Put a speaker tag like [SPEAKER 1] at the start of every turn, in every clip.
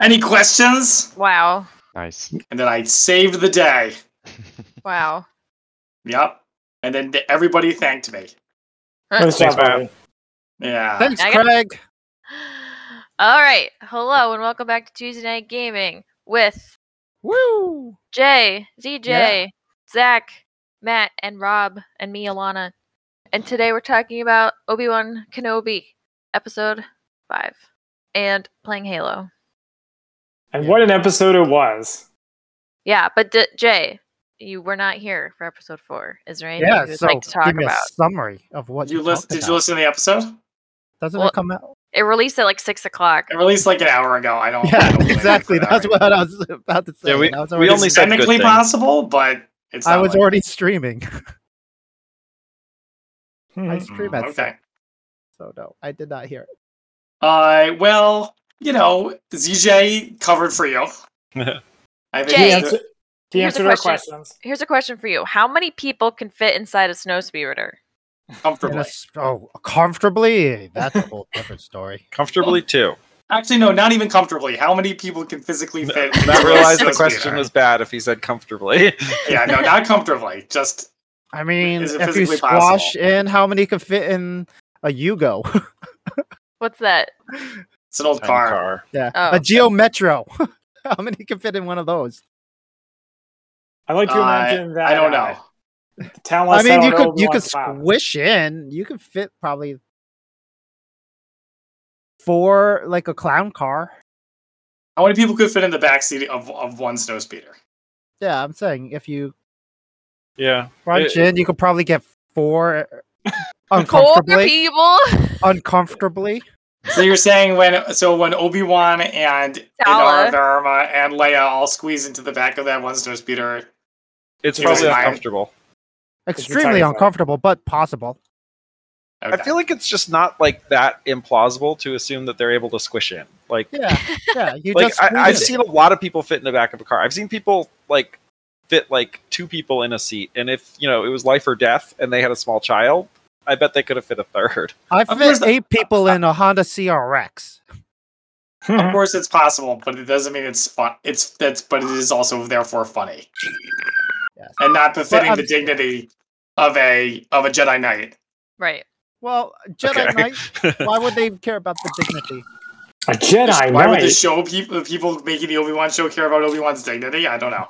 [SPEAKER 1] Any questions?
[SPEAKER 2] Wow.
[SPEAKER 3] Hmm.
[SPEAKER 4] Nice.
[SPEAKER 1] And then I saved the day.
[SPEAKER 2] Wow.
[SPEAKER 1] Yep. And then th- everybody thanked me.
[SPEAKER 5] Nice job, Bobby.
[SPEAKER 1] Yeah.
[SPEAKER 3] Thanks,
[SPEAKER 2] I got-
[SPEAKER 3] Craig.
[SPEAKER 2] All right. Hello and welcome back to Tuesday Night Gaming with
[SPEAKER 3] Woo!
[SPEAKER 2] Jay, ZJ, Zach, Matt, and Rob, and me, Alana. And today we're talking about Obi Wan Kenobi, episode 5, and playing Halo.
[SPEAKER 5] And what an episode it was.
[SPEAKER 2] Yeah, but D- Jay, you were not here for episode 4. Is there anything
[SPEAKER 3] yeah,
[SPEAKER 2] you would
[SPEAKER 3] so
[SPEAKER 2] like to talk
[SPEAKER 3] give me
[SPEAKER 2] about?
[SPEAKER 3] a summary of what
[SPEAKER 1] Did you,
[SPEAKER 3] you
[SPEAKER 1] listen,
[SPEAKER 3] talked
[SPEAKER 1] did you
[SPEAKER 3] about.
[SPEAKER 1] listen to the episode?
[SPEAKER 3] Doesn't
[SPEAKER 2] Well-
[SPEAKER 3] it come out?
[SPEAKER 2] It released at like 6 o'clock.
[SPEAKER 1] It released like an hour ago. I don't. I
[SPEAKER 3] Yeah,
[SPEAKER 1] don't really
[SPEAKER 3] exactly.
[SPEAKER 1] remember
[SPEAKER 3] That's
[SPEAKER 1] that.
[SPEAKER 3] what I was about to say.
[SPEAKER 6] Yeah, we-
[SPEAKER 3] I was
[SPEAKER 6] we
[SPEAKER 3] already,
[SPEAKER 6] only
[SPEAKER 1] It's
[SPEAKER 6] said good
[SPEAKER 1] technically
[SPEAKER 6] things.
[SPEAKER 1] possible, but it's.
[SPEAKER 3] I
[SPEAKER 1] not
[SPEAKER 3] was
[SPEAKER 1] like-
[SPEAKER 3] already streaming. I
[SPEAKER 5] Mhm.
[SPEAKER 3] stream
[SPEAKER 1] Mm,
[SPEAKER 3] at
[SPEAKER 1] Okay.
[SPEAKER 3] so no, I did not hear it.
[SPEAKER 1] Uh, well, you know, ZJ covered for you. I
[SPEAKER 2] Jay.
[SPEAKER 5] He
[SPEAKER 2] Hey,
[SPEAKER 1] think
[SPEAKER 5] answered, he
[SPEAKER 2] here's a
[SPEAKER 5] answered our
[SPEAKER 2] question.
[SPEAKER 5] questions.
[SPEAKER 2] Here's a question for you How many people can fit inside a snow speeder?
[SPEAKER 3] And
[SPEAKER 1] comfortably.
[SPEAKER 3] it's- oh, comfortably? That's a whole different story.
[SPEAKER 6] Comfortably too.
[SPEAKER 1] Actually, no, not even comfortably. How many people can physically fit? into
[SPEAKER 6] Matt
[SPEAKER 1] a
[SPEAKER 6] realized
[SPEAKER 1] snow
[SPEAKER 6] the question
[SPEAKER 1] speeder?
[SPEAKER 6] was bad if he said comfortably.
[SPEAKER 1] Yeah, no, not comfortably. Just
[SPEAKER 3] I mean,
[SPEAKER 1] it
[SPEAKER 3] if you
[SPEAKER 1] physically
[SPEAKER 3] squash
[SPEAKER 1] possible?
[SPEAKER 3] in, how many can fit in a Yugo?
[SPEAKER 2] What's that?
[SPEAKER 1] it's an old
[SPEAKER 6] Tiny
[SPEAKER 1] car.
[SPEAKER 3] yeah,
[SPEAKER 2] Oh.
[SPEAKER 3] a Geo Metro. how many can fit in one of those?
[SPEAKER 5] I like to
[SPEAKER 1] Uh,
[SPEAKER 5] imagine that.
[SPEAKER 1] I don't
[SPEAKER 5] uh,
[SPEAKER 1] know.
[SPEAKER 5] Tell
[SPEAKER 3] I
[SPEAKER 5] us how
[SPEAKER 3] mean, you
[SPEAKER 5] an
[SPEAKER 3] could
[SPEAKER 5] old
[SPEAKER 3] you could
[SPEAKER 5] one's found.
[SPEAKER 3] squish in. You could fit probably four like a clown car.
[SPEAKER 1] How many people could fit in the backseat of of one snow speeder?
[SPEAKER 3] Yeah, I'm saying if you
[SPEAKER 6] Yeah.
[SPEAKER 3] crunch in, you could probably get four
[SPEAKER 2] Four
[SPEAKER 3] uncomfortably.
[SPEAKER 2] people?
[SPEAKER 3] Uncomfortably.
[SPEAKER 1] So you're saying when so when Obi Wan and
[SPEAKER 2] T'Challa.
[SPEAKER 1] Inara Dharma and Leia all squeeze into the back of that one snow speeder?
[SPEAKER 6] It's
[SPEAKER 1] He
[SPEAKER 6] probably
[SPEAKER 1] was fine.
[SPEAKER 6] uncomfortable.
[SPEAKER 3] Extremely
[SPEAKER 5] tired, though.
[SPEAKER 3] uncomfortable, but possible.
[SPEAKER 1] Okay.
[SPEAKER 6] I feel like it's just not like that implausible to assume that they're able to squish in. Like
[SPEAKER 3] Yeah, yeah. You
[SPEAKER 6] like
[SPEAKER 3] just
[SPEAKER 6] I, I've
[SPEAKER 3] squeeze in.
[SPEAKER 6] seen a lot of people fit in the back of a car. I've seen people like fit like two people in a seat, and if you know it was life or death, and they had a small child, I bet they could have fit a third.
[SPEAKER 3] I
[SPEAKER 1] Of course
[SPEAKER 3] fit eight people in a Honda CRX.
[SPEAKER 1] of course it's possible, but it doesn't mean it's fun. It's that's but it is also therefore funny
[SPEAKER 3] Yes.
[SPEAKER 1] and not befitting
[SPEAKER 3] Well,
[SPEAKER 1] the
[SPEAKER 3] I'm-
[SPEAKER 1] dignity of a of a Jedi Knight.
[SPEAKER 2] Right.
[SPEAKER 3] Well, Jedi
[SPEAKER 6] Okay.
[SPEAKER 3] Knight. Why would they care about the dignity?
[SPEAKER 5] a Jedi
[SPEAKER 1] Why would
[SPEAKER 5] Knight.
[SPEAKER 1] the show people people making the Obi Wan show care about Obi Wan's dignity? I don't know.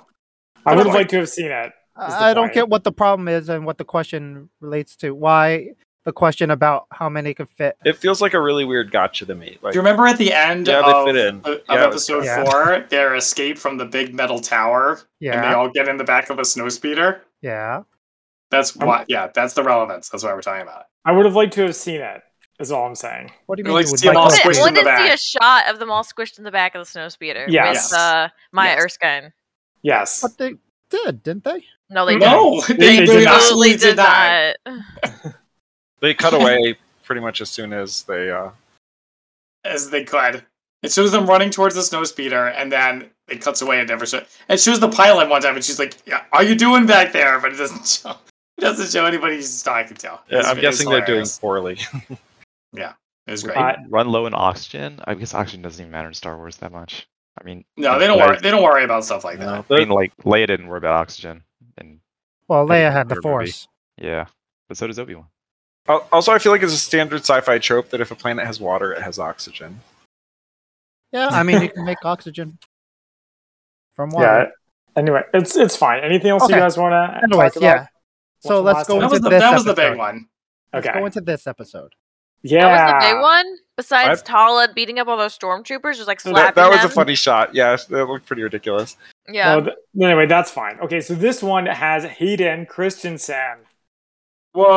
[SPEAKER 5] I would have liked to have seen it. Is the
[SPEAKER 3] I I don't
[SPEAKER 5] point.
[SPEAKER 3] get what the problem is and what the question relates to. Why the question about how many can fit?
[SPEAKER 6] It feels like a really weird gotcha to me. Like
[SPEAKER 1] Do you remember at the end
[SPEAKER 6] Yeah, they
[SPEAKER 1] of,
[SPEAKER 6] fit in.
[SPEAKER 1] of
[SPEAKER 6] Yeah, it was
[SPEAKER 1] episode
[SPEAKER 3] kinda-
[SPEAKER 1] four, their escape from the big metal tower, and they
[SPEAKER 3] Yeah,
[SPEAKER 1] all get in the back of a snow speeder?
[SPEAKER 3] yeah.
[SPEAKER 1] That's
[SPEAKER 5] Um,
[SPEAKER 1] what. Yeah, that's the relevance. That's why we're talking about.
[SPEAKER 5] I would have liked to have seen it. Is all I'm saying.
[SPEAKER 3] What do you
[SPEAKER 1] Or
[SPEAKER 3] mean?
[SPEAKER 1] like
[SPEAKER 3] you would
[SPEAKER 1] steam all
[SPEAKER 3] to
[SPEAKER 1] squished
[SPEAKER 2] Wouldn't,
[SPEAKER 3] see
[SPEAKER 1] in
[SPEAKER 3] it?
[SPEAKER 1] the
[SPEAKER 2] wouldn't see
[SPEAKER 1] back.
[SPEAKER 2] a shot of them all squished in the back of the snow speeder
[SPEAKER 5] Yes.
[SPEAKER 2] with uh, Maya
[SPEAKER 1] Yes.
[SPEAKER 2] Erskine.
[SPEAKER 5] Yes.
[SPEAKER 3] But they did, didn't they?
[SPEAKER 2] No, they
[SPEAKER 1] It.
[SPEAKER 2] didn't.
[SPEAKER 5] Mm.
[SPEAKER 1] No, they, they
[SPEAKER 5] they did not.
[SPEAKER 1] absolutely
[SPEAKER 2] Absolutely did not.
[SPEAKER 6] they cut away pretty much as soon as they. uh
[SPEAKER 1] as they could. It shows them running towards the snow speeder, and then it cuts away and never shows. It shows the pilot one time, and she's like, yeah, "Are you doing back there?" But it doesn't show. It doesn't show anybody she's talking to.
[SPEAKER 6] yeah,
[SPEAKER 1] It's-
[SPEAKER 6] I'm
[SPEAKER 1] it's
[SPEAKER 6] guessing they're doing
[SPEAKER 1] hilarious.
[SPEAKER 6] poorly.
[SPEAKER 1] It was great.
[SPEAKER 5] Uh,
[SPEAKER 4] Run low in oxygen. I guess oxygen doesn't even matter in Star Wars that much. I mean,
[SPEAKER 1] no, they don't
[SPEAKER 4] like,
[SPEAKER 1] worry. They don't worry about stuff like that.
[SPEAKER 6] No,
[SPEAKER 4] I
[SPEAKER 6] they're-
[SPEAKER 4] mean, like Leia didn't worry about oxygen, and
[SPEAKER 3] Well,
[SPEAKER 4] Pretty
[SPEAKER 3] Leia had the
[SPEAKER 4] clear movie.
[SPEAKER 3] Force.
[SPEAKER 4] yeah, but so does Obi Wan.
[SPEAKER 6] al- also, I feel like it's a standard sci-fi trope that if a planet has water, it has oxygen.
[SPEAKER 3] Yeah, I mean, you can make oxygen from
[SPEAKER 5] yeah.
[SPEAKER 3] water.
[SPEAKER 5] Anyway, it's it's fine. Anything else you
[SPEAKER 3] Okay.
[SPEAKER 5] guys want to?
[SPEAKER 3] Anyways,
[SPEAKER 5] talk
[SPEAKER 3] yeah.
[SPEAKER 5] about?
[SPEAKER 3] So
[SPEAKER 5] What's the
[SPEAKER 3] let's
[SPEAKER 5] last
[SPEAKER 3] go
[SPEAKER 5] one?
[SPEAKER 1] That
[SPEAKER 3] into
[SPEAKER 1] was the,
[SPEAKER 3] this
[SPEAKER 1] that was the big
[SPEAKER 3] episode.
[SPEAKER 1] one.
[SPEAKER 3] Let's
[SPEAKER 5] Okay.
[SPEAKER 3] go into this episode.
[SPEAKER 5] Yeah.
[SPEAKER 2] That was the big one. Besides
[SPEAKER 6] I've-
[SPEAKER 2] Tala beating up all those stormtroopers, just like slapping
[SPEAKER 6] That, that was a
[SPEAKER 2] them.
[SPEAKER 6] funny shot. Yeah, that looked pretty ridiculous.
[SPEAKER 1] Oh,
[SPEAKER 2] Yeah.
[SPEAKER 5] No, th- anyway, that's fine. Okay, so this one has Hayden Christensen.
[SPEAKER 1] Whoa!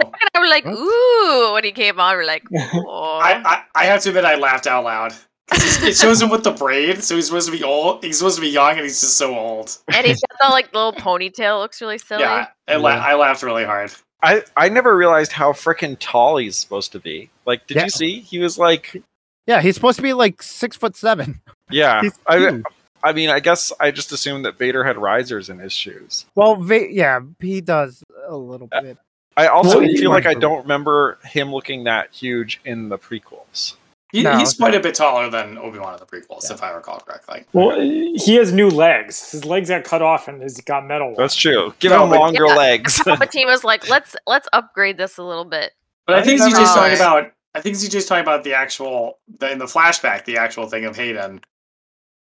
[SPEAKER 2] And I was like,
[SPEAKER 3] What?
[SPEAKER 2] ooh, when he came on, we're like, oh.
[SPEAKER 1] I, I I have to admit, I laughed out loud. 'Cause it's- It shows him with the braid, so he's supposed to be old. He's supposed to be young, and he's just so old.
[SPEAKER 2] and he's got that like little ponytail. Looks really silly.
[SPEAKER 1] Yeah, I, la- I laughed really hard.
[SPEAKER 6] I I never realized how freaking tall he's supposed to be. Like, did
[SPEAKER 3] Yeah.
[SPEAKER 6] you see? He was like,
[SPEAKER 3] Yeah, he's supposed to be like six foot seven.
[SPEAKER 6] yeah.
[SPEAKER 3] He's
[SPEAKER 6] I,
[SPEAKER 3] huge.
[SPEAKER 6] I mean, I guess I just assumed that Vader had risers in his shoes.
[SPEAKER 3] well, va- yeah, he does a little
[SPEAKER 6] Uh,
[SPEAKER 3] bit.
[SPEAKER 6] I also
[SPEAKER 3] Well, he
[SPEAKER 6] feel like I
[SPEAKER 3] might be.
[SPEAKER 6] don't remember him looking that huge in the prequels.
[SPEAKER 1] He,
[SPEAKER 3] No.
[SPEAKER 1] He's quite a bit taller than Obi Wan in the prequels, if I recall correctly.
[SPEAKER 5] Well, he has new legs. His legs got cut off and he's got metal.
[SPEAKER 6] That's true. Give
[SPEAKER 1] No,
[SPEAKER 6] him
[SPEAKER 1] but-
[SPEAKER 6] longer
[SPEAKER 2] Yeah.
[SPEAKER 6] legs.
[SPEAKER 2] Palpatine was like, let's let's upgrade this a little bit.
[SPEAKER 1] But I,
[SPEAKER 6] I
[SPEAKER 1] think
[SPEAKER 6] think
[SPEAKER 1] CJ's
[SPEAKER 2] that's
[SPEAKER 1] talking
[SPEAKER 2] right.
[SPEAKER 1] about. I think CJ's talking about the actual the, in the flashback, the actual thing of Hayden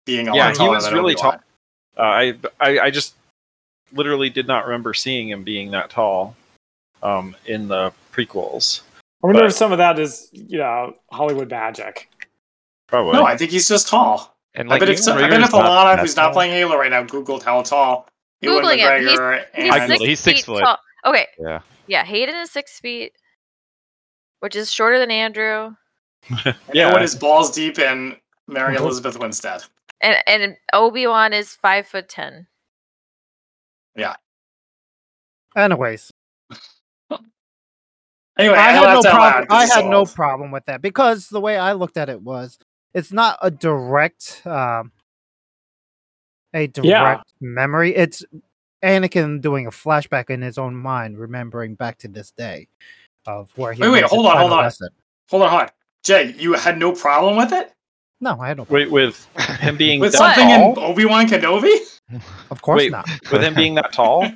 [SPEAKER 1] being a
[SPEAKER 6] Yeah,
[SPEAKER 1] lot
[SPEAKER 6] he
[SPEAKER 1] taller
[SPEAKER 6] was
[SPEAKER 1] than
[SPEAKER 6] really
[SPEAKER 1] Obi-Wan.
[SPEAKER 6] Uh, I, I I just literally did not remember seeing him being that tall um, in the prequels.
[SPEAKER 5] I wonder
[SPEAKER 6] But-
[SPEAKER 5] if some of that is, you know, Hollywood magic.
[SPEAKER 6] Probably.
[SPEAKER 1] No, I think he's just tall.
[SPEAKER 4] And
[SPEAKER 1] I bet if,
[SPEAKER 4] even
[SPEAKER 1] I bet
[SPEAKER 4] Rager's
[SPEAKER 1] if Alana,
[SPEAKER 4] that
[SPEAKER 1] who's not
[SPEAKER 4] tall.
[SPEAKER 1] playing Halo right now, googled how tall Ewan
[SPEAKER 2] Googling him. He's-
[SPEAKER 1] McGregor
[SPEAKER 2] He's
[SPEAKER 4] I
[SPEAKER 1] and
[SPEAKER 2] six,
[SPEAKER 4] Googled it. He's six
[SPEAKER 2] feet
[SPEAKER 4] foot.
[SPEAKER 2] tall. Okay,
[SPEAKER 4] Yeah.
[SPEAKER 2] yeah, Hayden is six feet, which is shorter than Andrew,
[SPEAKER 1] yeah.
[SPEAKER 6] Yeah.
[SPEAKER 1] Ewan is balls deep in Mary
[SPEAKER 5] Mhm.
[SPEAKER 1] Elizabeth Winstead.
[SPEAKER 2] and and Obi Wan is five foot ten.
[SPEAKER 3] Anyways,
[SPEAKER 1] Anyway,
[SPEAKER 3] I had no
[SPEAKER 1] laughed out loud
[SPEAKER 3] problem.
[SPEAKER 1] 'cause
[SPEAKER 3] I
[SPEAKER 1] it's
[SPEAKER 3] had
[SPEAKER 1] so
[SPEAKER 3] no
[SPEAKER 1] old.
[SPEAKER 3] problem with that because the way I looked at it was, it's not a direct, um, a direct
[SPEAKER 5] Yeah.
[SPEAKER 3] memory. It's Anakin doing a flashback in his own mind, remembering back to this day of where he.
[SPEAKER 1] Wait, wait,
[SPEAKER 3] learned his
[SPEAKER 1] hold on,
[SPEAKER 3] final
[SPEAKER 1] hold on.
[SPEAKER 3] lesson.
[SPEAKER 1] Hold on, hold on. Jay, you had no problem with it?
[SPEAKER 3] No, I had no.
[SPEAKER 6] Wait, with him being
[SPEAKER 1] With
[SPEAKER 6] that
[SPEAKER 1] something
[SPEAKER 6] tall?
[SPEAKER 1] in Obi Wan Kenobi?
[SPEAKER 3] Of course
[SPEAKER 6] Wait.
[SPEAKER 3] not.
[SPEAKER 6] with him being that tall?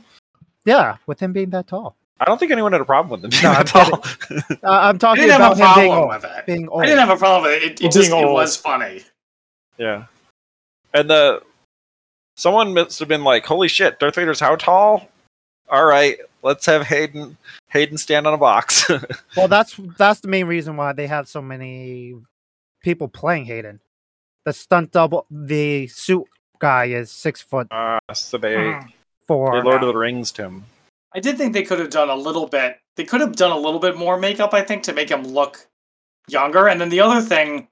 [SPEAKER 3] Yeah, with him being that tall.
[SPEAKER 6] I don't think anyone had a problem with him being
[SPEAKER 3] No,
[SPEAKER 6] that
[SPEAKER 3] I'm
[SPEAKER 6] tall.
[SPEAKER 3] Uh, I'm
[SPEAKER 1] I
[SPEAKER 3] talking
[SPEAKER 1] didn't have
[SPEAKER 3] about
[SPEAKER 1] a
[SPEAKER 3] him being
[SPEAKER 1] problem
[SPEAKER 3] old.
[SPEAKER 1] with it.
[SPEAKER 3] Being old.
[SPEAKER 1] I didn't have a problem with it. It,
[SPEAKER 5] Being
[SPEAKER 1] it just it
[SPEAKER 5] old.
[SPEAKER 1] was funny.
[SPEAKER 6] yeah. And the someone must have been like, "Holy shit, Darth Vader's how tall?" All right, let's have Hayden Hayden stand on a box.
[SPEAKER 3] Well, that's that's the main reason why they have so many people playing Hayden. The stunt double, the suit guy is six foot
[SPEAKER 6] uh, so they,
[SPEAKER 1] Hmm.
[SPEAKER 5] Mm.
[SPEAKER 3] four.
[SPEAKER 6] they Lord of the Rings to him.
[SPEAKER 1] I did think they could have done a little bit. They could have done a little bit more makeup, I think, to make him look younger. And then the other thing,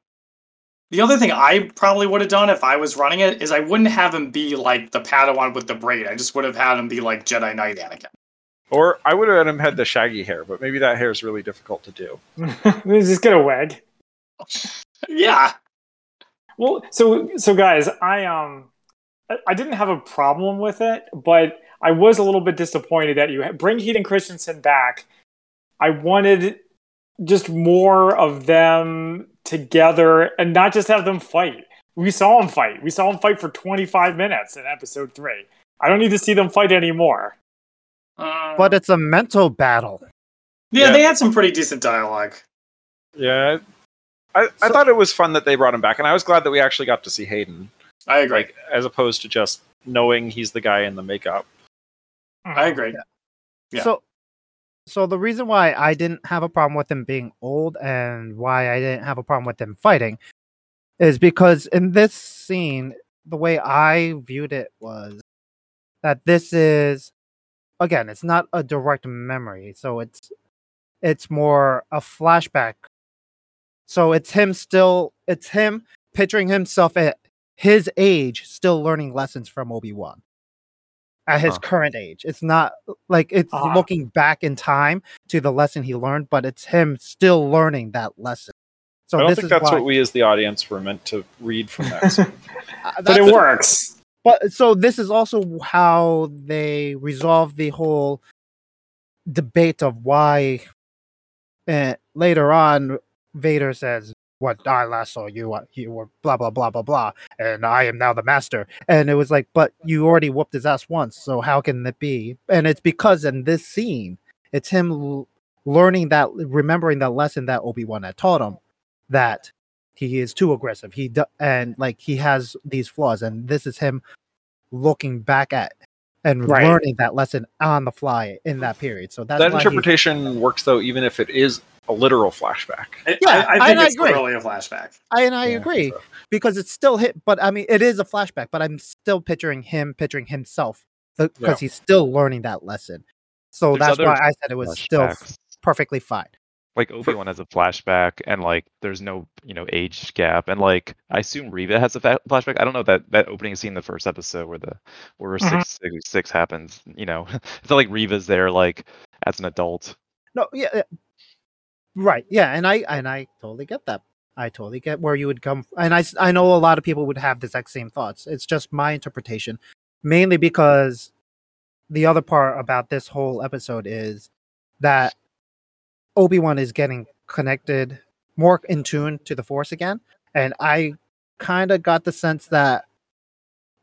[SPEAKER 1] the other thing I probably would have done if I was running it is I wouldn't have him be like the Padawan with the braid. I just would have had him be like Jedi Knight Anakin.
[SPEAKER 6] Or I would have had him had the shaggy hair, but maybe that hair is really difficult to do.
[SPEAKER 5] He's just get a wig.
[SPEAKER 1] Yeah,
[SPEAKER 5] Well, so so guys, I um, I- I didn't have a problem with it, but I was a little bit disappointed that you bring Heat and Christensen back. I wanted just more of them together and not just have them fight. We saw them fight. We saw them fight for 25 minutes in episode three. I don't need to see them fight anymore.
[SPEAKER 1] Uh,
[SPEAKER 3] but it's a mental battle.
[SPEAKER 1] yeah,
[SPEAKER 6] Yeah.
[SPEAKER 1] they had some pretty decent dialogue.
[SPEAKER 6] Yeah. I, I
[SPEAKER 3] So-
[SPEAKER 6] thought it was fun that they brought him back, and I was glad that we actually got to see Hayden,
[SPEAKER 1] I agree.
[SPEAKER 6] like as opposed to just knowing he's the guy in the makeup.
[SPEAKER 1] I agree. Yeah.
[SPEAKER 3] So, so the reason why I didn't have a problem with him being old and why I didn't have a problem with him fighting is because in this scene, the way I viewed it was that this is again, it's not a direct memory, so it's it's more a flashback. So it's him still, it's him picturing himself at his age, still learning lessons from Obi Wan. At his
[SPEAKER 4] Huh.
[SPEAKER 3] current age, it's not like it's
[SPEAKER 5] Ah.
[SPEAKER 3] looking back in time to the lesson he learned, but it's him still learning that lesson. So
[SPEAKER 6] I don't
[SPEAKER 3] this
[SPEAKER 6] think
[SPEAKER 3] is
[SPEAKER 6] that's
[SPEAKER 3] why,
[SPEAKER 6] what we as the audience were meant to read from that. scene.
[SPEAKER 3] uh,
[SPEAKER 5] But
[SPEAKER 3] that's-
[SPEAKER 5] it works.
[SPEAKER 3] But so this is also how they resolve the whole debate of why uh, later on Vader says, "What I last saw you, uh, you were blah blah blah blah blah, and I am now the master." And it was like, "But you already whooped his ass once, so how can it be?" And it's because in this scene, it's him l- learning that, remembering that lesson that Obi Wan had taught him, that he is too aggressive. He do- and like he has these flaws, and this is him looking back at and
[SPEAKER 5] Right.
[SPEAKER 3] learning that lesson on the fly in that period. So that's
[SPEAKER 6] that
[SPEAKER 3] why he-
[SPEAKER 6] interpretation works though, even if it is a literal flashback.
[SPEAKER 1] I,
[SPEAKER 3] Yeah,
[SPEAKER 1] I, I
[SPEAKER 3] I-
[SPEAKER 1] think
[SPEAKER 3] I
[SPEAKER 1] it's
[SPEAKER 3] agree.
[SPEAKER 1] really a flashback.
[SPEAKER 3] I, and I
[SPEAKER 6] Yeah,
[SPEAKER 3] agree
[SPEAKER 6] so-
[SPEAKER 3] because it's still hit, but I mean, it is a flashback, but I'm still picturing him picturing himself because
[SPEAKER 6] Yeah.
[SPEAKER 3] he's still learning that lesson. So
[SPEAKER 6] There's
[SPEAKER 3] that's why
[SPEAKER 6] other
[SPEAKER 3] I said it was still f-
[SPEAKER 4] Flashbacks.
[SPEAKER 3] perfectly fine.
[SPEAKER 4] like Obi Wan has a flashback, and like there's no you know age gap, and like I assume Reva has a fa- flashback. I don't know that that opening scene in the first episode where the where
[SPEAKER 5] Mhm.
[SPEAKER 6] Mm-hmm.
[SPEAKER 4] six six six happens. You know, it's not like Reva's there like as an adult.
[SPEAKER 3] No, yeah, uh, right, yeah, and I and I totally get that. I totally get where you would come, and I s- I know a lot of people would have the exact same thoughts. It's just my interpretation, mainly because the other part about this whole episode is that Obi Wan is getting connected more in tune to the Force again. And I kind of got the sense that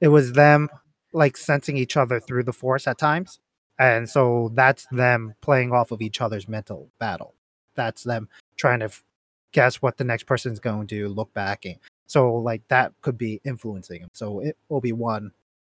[SPEAKER 3] it was them like sensing each other through the Force at times. And so that's them playing off of each other's mental battle. That's them trying to f- guess what the next person's going to do, look back. And so, like, that could be influencing him. So, it will be one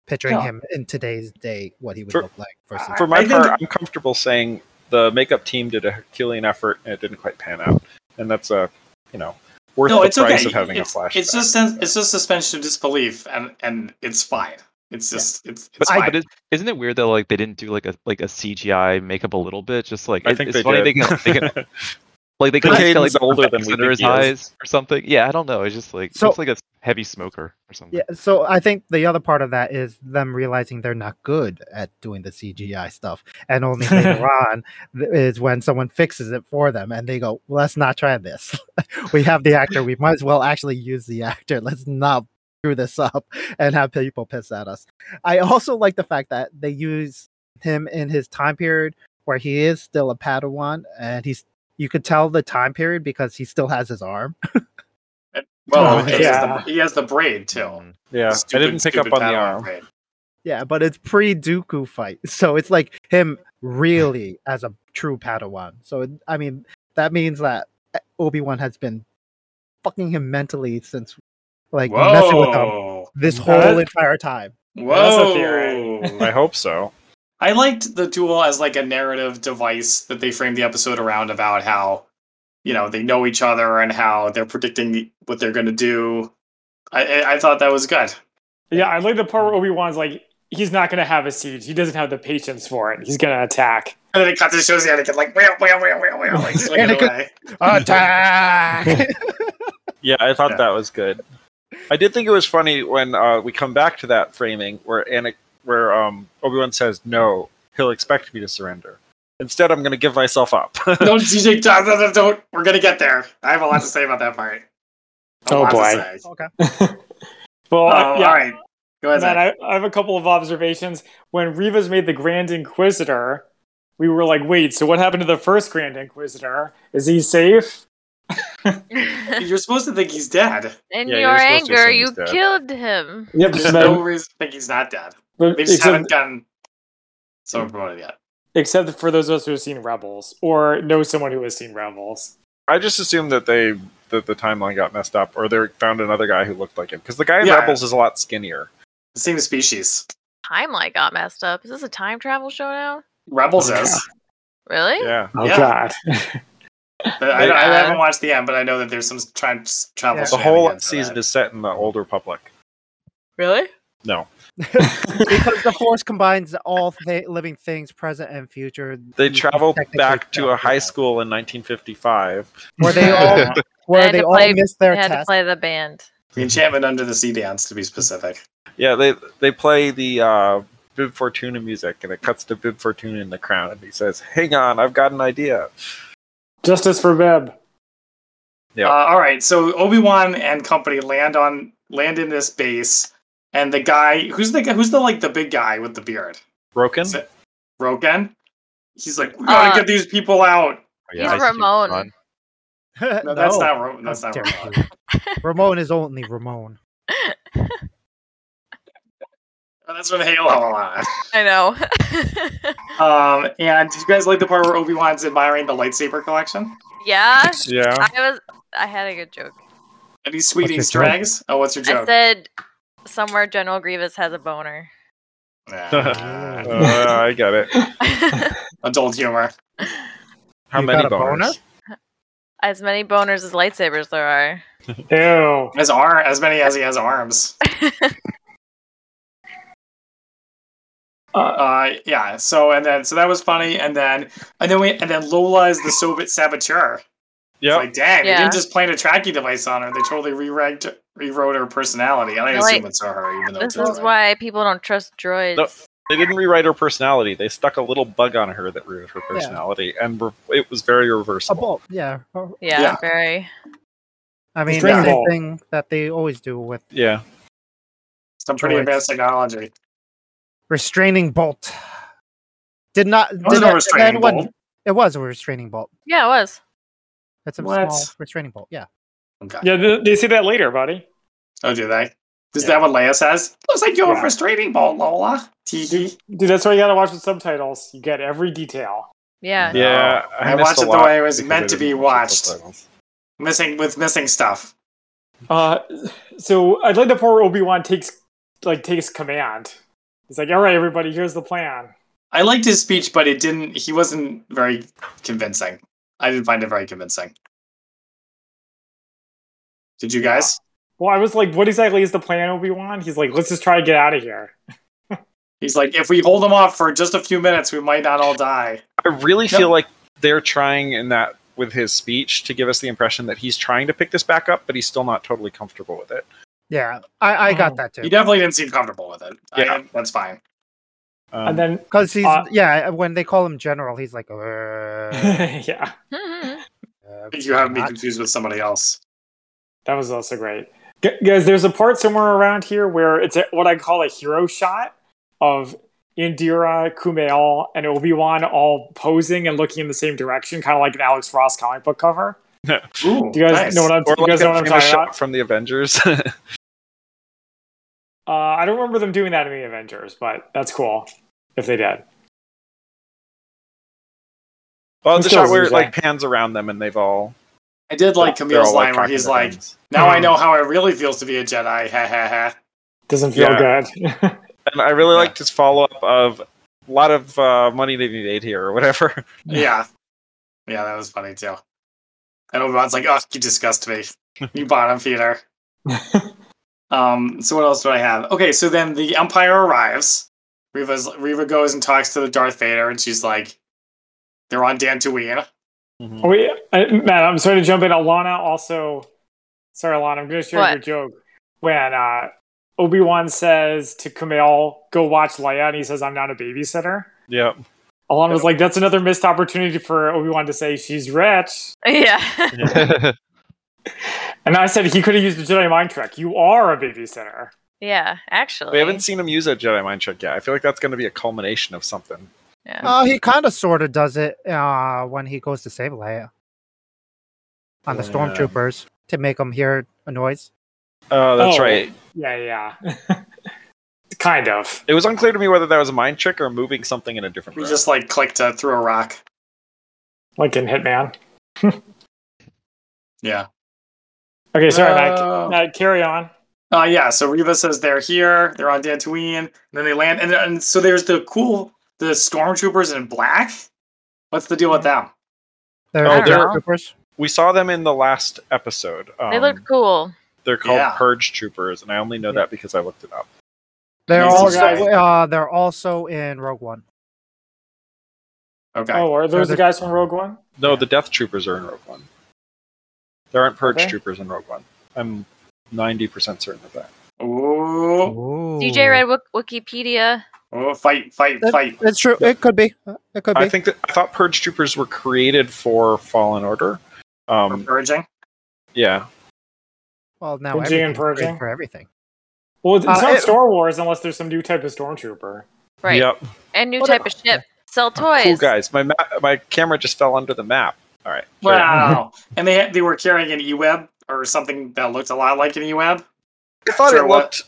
[SPEAKER 3] picturing
[SPEAKER 5] Yeah.
[SPEAKER 3] him in today's day, what he would
[SPEAKER 6] For-
[SPEAKER 3] look like versus.
[SPEAKER 6] For my
[SPEAKER 1] I think-
[SPEAKER 6] part, I'm comfortable saying the makeup team did a Herculean effort and it didn't quite pan out, and that's a you know worth
[SPEAKER 1] no,
[SPEAKER 6] the
[SPEAKER 1] it's
[SPEAKER 6] price
[SPEAKER 1] okay.
[SPEAKER 6] of having
[SPEAKER 1] it's,
[SPEAKER 6] a flashback.
[SPEAKER 1] it's just sen- it's just suspension of disbelief, and and it's fine. It's just it's
[SPEAKER 4] But,
[SPEAKER 1] it's fine.
[SPEAKER 4] but is, isn't it weird that like they didn't do like a like a CGI makeup a little bit? Just like
[SPEAKER 6] I
[SPEAKER 4] it-
[SPEAKER 6] think
[SPEAKER 4] it's
[SPEAKER 6] they
[SPEAKER 4] funny
[SPEAKER 6] did.
[SPEAKER 4] they can, they can like they
[SPEAKER 6] The
[SPEAKER 4] can just get, like
[SPEAKER 6] cadence
[SPEAKER 4] the
[SPEAKER 6] older
[SPEAKER 4] older
[SPEAKER 6] than we
[SPEAKER 4] under his
[SPEAKER 6] think he
[SPEAKER 4] eyes or something. Yeah, I don't know. It's just like
[SPEAKER 3] So-
[SPEAKER 4] looks like a heavy smoker or something.
[SPEAKER 3] Yeah, so I think the other part of that is them realizing they're not good at doing the CGI stuff, and only later on th- is when someone fixes it for them, and they go, "Let's not try this. we have the actor. We might as well actually use the actor. Let's not screw this up and have people piss at us." I also like the fact that they use him in his time period where he is still a Padawan, and he's you could tell the time period because he still has his arm.
[SPEAKER 1] well,
[SPEAKER 5] Oh,
[SPEAKER 1] it's just
[SPEAKER 5] yeah.
[SPEAKER 1] the, he has the braid too.
[SPEAKER 4] Mm.
[SPEAKER 6] yeah,
[SPEAKER 1] Stupid-
[SPEAKER 6] I didn't pick up
[SPEAKER 1] stupid
[SPEAKER 6] on the
[SPEAKER 1] Padawan
[SPEAKER 6] arm.
[SPEAKER 1] braid.
[SPEAKER 3] Yeah, but it's pre Dooku fight, so it's like him really as a true Padawan. So it, I mean, that means that Obi Wan has been fucking him mentally since like messing with him
[SPEAKER 1] Whoa!
[SPEAKER 3] this
[SPEAKER 5] That-
[SPEAKER 3] whole entire time.
[SPEAKER 5] That's a
[SPEAKER 1] Whoa!
[SPEAKER 6] I hope so.
[SPEAKER 1] I liked the duel as like a narrative device that they framed the episode around about how, you know, they know each other and how they're predicting what they're going to do. I, I I thought that was good.
[SPEAKER 5] Yeah, I like the part where Obi Wan's like, he's not going to have a siege. He doesn't have the patience for it. He's going to attack.
[SPEAKER 1] And then it cuts and shows Anakin like, whale, whale, whale, whale, whale, like swinging
[SPEAKER 3] Anakin-
[SPEAKER 1] away.
[SPEAKER 3] Attack!
[SPEAKER 6] Yeah, I thought
[SPEAKER 1] Yeah.
[SPEAKER 6] that was good. I did think it was funny when uh, we come back to that framing where Anik, where um, Obi Wan says, "No, he'll expect me to surrender. Instead, I'm going to give myself up."
[SPEAKER 1] don't, DJ, don't, don't, don't. We're going to get there. I have a lot to say about that part. A
[SPEAKER 5] Oh,
[SPEAKER 1] lot to
[SPEAKER 5] boy.
[SPEAKER 1] say.
[SPEAKER 3] okay.
[SPEAKER 5] Well,
[SPEAKER 1] Oh,
[SPEAKER 5] I-
[SPEAKER 1] all
[SPEAKER 5] yeah,
[SPEAKER 1] right. Go ahead.
[SPEAKER 5] Matt,
[SPEAKER 1] Zach.
[SPEAKER 5] I, I have a couple of observations. When Rivas made the Grand Inquisitor, we were like, wait, so what happened to the first Grand Inquisitor? Is he safe?
[SPEAKER 2] In
[SPEAKER 1] You're supposed to think he's dead.
[SPEAKER 6] Yeah,
[SPEAKER 2] your
[SPEAKER 6] you're supposed to
[SPEAKER 2] anger,
[SPEAKER 6] assume
[SPEAKER 2] you
[SPEAKER 6] he's dead.
[SPEAKER 2] killed him.
[SPEAKER 5] Yep.
[SPEAKER 1] There's no reason to think he's not dead. They just haven't
[SPEAKER 5] except,
[SPEAKER 1] gotten someone promoted yet.
[SPEAKER 5] except for those of us who have seen Rebels or know someone who has seen Rebels.
[SPEAKER 6] I just assumed that they that the timeline got messed up, or they found another guy who looked like him because the guy in
[SPEAKER 1] Yeah.
[SPEAKER 6] Rebels is a lot skinnier.
[SPEAKER 1] Same species.
[SPEAKER 2] Timeline got messed up. Is this a time travel show now?
[SPEAKER 1] Rebels
[SPEAKER 5] Yeah.
[SPEAKER 1] is.
[SPEAKER 2] Really?
[SPEAKER 6] Yeah,
[SPEAKER 5] Oh,
[SPEAKER 1] Yeah.
[SPEAKER 5] God.
[SPEAKER 1] But I, I
[SPEAKER 2] Yeah.
[SPEAKER 1] haven't watched the end, but I know that there's some time travel.
[SPEAKER 3] Yeah.
[SPEAKER 6] the whole
[SPEAKER 1] shenanigans for
[SPEAKER 6] season
[SPEAKER 1] that.
[SPEAKER 6] is set in the Old Republic.
[SPEAKER 2] Really?
[SPEAKER 3] because the Force combines all th- living things, present and future.
[SPEAKER 6] They
[SPEAKER 3] you can
[SPEAKER 6] travel
[SPEAKER 3] technically
[SPEAKER 6] back to a
[SPEAKER 3] calculate
[SPEAKER 6] high
[SPEAKER 3] that.
[SPEAKER 6] school in 1955.
[SPEAKER 3] where they all
[SPEAKER 2] They
[SPEAKER 3] where
[SPEAKER 2] had
[SPEAKER 3] they
[SPEAKER 2] to
[SPEAKER 3] all
[SPEAKER 2] play-
[SPEAKER 3] missed their
[SPEAKER 2] they had to
[SPEAKER 3] test.
[SPEAKER 2] play the band.
[SPEAKER 1] the enchantment under the sea dance, to be specific.
[SPEAKER 6] Yeah, they they play the uh, Bib Fortuna music, and it cuts to Bib Fortuna in the crown, and he says, "Hang on, I've got an idea."
[SPEAKER 5] Justice for Bib.
[SPEAKER 6] Yeah.
[SPEAKER 1] Uh, all right, so Obi Wan and company land on land in this base, and the guy who's the guy who's the like the big guy with the beard,
[SPEAKER 6] Broken.
[SPEAKER 1] Is it Rogan. He's like, we gotta
[SPEAKER 2] Uh,
[SPEAKER 1] get these people out.
[SPEAKER 2] He's Ramon.
[SPEAKER 1] No, that's
[SPEAKER 3] No.
[SPEAKER 1] not Ro- that's
[SPEAKER 3] How
[SPEAKER 1] not
[SPEAKER 3] dare
[SPEAKER 1] Rogan.
[SPEAKER 3] you. Ramon is only Ramon.
[SPEAKER 1] That's from Halo. a lot.
[SPEAKER 2] I know.
[SPEAKER 1] Um, and do you guys like the part where Obi Wan's admiring the lightsaber collection?
[SPEAKER 2] yeah.
[SPEAKER 6] Yeah.
[SPEAKER 2] I was I had a good joke.
[SPEAKER 1] And he's sweet
[SPEAKER 3] What's your
[SPEAKER 1] Easter
[SPEAKER 3] joke?
[SPEAKER 1] eggs. Oh, what's your
[SPEAKER 2] I
[SPEAKER 1] joke?
[SPEAKER 2] said somewhere General Grievous has a boner.
[SPEAKER 1] Nah.
[SPEAKER 6] Uh, I get it.
[SPEAKER 1] adult humor.
[SPEAKER 6] How
[SPEAKER 3] You
[SPEAKER 6] many
[SPEAKER 3] got a boner?
[SPEAKER 6] boners?
[SPEAKER 2] as many boners as lightsabers there are.
[SPEAKER 5] Ew.
[SPEAKER 1] As ar- as many as he has arms.
[SPEAKER 5] Uh,
[SPEAKER 1] Uh, yeah. So and then so that was funny, and then and then we and then Lola is the Soviet saboteur. It's
[SPEAKER 6] Yep.
[SPEAKER 1] Like, dang, they
[SPEAKER 2] Yeah.
[SPEAKER 1] didn't just plant a tracking device on her. They totally rewrote rewrote her personality. I
[SPEAKER 2] They're
[SPEAKER 1] assume
[SPEAKER 2] like,
[SPEAKER 1] it's her, even though
[SPEAKER 2] This
[SPEAKER 1] it's
[SPEAKER 2] is why people don't trust droids.
[SPEAKER 6] No. They didn't rewrite her personality. They stuck a little bug on her that ruined her personality, and re- it was very
[SPEAKER 3] A
[SPEAKER 6] reversible.
[SPEAKER 3] bolt, yeah.
[SPEAKER 2] Yeah,
[SPEAKER 1] Yeah.
[SPEAKER 2] very.
[SPEAKER 3] I mean,
[SPEAKER 5] String
[SPEAKER 3] the same
[SPEAKER 5] ball.
[SPEAKER 3] thing that they always do with
[SPEAKER 6] Yeah.
[SPEAKER 1] some pretty
[SPEAKER 3] Droids.
[SPEAKER 1] advanced technology.
[SPEAKER 3] restraining bolt. Did not.
[SPEAKER 1] It wasn't
[SPEAKER 3] did
[SPEAKER 1] a
[SPEAKER 3] not-
[SPEAKER 1] restraining
[SPEAKER 3] it wasn't-
[SPEAKER 1] bolt.
[SPEAKER 3] It was a restraining bolt.
[SPEAKER 2] Yeah, it was.
[SPEAKER 3] That's a
[SPEAKER 1] What?
[SPEAKER 3] small restraining bolt. Yeah.
[SPEAKER 1] Okay.
[SPEAKER 5] Yeah, they, they say that later, buddy.
[SPEAKER 1] Oh, do they? Is that what Leia says? Looks like you're
[SPEAKER 5] Yeah.
[SPEAKER 1] frustrating, Bolt Lola. TD.
[SPEAKER 5] Dude, that's why you gotta watch the subtitles. You get every detail.
[SPEAKER 2] Yeah.
[SPEAKER 6] Yeah,
[SPEAKER 1] I
[SPEAKER 6] missed
[SPEAKER 1] watched
[SPEAKER 6] a
[SPEAKER 1] it the
[SPEAKER 6] lot
[SPEAKER 1] way it was
[SPEAKER 6] because
[SPEAKER 1] meant
[SPEAKER 6] I
[SPEAKER 1] to
[SPEAKER 6] didn't
[SPEAKER 1] be
[SPEAKER 6] watch the
[SPEAKER 1] watched.
[SPEAKER 6] subtitles.
[SPEAKER 1] Missing with missing stuff.
[SPEAKER 5] Uh, so I'd like the poor Obi Wan takes like takes command. He's like, "All right, everybody, here's the plan."
[SPEAKER 1] I liked his speech, but it didn't. He wasn't very convincing. I didn't find it very convincing. Did you guys?
[SPEAKER 5] Well, I was like, "What exactly is the plan, Obi Wan?" He's like, "Let's just try to get out of here."
[SPEAKER 1] He's like, if we hold him off for just a few minutes, we might not all die.
[SPEAKER 6] I really
[SPEAKER 1] No.
[SPEAKER 6] feel like they're trying in that with his speech to give us the impression that he's trying to pick this back up, but he's still not totally comfortable with it.
[SPEAKER 3] Yeah. I, I got that too.
[SPEAKER 1] He definitely didn't seem comfortable with it. I-
[SPEAKER 6] Yeah.
[SPEAKER 1] that's fine.
[SPEAKER 6] Um,
[SPEAKER 5] And then,
[SPEAKER 3] Because he's
[SPEAKER 5] Uh,
[SPEAKER 3] yeah, when they call him general, he's like, uh,
[SPEAKER 5] yeah,
[SPEAKER 2] Mhm.
[SPEAKER 3] uh,
[SPEAKER 1] I think you have me
[SPEAKER 3] not-
[SPEAKER 1] confused with somebody else.
[SPEAKER 5] that was also great, Gu guys. There's a part somewhere around here where it's a, what I call a hero shot of Indira, Kumail, and Obi Wan all posing and looking in the same direction, kind of like an Alex Ross comic book cover.
[SPEAKER 1] Ooh,
[SPEAKER 5] Do you guys
[SPEAKER 1] nice.
[SPEAKER 5] know what I'm?
[SPEAKER 6] or
[SPEAKER 5] you
[SPEAKER 6] like
[SPEAKER 5] guys know what
[SPEAKER 6] a
[SPEAKER 5] I'm
[SPEAKER 6] famous
[SPEAKER 5] talking
[SPEAKER 6] shot
[SPEAKER 5] about?
[SPEAKER 6] from the Avengers.
[SPEAKER 5] Uh, I don't remember them doing that in the Avengers, but that's cool if they did.
[SPEAKER 6] well, the
[SPEAKER 5] still
[SPEAKER 6] shot where it
[SPEAKER 5] losing.
[SPEAKER 6] like pans around them and they've all
[SPEAKER 1] I did like
[SPEAKER 6] they're
[SPEAKER 1] Camille's
[SPEAKER 6] all,
[SPEAKER 1] line where
[SPEAKER 6] cocking
[SPEAKER 1] he's
[SPEAKER 6] their
[SPEAKER 1] like,
[SPEAKER 6] guns.
[SPEAKER 1] "Now I know how it really feels to be a Jedi." Ha ha ha.
[SPEAKER 5] Doesn't feel good.
[SPEAKER 6] and I really
[SPEAKER 1] Yeah.
[SPEAKER 6] liked his follow up of a lot of uh, money they need made here or whatever.
[SPEAKER 1] Yeah. Yeah, that was funny too. And Obi-Wan's like, oh, you disgust me. You bottom feeder. um, so what else do I have? Okay, so then the Empire arrives. Riva's Riva goes and talks to the Darth Vader, and she's like, they're on Dantooine.
[SPEAKER 5] Oh, Wait, uh, Matt, I'm sorry to jump in. Alana also, sorry, Alana, I'm going to share
[SPEAKER 2] What?
[SPEAKER 5] your joke. When uh, Obi Wan says to Kumail, "Go watch Leia," and he says, "I'm not a babysitter."
[SPEAKER 6] Yeah.
[SPEAKER 5] Alana was like, "That's another missed opportunity for Obi Wan to say she's rich."
[SPEAKER 2] Yeah.
[SPEAKER 5] And I said he could have used the Jedi mind trick. You are a babysitter.
[SPEAKER 2] yeah. Actually.
[SPEAKER 6] We haven't seen him use a Jedi mind trick yet. I feel like that's going to be a culmination of something.
[SPEAKER 2] Yeah.
[SPEAKER 3] Uh, he kind of sort of does it uh, when he goes to save Leia on the
[SPEAKER 6] Yeah.
[SPEAKER 3] stormtroopers to make them hear a noise.
[SPEAKER 6] Oh, that's
[SPEAKER 5] Oh.
[SPEAKER 6] right.
[SPEAKER 5] Yeah, yeah. kind of.
[SPEAKER 6] It was unclear to me whether that was a mind trick or moving something in a different
[SPEAKER 1] We
[SPEAKER 6] direction.
[SPEAKER 1] just like clicked uh, through a rock.
[SPEAKER 5] Like in Hitman.
[SPEAKER 1] Yeah.
[SPEAKER 5] Okay, sorry,
[SPEAKER 3] Uh,
[SPEAKER 5] Matt.
[SPEAKER 1] No.
[SPEAKER 5] Matt, carry on.
[SPEAKER 1] Uh, yeah, so Riva says they're here, they're on Dantooine, and then they land, and, and so there's the cool, the stormtroopers in black. What's the deal with them?
[SPEAKER 3] They're
[SPEAKER 6] Oh,
[SPEAKER 2] they're-
[SPEAKER 3] stormtroopers.
[SPEAKER 6] we saw them in the last episode. Um,
[SPEAKER 2] They look cool.
[SPEAKER 6] They're called
[SPEAKER 1] Yeah.
[SPEAKER 6] Purge Troopers, and I only know that because I looked it up.
[SPEAKER 3] They're
[SPEAKER 1] These
[SPEAKER 3] also
[SPEAKER 1] guys-
[SPEAKER 3] uh, they're also in Rogue One.
[SPEAKER 1] Okay.
[SPEAKER 5] Oh, are those
[SPEAKER 3] the-
[SPEAKER 5] the guys from Rogue One?
[SPEAKER 6] No, the Death Troopers are in Rogue One. There aren't Purge
[SPEAKER 5] Are they?
[SPEAKER 6] Troopers in Rogue One. I'm 90% certain of that.
[SPEAKER 1] Ooh.
[SPEAKER 2] DJ read Wik- Wikipedia.
[SPEAKER 1] Oh, fight, fight,
[SPEAKER 3] That-
[SPEAKER 1] fight.
[SPEAKER 3] It's true. It could be. It could be.
[SPEAKER 6] I think that I thought Purge Troopers were created for Fallen Order.
[SPEAKER 1] for
[SPEAKER 6] Um,
[SPEAKER 1] purging.
[SPEAKER 6] yeah,
[SPEAKER 3] well, now
[SPEAKER 5] Purging and
[SPEAKER 3] everything's great
[SPEAKER 5] purging.
[SPEAKER 3] for everything.
[SPEAKER 5] Well, it's
[SPEAKER 3] Uh,
[SPEAKER 5] not
[SPEAKER 3] it-
[SPEAKER 5] Star Wars unless there's some new type of stormtrooper.
[SPEAKER 2] Right.
[SPEAKER 6] Yep.
[SPEAKER 2] And new
[SPEAKER 3] Well,
[SPEAKER 2] type of ship. Sell toys.
[SPEAKER 6] Cool guys. My map, my camera just fell under the map. All right. Carry on.
[SPEAKER 1] Wow. and they had- they were carrying an eWeb or something that looked a lot like an eWeb.
[SPEAKER 6] I thought
[SPEAKER 1] Sure,
[SPEAKER 6] it
[SPEAKER 1] what-
[SPEAKER 6] looked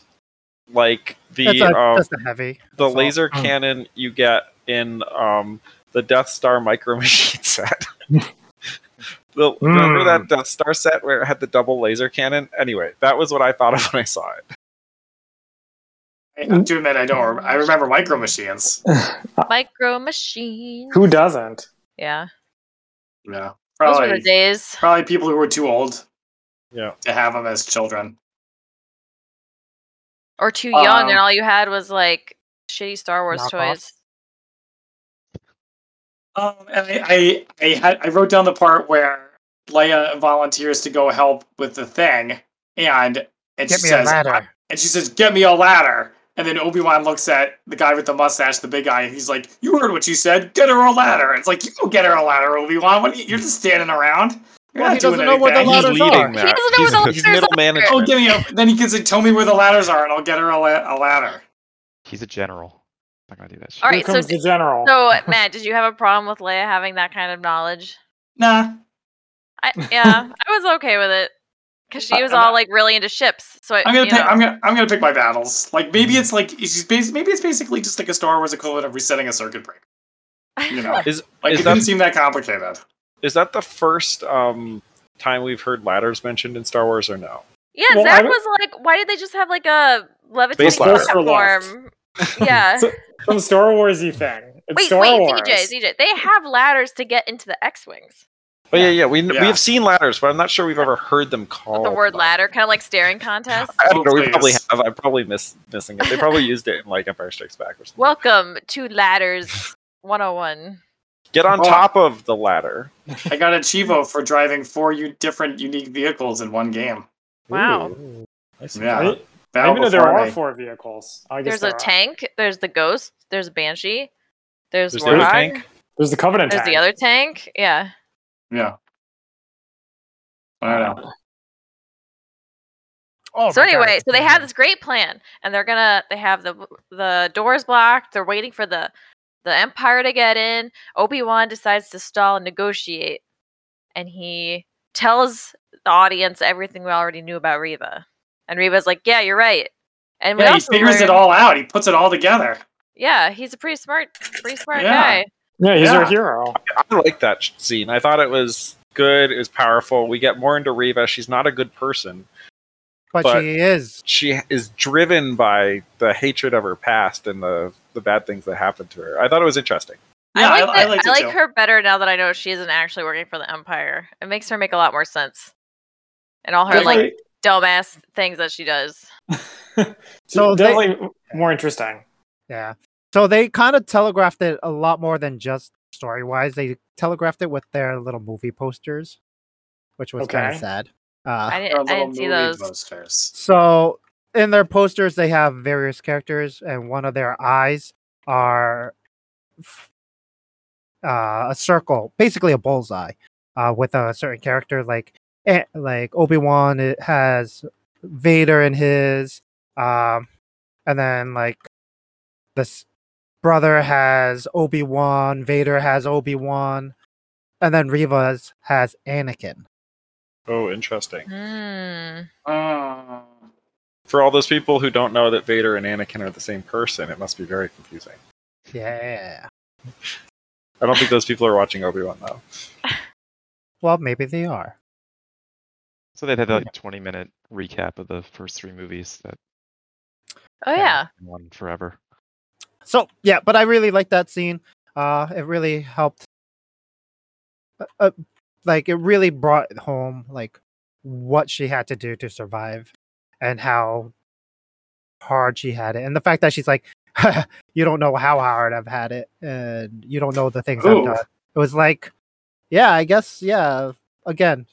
[SPEAKER 6] like the
[SPEAKER 3] That's, a,
[SPEAKER 6] um,
[SPEAKER 3] that's the heavy.
[SPEAKER 6] the
[SPEAKER 3] assault.
[SPEAKER 6] laser
[SPEAKER 1] Hmm.
[SPEAKER 3] Mm.
[SPEAKER 6] cannon you get in um, the Death Star micro machine set. the,
[SPEAKER 5] Mm.
[SPEAKER 6] Remember
[SPEAKER 1] Hmm.
[SPEAKER 6] that Death Star set where it had the double laser cannon? Anyway, that was what I thought of when I saw it.
[SPEAKER 1] I
[SPEAKER 3] Mm-hmm.
[SPEAKER 1] have to admit, I don't. Rem- I remember Micro Machines.
[SPEAKER 2] Micro machine.
[SPEAKER 5] Who doesn't?
[SPEAKER 2] Yeah.
[SPEAKER 1] Yeah,
[SPEAKER 2] Those were the
[SPEAKER 1] probably
[SPEAKER 2] days.
[SPEAKER 1] probably people who were too old
[SPEAKER 6] Yeah.
[SPEAKER 1] to have them as children.
[SPEAKER 2] Or too young,
[SPEAKER 1] Um,
[SPEAKER 2] and all you had was like shitty Star Wars
[SPEAKER 3] knockoff.
[SPEAKER 2] toys.
[SPEAKER 1] Um, and I, I, I had I wrote down the part where Leia volunteers to go help with the thing, and and
[SPEAKER 3] Get
[SPEAKER 1] she
[SPEAKER 3] me
[SPEAKER 1] says,
[SPEAKER 3] a ladder.
[SPEAKER 1] and she says, "Get me a ladder." And then Obi Wan looks at the guy with the mustache, the big guy, and he's like, "You heard what she said. Get her a ladder." It's like you go get her a ladder, Obi Wan. What are you, you're just standing around. You're
[SPEAKER 3] Well,
[SPEAKER 1] not
[SPEAKER 3] he
[SPEAKER 1] doing
[SPEAKER 3] doesn't know what the
[SPEAKER 1] anything.
[SPEAKER 3] ladder- ladders are.
[SPEAKER 2] He doesn't know where the
[SPEAKER 6] He's- He's,
[SPEAKER 2] ladders
[SPEAKER 6] middle
[SPEAKER 2] are.
[SPEAKER 6] management.
[SPEAKER 1] Oh, give me a. Then he gets like, "Tell me where the ladders are, and I'll get her a, la- a ladder."
[SPEAKER 4] He's a general. I'm not gonna do that shit.
[SPEAKER 2] All
[SPEAKER 5] Here
[SPEAKER 2] right, so
[SPEAKER 5] comes
[SPEAKER 2] d-
[SPEAKER 5] the general.
[SPEAKER 2] So, Matt, did you have a problem with Leia having that kind of knowledge?
[SPEAKER 1] Nah,
[SPEAKER 2] I, yeah, I was okay with it because she
[SPEAKER 1] I-
[SPEAKER 2] was
[SPEAKER 1] I'm-
[SPEAKER 2] all like really into ships. So it,
[SPEAKER 1] I'm gonna
[SPEAKER 2] you
[SPEAKER 1] pick.
[SPEAKER 2] know.
[SPEAKER 1] I'm gonna. I'm gonna pick my battles. Like maybe
[SPEAKER 6] Mm-hmm.
[SPEAKER 1] it's like it's just bas- maybe it's basically just like a Star Wars equivalent of resetting a circuit breaker. You know,
[SPEAKER 6] Is-
[SPEAKER 1] like
[SPEAKER 6] is
[SPEAKER 1] it
[SPEAKER 6] that-
[SPEAKER 1] didn't seem that complicated.
[SPEAKER 6] Is that the first um, time we've heard ladders mentioned in Star Wars, or no?
[SPEAKER 2] yeah,
[SPEAKER 5] Well,
[SPEAKER 2] Zach
[SPEAKER 5] I-
[SPEAKER 2] was like, why did they just have like a levitating
[SPEAKER 6] Space ladder.
[SPEAKER 2] platform? yeah.
[SPEAKER 5] So- Some Star Warsy thing. It's
[SPEAKER 2] wait,
[SPEAKER 5] Star
[SPEAKER 2] wait,
[SPEAKER 5] Wars.
[SPEAKER 2] CJ, CJ, they have ladders to get into the X-wings.
[SPEAKER 6] Oh yeah, yeah. We
[SPEAKER 1] Yeah.
[SPEAKER 6] we have seen ladders, but I'm not sure we've ever heard them called
[SPEAKER 2] the word
[SPEAKER 6] that.
[SPEAKER 2] ladder, kind of like staring contest.
[SPEAKER 6] I don't know. We
[SPEAKER 1] Please.
[SPEAKER 6] probably have. I'm probably miss, missing it. They probably used it in like Empire Strikes Back or something.
[SPEAKER 2] Welcome to Ladders 101.
[SPEAKER 6] Get on
[SPEAKER 1] Oh.
[SPEAKER 6] top of the ladder.
[SPEAKER 1] I got a Chivo for driving four u- different unique vehicles in one game.
[SPEAKER 2] Wow.
[SPEAKER 6] Ooh. I see.
[SPEAKER 1] Yeah.
[SPEAKER 5] I, didn't- I
[SPEAKER 1] Battle
[SPEAKER 5] didn't know there
[SPEAKER 1] before
[SPEAKER 5] are
[SPEAKER 1] me.
[SPEAKER 5] four vehicles. I guess
[SPEAKER 2] There's a
[SPEAKER 5] there are.
[SPEAKER 2] tank, there's the ghost, there's a banshee, there's,
[SPEAKER 6] There's the
[SPEAKER 2] Warhog,
[SPEAKER 6] other tank?
[SPEAKER 5] There's the Covenant
[SPEAKER 2] there's
[SPEAKER 5] tank.
[SPEAKER 2] the other tank. Yeah.
[SPEAKER 1] Yeah. I don't know.
[SPEAKER 3] Oh
[SPEAKER 2] so
[SPEAKER 3] my God,
[SPEAKER 2] anyway, so they
[SPEAKER 3] it's-
[SPEAKER 2] have this great plan, and they're gonna they have the the doors blocked. They're waiting for the the Empire to get in. Obi Wan decides to stall and negotiate, and he tells the audience everything we already knew about Reva. And Reva's like, "Yeah, you're right." And we
[SPEAKER 1] Yeah, he
[SPEAKER 2] also
[SPEAKER 1] figures it
[SPEAKER 2] learned-
[SPEAKER 1] all out. He puts it all together.
[SPEAKER 2] Yeah, he's a pretty smart, pretty smart
[SPEAKER 1] Yeah.
[SPEAKER 2] guy.
[SPEAKER 5] Yeah, he's our
[SPEAKER 1] Yeah.
[SPEAKER 5] hero.
[SPEAKER 6] I like that sh- scene. I thought it was good. It was powerful. We get more into Reva. She's not a good person.
[SPEAKER 3] but,
[SPEAKER 6] but-
[SPEAKER 3] she is.
[SPEAKER 6] She is driven by the hatred of her past and the the bad things that happened to her. I thought it was interesting.
[SPEAKER 1] Yeah,
[SPEAKER 2] I
[SPEAKER 1] I,
[SPEAKER 2] like, that-
[SPEAKER 1] I liked
[SPEAKER 2] I
[SPEAKER 1] it
[SPEAKER 2] like
[SPEAKER 1] too.
[SPEAKER 2] her better now that I know she isn't actually working for the Empire. It makes her make a lot more sense, and all her like
[SPEAKER 5] Definitely,
[SPEAKER 2] dumbass things that she does.
[SPEAKER 3] So they-
[SPEAKER 5] definitely more interesting.
[SPEAKER 3] Yeah. So they kind of telegraphed it a lot more than just story wise. They telegraphed it with their little movie posters, which was kind
[SPEAKER 5] Okay.
[SPEAKER 3] of sad. Uh,
[SPEAKER 2] I
[SPEAKER 1] Her little
[SPEAKER 2] didn't, I didn't see
[SPEAKER 1] movie
[SPEAKER 2] those.
[SPEAKER 1] posters.
[SPEAKER 3] so in their posters, they have various characters, and one of their eyes are f- uh, a circle, basically a bullseye, uh, with a certain character. Like eh, like Obi Wan it has Vader in his, um, and then like this brother has Obi Wan, Vader has Obi Wan, and then Riva's has Anakin.
[SPEAKER 6] Oh, interesting.
[SPEAKER 2] Hmm.
[SPEAKER 1] Mm.
[SPEAKER 6] For all those people who don't know that Vader and Anakin are the same person, it must be very confusing.
[SPEAKER 3] Yeah.
[SPEAKER 6] I don't think those people are watching Obi Wan though.
[SPEAKER 3] Well, maybe they are.
[SPEAKER 4] So they'd have that like, 20 minute recap of the first three movies that
[SPEAKER 2] Oh yeah.
[SPEAKER 4] one forever.
[SPEAKER 3] So yeah, but I really liked that scene. Uh, it really helped. Uh, uh, like it really brought home like what she had to do to survive, and how hard she had it, and the fact that she's like, you don't know how hard I've had it, and you don't know the things I've
[SPEAKER 1] Ooh.
[SPEAKER 3] done. It was like, yeah, I guess, yeah. Again,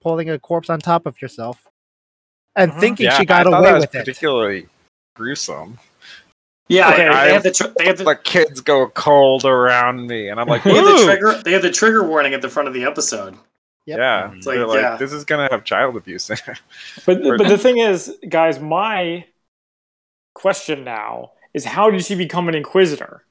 [SPEAKER 3] pulling a corpse on top of yourself, and
[SPEAKER 5] Mhm.
[SPEAKER 3] thinking she
[SPEAKER 6] I
[SPEAKER 3] got
[SPEAKER 6] thought
[SPEAKER 3] away
[SPEAKER 6] that was
[SPEAKER 3] with it.
[SPEAKER 6] particularly gruesome.
[SPEAKER 1] Yeah,
[SPEAKER 5] Okay,
[SPEAKER 1] they,
[SPEAKER 6] I-
[SPEAKER 1] they had the tr- they had the,
[SPEAKER 6] The kids go cold around me, and I'm like,
[SPEAKER 1] they had the
[SPEAKER 6] "Ooh."
[SPEAKER 1] trigger they had the trigger warning at the front of the episode.
[SPEAKER 3] Yep.
[SPEAKER 6] Yeah,
[SPEAKER 1] It's like,
[SPEAKER 6] they're like,
[SPEAKER 1] yeah.
[SPEAKER 6] this is gonna have child abuse. in it."
[SPEAKER 5] But
[SPEAKER 6] Or-
[SPEAKER 5] but the thing is, guys, my question now is how did she become an inquisitor?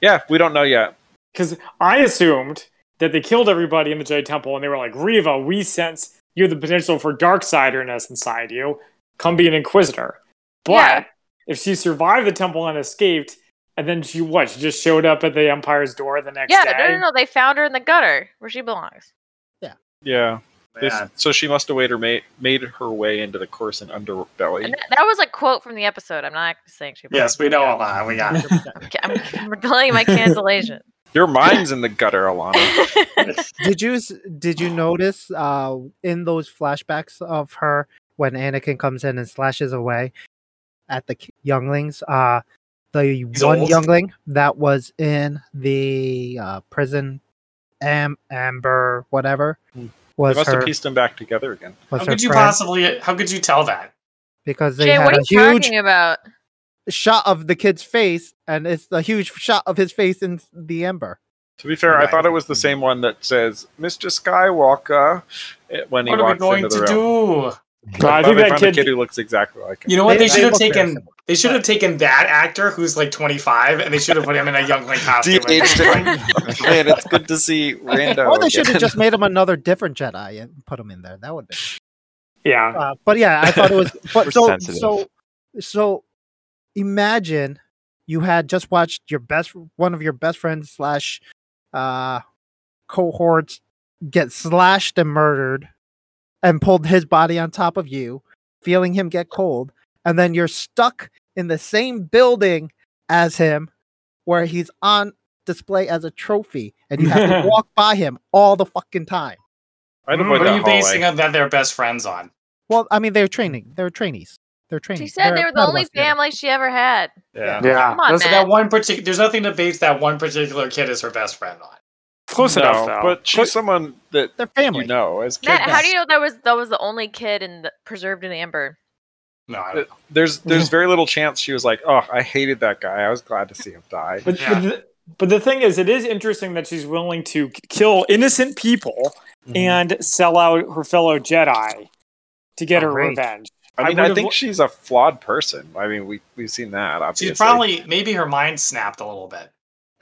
[SPEAKER 6] yeah, we don't know yet.
[SPEAKER 5] Because I assumed that they killed everybody in the Jedi Temple, and they were like, Riva, we sense you have the potential for dark siderness inside you. Come be an inquisitor. But
[SPEAKER 2] Yeah.
[SPEAKER 5] if she survived the temple and escaped, and then she what? She just showed up at the Empire's door the next
[SPEAKER 2] Yeah.
[SPEAKER 5] day.
[SPEAKER 2] No, no, no. They found her in the gutter where she belongs.
[SPEAKER 6] Yeah, They-
[SPEAKER 1] Yeah.
[SPEAKER 6] so she must have made her made, made her way into the course and underbelly.
[SPEAKER 2] And that, that was a quote from the episode. I'm not actually saying she.
[SPEAKER 1] Yes, we know a lot. We got.
[SPEAKER 2] Okay, I'm, I'm delaying my cancellation.
[SPEAKER 6] Your mind's in the gutter, Alana.
[SPEAKER 3] did you s- did you notice uh in those flashbacks of her when Anakin comes in and slashes away at the k- younglings uh the one
[SPEAKER 1] old.
[SPEAKER 3] youngling that was in the uh prison am amber whatever
[SPEAKER 6] Hmm. They
[SPEAKER 3] was
[SPEAKER 6] must
[SPEAKER 3] her
[SPEAKER 6] have pieced them back together again.
[SPEAKER 3] was
[SPEAKER 1] How
[SPEAKER 3] her
[SPEAKER 1] could you
[SPEAKER 3] friend
[SPEAKER 1] possibly? How could you tell that?
[SPEAKER 3] because they
[SPEAKER 2] Jay,
[SPEAKER 3] had
[SPEAKER 2] what are
[SPEAKER 3] a
[SPEAKER 2] you
[SPEAKER 3] huge
[SPEAKER 2] talking about?
[SPEAKER 3] shot of the kid's face and it's a huge shot of his face in the amber
[SPEAKER 6] To be fair, I
[SPEAKER 1] Right.
[SPEAKER 6] thought it was the same one that says "Mr. Skywalker" eh, when he
[SPEAKER 1] What are we
[SPEAKER 6] walks
[SPEAKER 1] going
[SPEAKER 6] into
[SPEAKER 1] to
[SPEAKER 6] the room.
[SPEAKER 1] do?
[SPEAKER 5] No, I
[SPEAKER 6] I
[SPEAKER 5] think
[SPEAKER 6] they
[SPEAKER 5] that
[SPEAKER 6] found
[SPEAKER 5] kid.
[SPEAKER 6] a kid who looks exactly like him.
[SPEAKER 1] You know what? They,
[SPEAKER 3] They-
[SPEAKER 1] should
[SPEAKER 3] they
[SPEAKER 1] have
[SPEAKER 3] look very
[SPEAKER 1] taken. They should have taken that actor who's like 25, and they should have put him in a young like costume. and
[SPEAKER 6] De-aged
[SPEAKER 1] just,
[SPEAKER 6] him.
[SPEAKER 1] like,
[SPEAKER 6] Man, it's good to see Rando.
[SPEAKER 3] or they should
[SPEAKER 6] again.
[SPEAKER 3] have just made him another different Jedi and put him in there. That would be.
[SPEAKER 5] Yeah.
[SPEAKER 3] Uh, but yeah, I thought it was.
[SPEAKER 4] We're
[SPEAKER 3] But so
[SPEAKER 4] sensitive.
[SPEAKER 3] so so, imagine you had just watched your best one of your best friends slash uh, cohorts get slashed and murdered, and pulled his body on top of you, feeling him get cold, and then you're stuck in the same building as him, where he's on display as a trophy, and you have to walk by him all the fucking time.
[SPEAKER 6] I'd avoid
[SPEAKER 1] what
[SPEAKER 6] that
[SPEAKER 1] are you
[SPEAKER 6] hallway.
[SPEAKER 1] basing on that they're best friends on?
[SPEAKER 3] Well, I mean, they're training. They're trainees. They're training.
[SPEAKER 2] She said they were the only family she ever had.
[SPEAKER 6] Yeah.
[SPEAKER 1] Yeah,
[SPEAKER 2] Come on,
[SPEAKER 1] so
[SPEAKER 2] Matt.
[SPEAKER 1] that one particular. There's nothing to base that one particular kid is her best friend on.
[SPEAKER 5] Close
[SPEAKER 6] No,
[SPEAKER 5] enough, though.
[SPEAKER 6] But she's someone that
[SPEAKER 3] They're family.
[SPEAKER 6] you know as kids.
[SPEAKER 2] Matt, how do you know that was that was the only kid in the, preserved in amber?
[SPEAKER 1] No, I
[SPEAKER 6] Uh,
[SPEAKER 1] don't.
[SPEAKER 6] There's there's very little chance she was like, oh, I hated that guy. I was glad to see him die.
[SPEAKER 5] But,
[SPEAKER 1] Yeah.
[SPEAKER 5] but, the, but the thing is, it is interesting that she's willing to k- kill innocent people and sell out her fellow Jedi to get her
[SPEAKER 3] Great.
[SPEAKER 5] revenge. I
[SPEAKER 6] I mean,
[SPEAKER 5] would've
[SPEAKER 6] I, think
[SPEAKER 5] lo-
[SPEAKER 6] she's a flawed person. I mean, we we've seen that. Obviously,
[SPEAKER 1] She's probably maybe her mind snapped a little bit.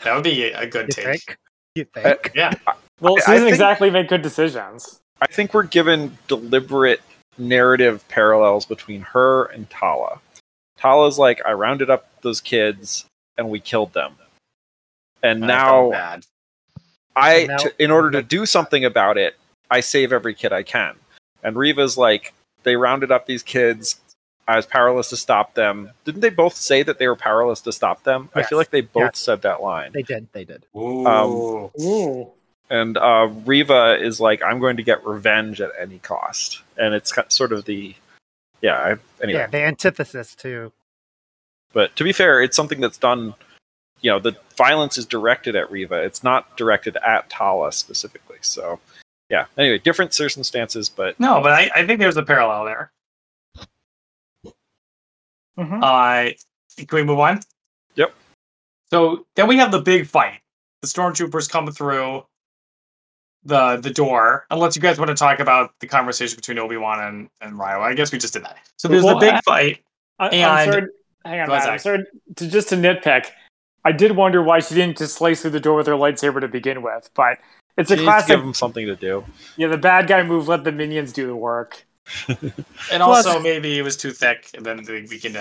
[SPEAKER 1] That would be a good
[SPEAKER 3] You
[SPEAKER 1] take.
[SPEAKER 3] think? You think?
[SPEAKER 6] Uh,
[SPEAKER 5] Well, she
[SPEAKER 6] I
[SPEAKER 5] doesn't
[SPEAKER 6] think-
[SPEAKER 5] exactly make good decisions.
[SPEAKER 6] I think we're given deliberate narrative parallels between her and Tala. Tala's like, I rounded up those kids and we killed them, and
[SPEAKER 1] I felt
[SPEAKER 6] now
[SPEAKER 1] bad.
[SPEAKER 6] I,
[SPEAKER 3] And now-
[SPEAKER 6] to, in order to do something about it, I save every kid I can. And Riva's like, they rounded up these kids. I was powerless to stop them. Didn't they both say that they were powerless to stop them? I feel
[SPEAKER 3] Yes.
[SPEAKER 6] like they both
[SPEAKER 3] Yes.
[SPEAKER 6] said that line.
[SPEAKER 3] They did. They did.
[SPEAKER 1] Ooh.
[SPEAKER 5] Ooh.
[SPEAKER 6] And uh, Riva is like, I'm going to get revenge at any cost. And it's ki- sort of the, yeah. I, anyway,
[SPEAKER 3] Yeah, the antithesis to
[SPEAKER 6] but to be fair, it's something that's done. You know, the violence is directed at Riva. It's not directed at Tala specifically. So, yeah. Anyway, different circumstances, but
[SPEAKER 1] No, but I, I think there's a parallel there.
[SPEAKER 5] Mhm.
[SPEAKER 1] Uh, can we move on?
[SPEAKER 6] Yep.
[SPEAKER 1] So then we have the big fight. The stormtroopers come through the the door. Unless you guys want to talk about the conversation between Obi Wan and and Ryo. I guess we just did that. So there's
[SPEAKER 5] Well,
[SPEAKER 1] the big
[SPEAKER 5] I-
[SPEAKER 1] fight.
[SPEAKER 5] I, I'm
[SPEAKER 1] and-
[SPEAKER 5] sorry. Hang on,
[SPEAKER 1] Go ahead,
[SPEAKER 5] Matt. I'm sorry. To, just to nitpick, I did wonder why she didn't just slice through the door with her lightsaber to begin with, but it's a
[SPEAKER 6] She needs to
[SPEAKER 5] classic.
[SPEAKER 6] give them something to do.
[SPEAKER 5] Yeah, the bad guy move. Let the minions do the work.
[SPEAKER 1] And
[SPEAKER 3] Plus-
[SPEAKER 1] also maybe it was too thick, and then we we can.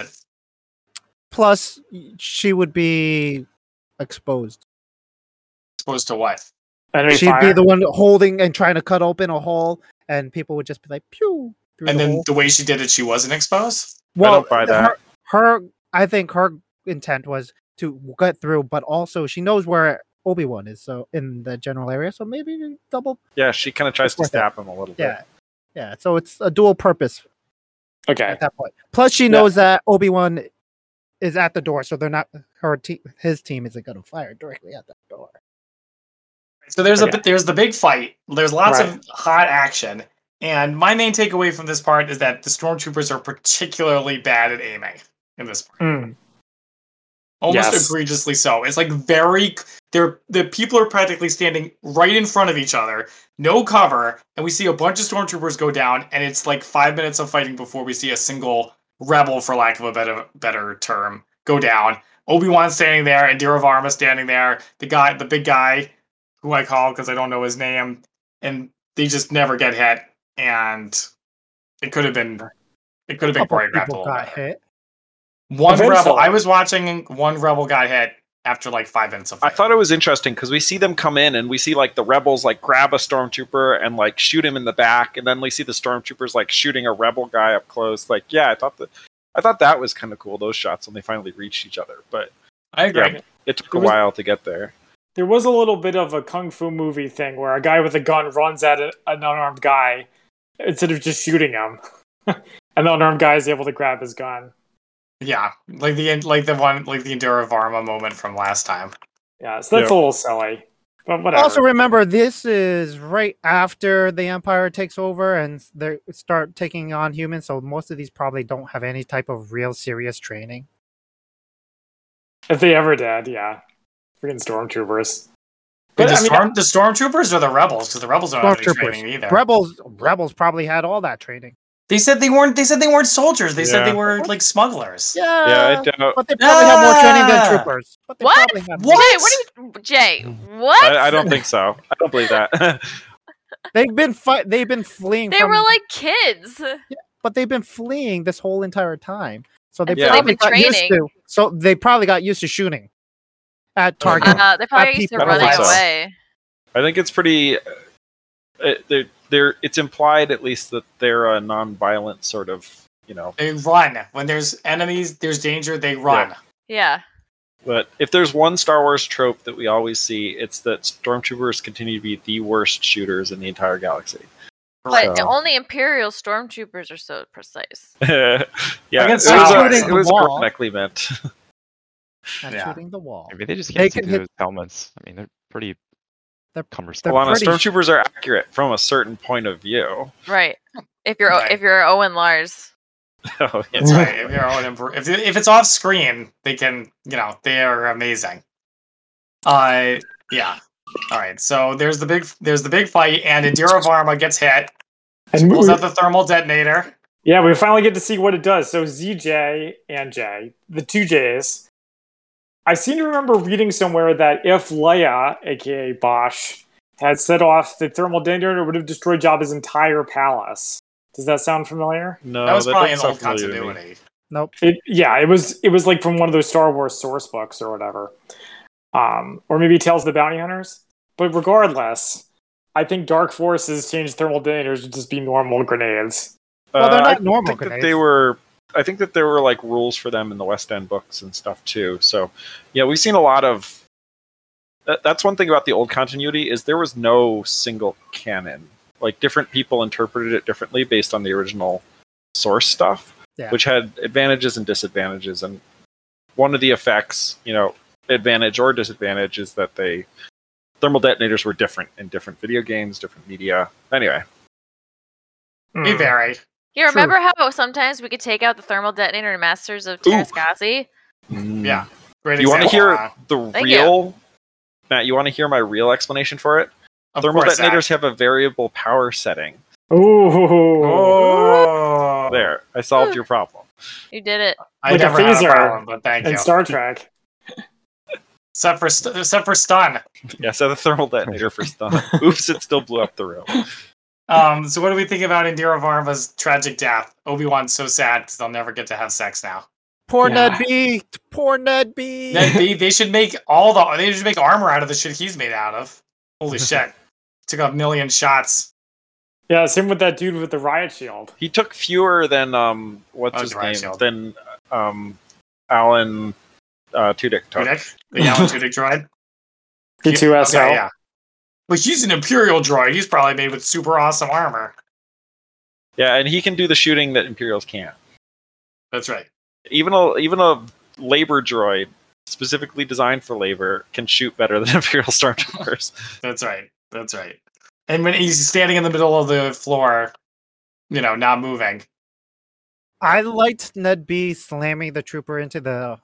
[SPEAKER 3] plus she would be exposed.
[SPEAKER 1] Supposed to what?
[SPEAKER 5] Enemy
[SPEAKER 3] She'd
[SPEAKER 5] fire.
[SPEAKER 3] be the one holding and trying to cut open a hole, and people would just be like, "Pew!" through
[SPEAKER 1] And
[SPEAKER 3] the
[SPEAKER 1] then
[SPEAKER 3] hole.
[SPEAKER 1] the way she did it, she wasn't exposed.
[SPEAKER 6] I don't buy that.
[SPEAKER 3] Her, her, I think her intent was to get through, but also she knows where Obi Wan is, so in the general area. So maybe double.
[SPEAKER 6] Yeah, she kind of tries
[SPEAKER 3] It's
[SPEAKER 6] to
[SPEAKER 3] worth it.
[SPEAKER 6] stab him a little bit.
[SPEAKER 3] Yeah, yeah. So it's a dual purpose
[SPEAKER 5] okay.
[SPEAKER 3] at that point. Plus, she knows that Obi Wan is at the door, so they're not her team. His team isn't going to fire directly at that door.
[SPEAKER 1] So there's
[SPEAKER 5] Okay.
[SPEAKER 1] a there's the big fight. There's lots of hot action. And my main takeaway from this part is that the stormtroopers are particularly bad at aiming in this part.
[SPEAKER 5] Mm.
[SPEAKER 1] Almost
[SPEAKER 5] Yes.
[SPEAKER 1] egregiously so. It's like very they're the people are practically standing right in front of each other, no cover, and we see a bunch of stormtroopers go down, and it's like five minutes of fighting before we see a single rebel, for lack of a better better term, go down. Obi Wan standing there, and Dira Varma standing there. The guy, the big guy, who I call because I don't know his name, and they just never get hit. And it could have been, it could have been
[SPEAKER 3] couple
[SPEAKER 1] choreographed a
[SPEAKER 3] people
[SPEAKER 1] little
[SPEAKER 3] got
[SPEAKER 1] better.
[SPEAKER 3] hit.
[SPEAKER 1] One
[SPEAKER 5] Eventually.
[SPEAKER 1] rebel. I was watching one rebel got hit after like five minutes of.
[SPEAKER 6] I
[SPEAKER 1] Fight.
[SPEAKER 6] thought it was interesting because we see them come in and we see like the rebels like grab a stormtrooper and like shoot him in the back, and then we see the stormtroopers like shooting a rebel guy up close. Like, yeah, I thought that I thought that was kind of cool. Those shots when they finally reached each other, but
[SPEAKER 1] I agree.
[SPEAKER 6] yeah, it took
[SPEAKER 5] It
[SPEAKER 6] a
[SPEAKER 5] was-
[SPEAKER 6] while to get there.
[SPEAKER 5] There was a little bit of a kung fu movie thing where a guy with a gun runs at a, an unarmed guy instead of just shooting him. and the unarmed guy is able to grab his gun.
[SPEAKER 1] Yeah, like the like the one like the Endura Varma moment from last time.
[SPEAKER 5] Yeah, so that's a little silly. But whatever.
[SPEAKER 3] Also, remember this is right after the Empire takes over and they start taking on humans. So most of these probably don't have any type of real serious training.
[SPEAKER 5] if they ever did, yeah. Freaking stormtroopers. But,
[SPEAKER 1] the,
[SPEAKER 5] I mean,
[SPEAKER 1] storm, the stormtroopers or the rebels because the rebels don't have any
[SPEAKER 3] Stormtroopers.
[SPEAKER 1] training either.
[SPEAKER 3] Rebels, rebels probably had all that training.
[SPEAKER 1] They said they weren't. They said they weren't soldiers. They said
[SPEAKER 6] Yeah.
[SPEAKER 1] they were like smugglers.
[SPEAKER 5] Uh,
[SPEAKER 6] Yeah, I doubt.
[SPEAKER 3] but they probably have more training than
[SPEAKER 1] Yeah.
[SPEAKER 3] troopers. But they
[SPEAKER 2] What?
[SPEAKER 3] probably have
[SPEAKER 1] What?
[SPEAKER 3] more-
[SPEAKER 2] Jay, what are you, Jay?
[SPEAKER 3] Mm.
[SPEAKER 2] What?
[SPEAKER 6] I, I don't think so. I don't believe that.
[SPEAKER 3] They've been fight. They've been fleeing.
[SPEAKER 2] they
[SPEAKER 3] from,
[SPEAKER 2] were like kids.
[SPEAKER 3] but they've been fleeing this whole entire time. So they
[SPEAKER 6] And so they've
[SPEAKER 2] been
[SPEAKER 3] probably got used
[SPEAKER 2] training.
[SPEAKER 3] to. So they probably got used to shooting at
[SPEAKER 6] Oh,
[SPEAKER 3] target.
[SPEAKER 2] Uh, they probably used to
[SPEAKER 3] people.
[SPEAKER 6] I don't
[SPEAKER 2] running
[SPEAKER 6] think so.
[SPEAKER 2] away.
[SPEAKER 6] I think it's pretty. uh, It, they're, they're, it's implied, at least, that they're a non-violent sort of, you know.
[SPEAKER 1] They run when there's enemies. There's danger. They run.
[SPEAKER 2] Yeah.
[SPEAKER 6] But if there's one Star Wars trope that we always see, it's that stormtroopers continue to be the worst shooters in the entire galaxy.
[SPEAKER 2] But
[SPEAKER 6] So-
[SPEAKER 2] only Imperial stormtroopers are so precise.
[SPEAKER 6] yeah, it
[SPEAKER 1] guess
[SPEAKER 6] was,
[SPEAKER 1] Star
[SPEAKER 6] uh,
[SPEAKER 1] Wars
[SPEAKER 6] it
[SPEAKER 1] is the
[SPEAKER 6] was
[SPEAKER 1] wall.
[SPEAKER 6] correctly meant.
[SPEAKER 3] Not
[SPEAKER 1] Yeah.
[SPEAKER 3] shooting the wall.
[SPEAKER 4] I mean, they just
[SPEAKER 3] They
[SPEAKER 4] can't see
[SPEAKER 3] can
[SPEAKER 4] through
[SPEAKER 3] hit-
[SPEAKER 4] those helmets. I mean, they're pretty
[SPEAKER 3] They're-
[SPEAKER 4] cumbersome.
[SPEAKER 3] they're
[SPEAKER 6] Well, on a
[SPEAKER 3] pretty-
[SPEAKER 6] stormtroopers are accurate from a certain point of view.
[SPEAKER 2] Right. If you're
[SPEAKER 1] Right.
[SPEAKER 2] if you're Owen Lars.
[SPEAKER 6] Oh, yeah.
[SPEAKER 5] Mm.
[SPEAKER 1] That's right. If, you're all imp- if, if it's off screen, they can, you know, they are amazing. Uh, yeah. All right. So there's the big, there's the big fight, and Indira Varma gets hit.
[SPEAKER 5] And
[SPEAKER 1] Pulls
[SPEAKER 5] we-
[SPEAKER 1] out the thermal detonator.
[SPEAKER 5] Yeah, we finally get to see what it does. So ZJ and J, the two J's. I seem to remember reading somewhere that if Leia, aka Bosch, had set off the thermal detonator, it would have destroyed Jabba's entire palace. Does that sound familiar?
[SPEAKER 6] No,
[SPEAKER 1] That was probably an
[SPEAKER 6] doesn't
[SPEAKER 1] old
[SPEAKER 6] sound familiar to me.
[SPEAKER 1] continuity.
[SPEAKER 3] Nope.
[SPEAKER 5] It, yeah, it was. It was like from one of those Star Wars source books or whatever, um, or maybe Tales of the Bounty Hunters. But regardless, I think Dark Forces changed thermal detonators to just be normal grenades.
[SPEAKER 3] Well, they're
[SPEAKER 6] Uh,
[SPEAKER 3] not
[SPEAKER 6] I
[SPEAKER 3] normal
[SPEAKER 6] think that
[SPEAKER 3] grenades.
[SPEAKER 6] they were. I think that there were like rules for them in the West End books and stuff too. So yeah, we've seen a lot of. That, that's one thing about the old continuity is there was no single canon. Like different people interpreted it differently based on the original source stuff,
[SPEAKER 3] Yeah.
[SPEAKER 6] which had advantages and disadvantages. And one of the effects, you know, advantage or disadvantage is that they thermal detonators were different in different video games, different media. Anyway,
[SPEAKER 5] Hmm.
[SPEAKER 6] Hmm.
[SPEAKER 1] We vary.
[SPEAKER 2] You remember how sometimes we could take out the thermal detonator in Masters of
[SPEAKER 6] Ooh.
[SPEAKER 2] Terascasi?
[SPEAKER 1] Yeah. Great
[SPEAKER 6] you want to
[SPEAKER 1] example.
[SPEAKER 6] hear
[SPEAKER 1] Uh,
[SPEAKER 6] the
[SPEAKER 2] Thank you.
[SPEAKER 6] real Matt? You want to hear my real explanation for it?
[SPEAKER 1] of
[SPEAKER 6] Thermal
[SPEAKER 1] course, uh,
[SPEAKER 6] detonators have a variable power setting.
[SPEAKER 1] Zach.
[SPEAKER 5] Ooh.
[SPEAKER 1] Oh,
[SPEAKER 6] There, I
[SPEAKER 2] Hmm.
[SPEAKER 6] solved your problem.
[SPEAKER 2] You did it.
[SPEAKER 1] I
[SPEAKER 5] Like a
[SPEAKER 1] never had a
[SPEAKER 5] phaser
[SPEAKER 1] problem, but thank you.
[SPEAKER 5] and Star Trek.
[SPEAKER 1] except for st- except for stun.
[SPEAKER 6] Yeah, so the thermal detonator for stun. Oops, it still blew up the room.
[SPEAKER 1] Um, so what do we think about Indira Varma's tragic death? Obi Wan's so sad because they'll never get to have sex now.
[SPEAKER 3] Poor
[SPEAKER 5] Yeah.
[SPEAKER 3] Ned B. Poor Ned B.
[SPEAKER 1] They, they, they should make all the they should make armor out of the shit he's made out of. Holy shit! Took a million shots.
[SPEAKER 5] Yeah, same with that dude with the riot shield.
[SPEAKER 6] He took fewer than um, what's
[SPEAKER 1] Oh,
[SPEAKER 6] his
[SPEAKER 1] Dry
[SPEAKER 6] name?
[SPEAKER 1] Shield.
[SPEAKER 6] Than um, Alan uh, Tudyk took.
[SPEAKER 1] Tudyk, the Alan Tudyk droid.
[SPEAKER 5] P two
[SPEAKER 1] Yeah,
[SPEAKER 5] S
[SPEAKER 1] okay,
[SPEAKER 5] L.
[SPEAKER 1] yeah. But he's an Imperial droid. He's probably made with super awesome armor.
[SPEAKER 6] Yeah, and he can do the shooting that Imperials can't.
[SPEAKER 1] That's right.
[SPEAKER 6] Even a even a labor droid specifically designed for labor can shoot better than Imperial stormtroopers.
[SPEAKER 1] That's right. That's right. And when he's standing in the middle of the floor, you know, not moving.
[SPEAKER 3] I liked Ned B. slamming the trooper into the.